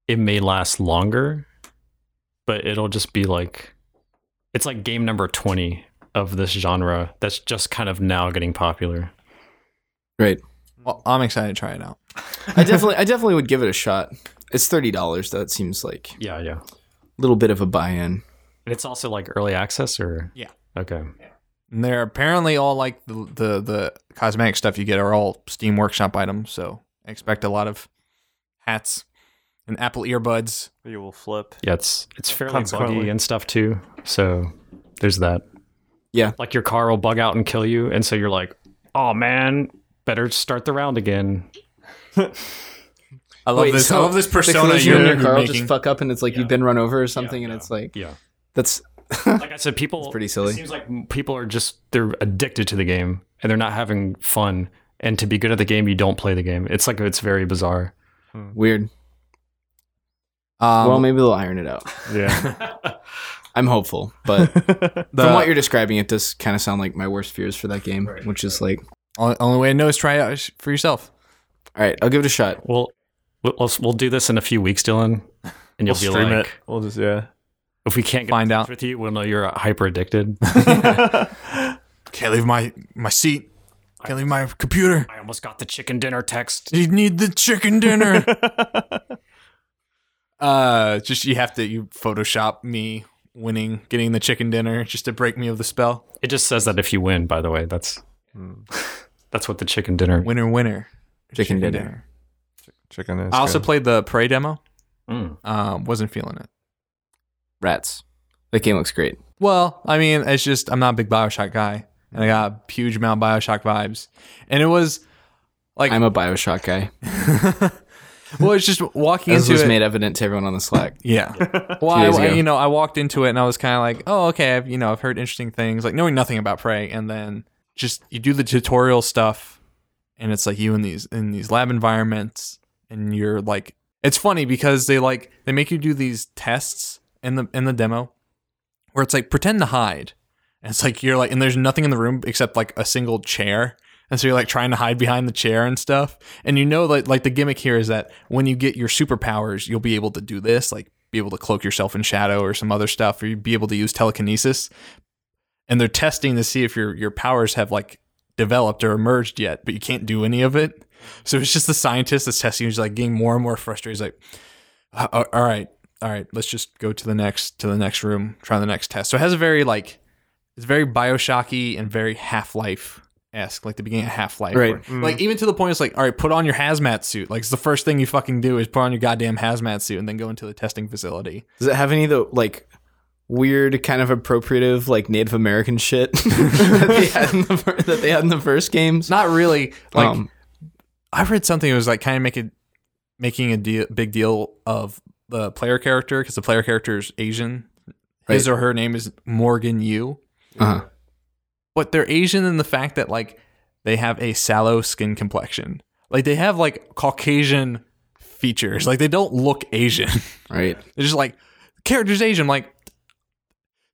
C: it may last longer, but it'll just be like it's like game number twenty of this genre that's just kind of now getting popular.
A: Well, I'm excited to try it out.
B: I definitely, I definitely would give it a shot. It's thirty dollars though. It seems like a
C: Yeah, yeah.
B: little bit of a buy-in.
C: And it's also like early access, or
A: Yeah.
C: okay.
A: And they're apparently all like the, the the cosmetic stuff you get are all Steam Workshop items. So I expect a lot of hats and Apple earbuds.
D: You will flip.
C: Yeah, it's it's fairly buggy
D: Consequently.
C: and stuff too. So there's that.
B: Yeah.
C: Like your car will bug out and kill you, and so you're like, oh man, better start the round again.
A: I love this. I love this persona
B: collision
A: you're,
B: in your
A: you're
B: car will
A: making.
B: just fuck up, and it's like you've been run over or something, and it's like
C: Yeah.
B: that's
C: [laughs] Like I said, people.
B: pretty silly.
C: It seems like m- people are just they're addicted to the game and they're not having fun. And to be good at the game, you don't play the game. It's like it's very bizarre.
B: weird.
A: Um,
B: well, maybe they'll iron it out.
A: [laughs]
D: Yeah.
B: I'm hopeful, but
A: the
B: from what you're describing, it does kind of sound like my worst fears for that game, which is like,
A: only, only way to know is try it out sh- for yourself.
B: all right, I'll give it a shot.
C: Well, we'll we'll- we'll do this in a few weeks, Dylan, and you'll
D: we'll
C: be
D: stream
C: like,
D: it. We'll just yeah.
C: if we can't get
A: Find
C: in touch
A: out.
C: with you, we'll know you're hyper addicted.
A: Can't leave my my seat. Can't leave my computer.
C: I almost got the chicken dinner text.
A: You need the chicken
B: [laughs]
A: dinner. [laughs] uh, just you have to you Photoshop me winning, getting the chicken dinner, just to break me of the spell.
C: It just says that if you win, by the way, that's [laughs] that's what the chicken dinner.
A: Winner, winner.
B: Chicken dinner.
D: Chicken is.
A: I also
D: good.
A: played the prey demo.
C: Mm.
A: Um, wasn't feeling it.
B: Rats. That game looks great.
A: Well, I mean, it's just I'm not a big Bioshock guy, and I got a huge amount of Bioshock vibes, and it was [laughs] like,
B: I'm a Bioshock guy.
A: well, it's just walking
B: This
A: into
B: was
A: it.
B: made evident to everyone on the Slack.
A: Yeah.
B: [laughs]
A: well, I,
B: days
A: I-
B: ago.
A: you know, I walked into it and I was kind of like, oh, okay, I've, you know, I've heard interesting things, like knowing nothing about Prey, and then just you do the tutorial stuff, and it's like you in these in these lab environments, and you're like, it's funny because they like they make you do these tests in the in the demo, where it's like pretend to hide, and it's like you're like, and there's nothing in the room except like a single chair. And so you're like trying to hide behind the chair and stuff. And you know, like, like the gimmick here is that when you get your superpowers, you'll be able to do this, like be able to cloak yourself in shadow or some other stuff, or you'd be able to use telekinesis. And they're testing to see if your your powers have like developed or emerged yet, but you can't do any of it. So it's just the scientist that's testing. He's like getting more and more frustrated. He's like, "Uh, uh, all right, all right, let's just go to the next to the next room, try the next test. So it has a very like it's very Bioshocky and very Half Life esque, like the beginning of Half Life.
B: Right.
A: Like even to the point it's like, all right, put on your hazmat suit. Like it's the first thing you fucking do is put on your goddamn hazmat suit and then go into the testing facility.
B: Does it have any of the like weird kind of appropriative like Native American shit [laughs] that, they had in the, fir- that they had in the first games?
A: Not really. Like
B: Um,
A: I read something that was like kind of making making a deal, big deal of the player character because the player character is Asian. His or her name is Morgan Yu.
B: uh-huh.
A: but they're Asian in the fact that like they have a sallow skin complexion. Like they have like Caucasian features. Like they don't look Asian. [laughs]
B: Right.
A: They're just like character's Asian. Like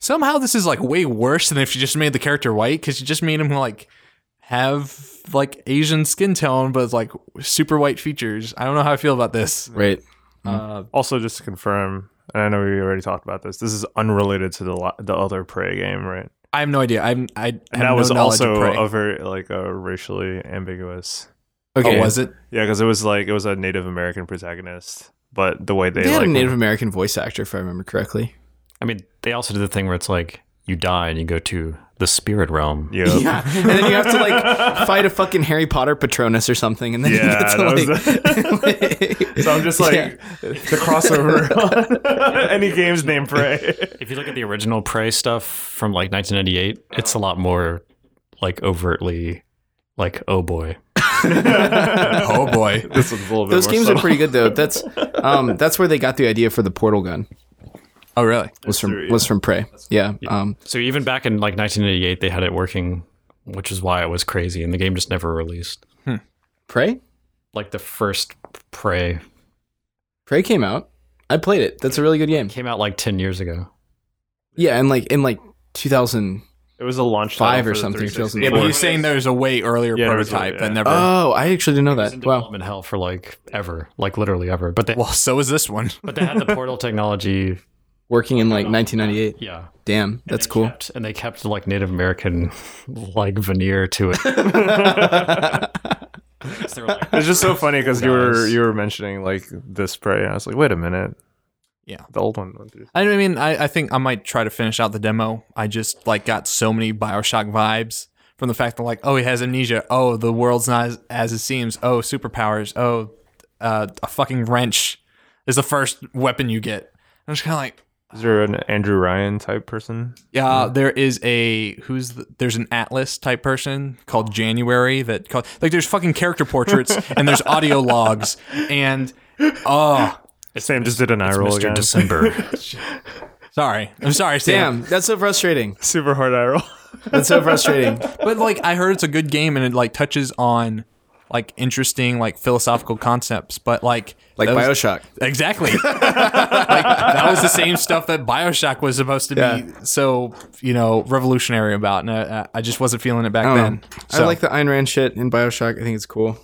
A: somehow this is like way worse than if you just made the character white because you just made him like have like Asian skin tone, but like super white features. I don't know how I feel about this.
B: Right.
A: Uh,
D: Also, just to confirm, and I know we already talked about this. This is unrelated to the lo- the other prey game, right?
A: I have no idea. I'm I, I have
D: And that
A: no
D: was
A: knowledge of
D: also
A: Prey.
D: a very like a racially ambiguous.
A: oh,
B: Okay.
A: was it?
D: Yeah, because it was like it was a Native American protagonist, but the way they,
B: They had
D: like
B: a Native American voice actor, if I remember correctly.
C: I mean, they also did the thing where it's like you die and you go to the spirit realm.
D: yeah, yeah,
B: Yeah, and then you have to like fight a fucking Harry Potter Patronus or something, and then
D: Yeah,
B: you [laughs] get to
D: that
B: like.
D: So I'm just like
B: Yeah.
D: the crossover. on [laughs] Any game's name prey.
C: If you look at the original Prey stuff from like 1998, it's a lot more like overtly like oh boy.
A: [laughs] Oh boy.
D: this one's a little
B: [laughs]
D: bit
B: Those
D: more
B: games are
D: subtle.
B: pretty good though. That's um, that's where they got the idea for the portal gun.
A: oh really?
B: Was from
D: true,
B: was from Prey. Yeah. Um,
C: So even back in like 1988, they had it working, which is why it was crazy, and the game just never released.
B: Prey.
C: Like the first Prey
B: Prey came out. I played it. That's a really good game.
C: came out like 10 years ago.
B: Yeah, and like in like 2000.
D: It was a launch
B: Five or
D: title for the
B: something,
D: 360.
A: Yeah, but
B: Or-
A: you're saying there's a way earlier
D: Yeah, there was a-
A: prototype that
D: yeah.
A: never.
B: Oh, I actually didn't know
C: It was in
B: that. Wow.
C: development hell for like ever, like literally ever. But they
A: well, so is this one.
C: but they had the portal technology.
B: Working in like 1998.
C: Yeah,
B: Damn, that's cool.
C: kept- and they kept like Native American like veneer to it.
B: [laughs]
C: They were like,
D: It's just so funny because you
B: [laughs]
D: were
C: Guys.
D: you were mentioning like this prey, and I was like, wait a minute,
A: Yeah.
D: the old one went through.
A: I mean, I, I think I might try to finish out the demo. I just like got so many Bioshock vibes from the fact that like, oh, he has amnesia. Oh, the world's not as, as it seems. Oh, superpowers. Oh, uh, a fucking wrench is the first weapon you get. I'm just kind of like,
D: Is there an Andrew Ryan type person?
A: yeah, there is a who's the, there's an Atlas type person called January that called like there's fucking character portraits and there's audio logs and oh,
D: Sam just did an eye roll
C: Mr.
D: again.
C: December.
A: sorry, I'm sorry, Sam.
B: Damn, that's so frustrating.
D: [laughs] Super hard eye roll.
B: That's so [laughs] frustrating.
A: but like I heard it's a good game and it like touches on like interesting like philosophical concepts, but like
B: Like
A: that was-
B: Bioshock. [laughs]
A: exactly like that was the same stuff that Bioshock was supposed to
B: Yeah.
A: be so you know revolutionary about, and I, I just wasn't feeling it back
B: I don't
A: then.
B: know.
A: So
B: I like the Ayn Rand shit in Bioshock. I think it's cool.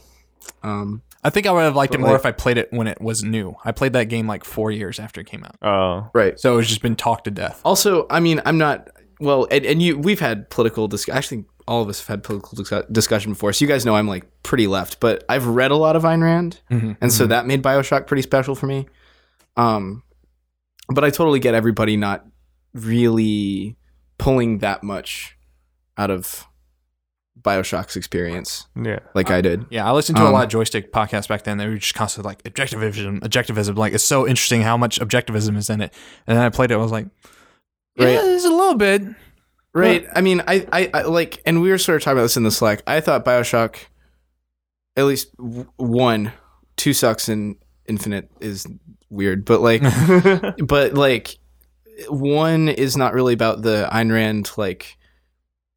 B: Um,
A: I think I would have liked it more
B: like-
A: if I played it when it was new. I played that game like four years after it came out,
D: [laughs] Oh,
B: right.
A: so it's just been talked to death.
B: Also, I mean, I'm not well, and, and you we've had political discussion. Actually, all of us have had political discu- discussion before, so you guys know I'm like pretty left. But I've read a lot of Ayn Rand,
A: Mhm.
B: Mm-hmm. and so that made Bioshock pretty special for me. Um, but I totally get everybody not really pulling that much out of Bioshock's experience,
D: [laughs] yeah.
B: like I did.
A: Yeah, I listened to a
B: Um,
A: lot of joystick podcasts back then. They were just constantly like objectivism, objectivism. Like it's so interesting how much objectivism is in it. And then I played it. I was like, yeah,
B: Right.
A: there's a little bit.
B: Right. I mean, I, I, I like, and we were sort of talking about this in the Slack. I thought Bioshock, at least w- one, two sucks and infinite is weird, but like, but like, one is not really about the Ayn Rand like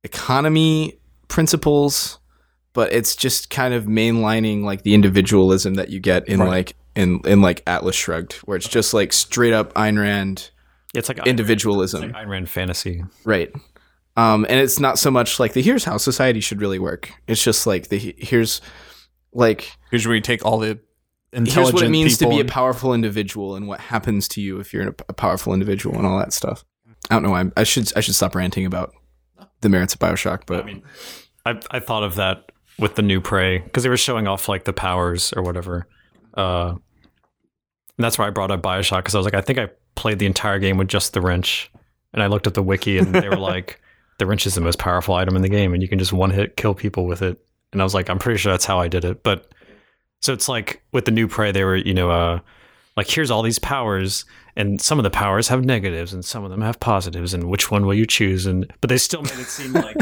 B: economy principles, but it's just kind of mainlining like the individualism that you get in
A: Right.
B: like in in like Atlas Shrugged, where it's just like straight up Ayn Rand
C: it's like
B: individualism.
C: It's like Ayn Rand fantasy.
B: Right. Um, and it's not so much like the here's how society should really work. It's just like the he- here's like
A: Here's where you take all the intelligent
B: here's what it means to
A: people
B: be a
A: and-
B: powerful individual and what happens to you if you're a, a powerful individual and all that stuff. I don't know. why I'm, I should I should stop ranting about the merits of Bioshock, but
C: I mean, I I thought of that with the new prey because they were showing off like the powers or whatever. Uh, and that's why I brought up Bioshock because I was like, I think I played the entire game with just the wrench, and I looked at the wiki and they were [laughs] like, the wrench is the most powerful item in the game, and you can just one hit kill people with it. And I was like, I'm pretty sure that's how I did it. But so it's like with the new prey, they were you know, uh, like here's all these powers. And some of the powers have negatives, and some of them have positives. And which one will you choose? And but they still made it seem like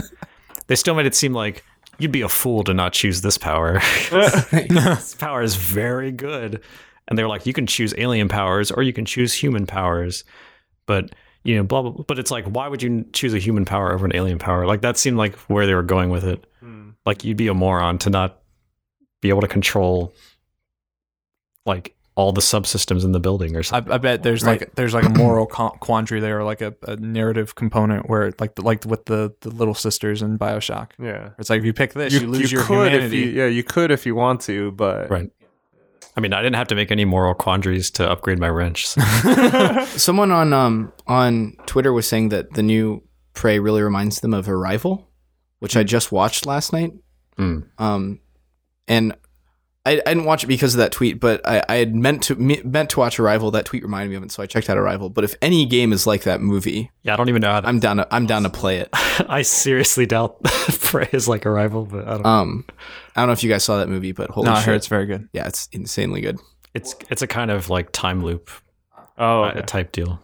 C: they still made it seem like you'd be a fool to not choose this power. [laughs] this power is very good. And they were like, you can choose alien powers or you can choose human powers. But, you know, blah, blah, blah. But it's like, why would you choose a human power over an alien power? Like, that seemed like where they were going with it.
D: Hmm.
C: Like, you'd be a moron to not be able to control, like, all the subsystems in the building or
A: I,
C: something.
A: I bet there's like there's like a moral con- quandary there, or like a, a narrative component where like the, like with the the little sisters in Bioshock.
D: Yeah.
A: It's like if you pick this, you, lose your
D: could
A: humanity.
D: If you, yeah, you could if you want to, but
C: Right. I mean, I didn't have to make any moral quandaries to upgrade my wrench. so-
B: someone on um on Twitter was saying that the new Prey really reminds them of Arrival, which I just watched last night.
C: Hmm.
B: Um, and I, I didn't watch it because of that tweet, but I, I had meant to me, meant to watch Arrival. That tweet reminded me of it, so I checked out Arrival. But if any game is like that movie,
C: yeah, I don't even know how to
B: I'm down to I'm down to play it.
C: [laughs] I seriously doubt [laughs] Prey is like a rival, but I don't.
B: Um, I don't know if you guys saw that movie, but holy
A: no, I
B: shit,
A: heard it's very good.
B: yeah, it's insanely good.
C: it's it's a kind of like time loop
D: Oh,
C: uh,
D: okay.
C: type deal.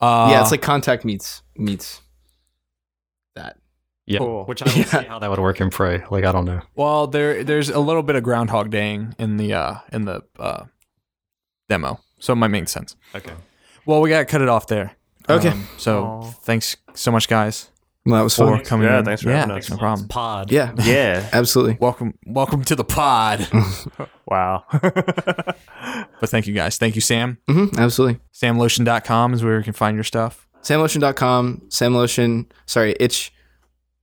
A: Uh,
B: yeah, it's like Contact meets meets that.
C: Yeah,
D: Cool.
C: which I don't
B: Yeah.
C: see how that would work in Prey. Like I don't know.
A: Well, there there's a little bit of groundhog daying in the uh in the uh demo. So it might make sense.
C: Okay.
A: Well, we got to cut it off there.
B: Okay.
A: Um, so
D: Aw.
A: thanks so much guys
B: Well, that was
A: for
B: fun.
A: coming
D: Yeah,
A: in.
D: thanks for having us.
A: no problem.
C: Pod.
B: Yeah,
D: yeah.
B: absolutely.
A: Welcome welcome to the [laughs] pod.
D: Wow. [laughs]
A: but thank you guys. Thank you Sam.
B: hmm absolutely.
A: samlotion.com is where you can find your stuff.
B: samlotion.com samlotion sorry itch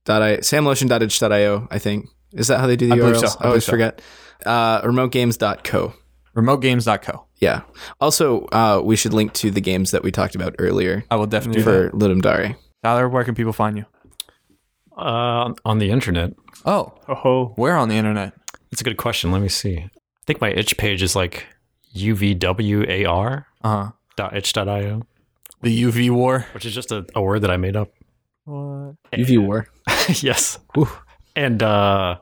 B: dot i samlotion.itch.io i think is that how they do the
A: I believe
B: URLs?
A: so. I
B: I
A: believe
B: always
A: so.
B: forget uh remotegames.co
A: remotegames.co.
B: yeah also uh we should link to the games that we talked about earlier
A: I will definitely do that.
B: for Ludum Dare
A: Tyler, where can people find you?
C: Uh, on the internet,
A: Oh,
D: oh,
A: we're on the internet.
C: it's a good question. Let me see. I think my itch page is like UVWAR.
A: Uh huh.
C: .itch.io,
A: The UV war.
C: which is just a, a word that I made up.
D: What?
B: UV war.
C: [laughs] yes. And uh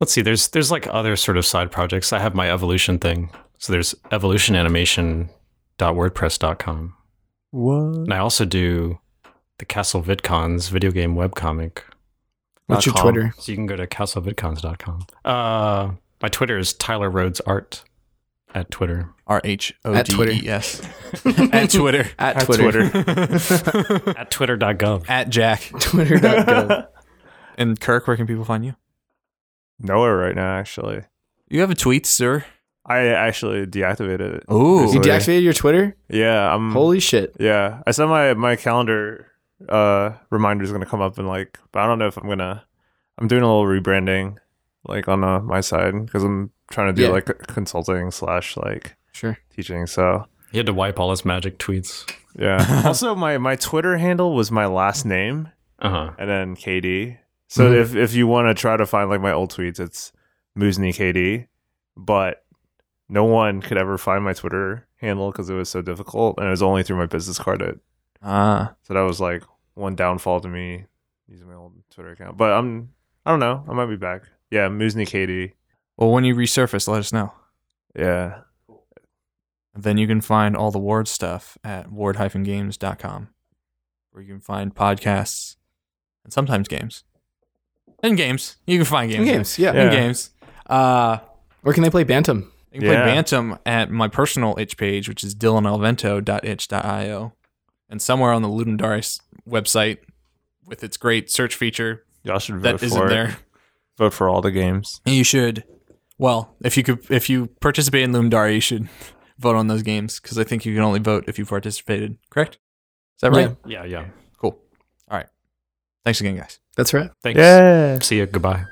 C: let's see, there's there's like other sort of side projects. I have my evolution thing. So there's evolutionanimation.wordpress.com.
D: What?
C: And I also do the Castle VidCons video game webcomic.
B: What's your
C: .com.
B: Twitter?
C: So you can go to castlevidcons.com. Uh my Twitter is Tyler Rhodes Art
B: [laughs]
C: at Twitter.
A: R H O
B: At
A: D
B: Twitter.
A: E S. [laughs] At
B: [laughs]
A: Twitter.
B: At,
A: [laughs]
D: At
B: Twitter.
D: Twitter.
C: at twitter.gov.
A: At Jack. [laughs]
B: Twitter.gov.
A: And Kirk, where can people find you?
D: Nowhere right now, actually.
A: You have a tweet, sir.
D: I actually deactivated it.
A: Ooh.
B: You deactivated your Twitter?
D: Yeah,
A: Mm.
D: I'm.
B: Oh. Holy shit.
D: Yeah, I said my my calendar uh reminder is gonna come up and like, but I don't know if I'm gonna. I'm doing a little rebranding, like on uh, my side, because I'm trying to do
B: Yeah.
D: like consulting slash like
B: Sure.
D: teaching. So
C: He had to wipe all his magic tweets.
B: [laughs]
D: yeah. also, my my Twitter handle was my last name
C: Uh-huh.
D: and then KD. So
A: Mm-hmm.
B: Mhm.
D: if if you want to try to find like my old tweets, it's Muzni KD. But no one could ever find my Twitter handle because it was so difficult, and it was only through my business card at
A: Ah.
D: So that was like one downfall to me using my old Twitter account. But I'm I don't know. I might be back. Yeah, Muzni Katie.
A: Well, when you resurface, let us know.
D: Yeah.
A: Then you can find all the Ward stuff at ward-games.com, where you can find podcasts and sometimes games. And games. You can find games.
B: Games, yeah.
A: And
D: Yeah.
A: games. Uh,
B: Where can they play Bantam?
A: you can play
D: Yeah.
A: Bantam at my personal itch page, which is dylanalvento.itch.io. And somewhere on the Ludendarius website, with its great search feature
D: Y'all should vote
A: that
D: for
A: isn't
D: it.
A: there.
D: Vote for all the games.
A: And You should. Well, if you could, if you participate in Lumdara, you should vote on those games because I think you can only vote if you participated. Correct? Is that right?
B: Yeah.
C: Yeah, yeah.
A: Cool. All right. Thanks again, guys.
B: That's right.
C: Thanks. See you. Goodbye.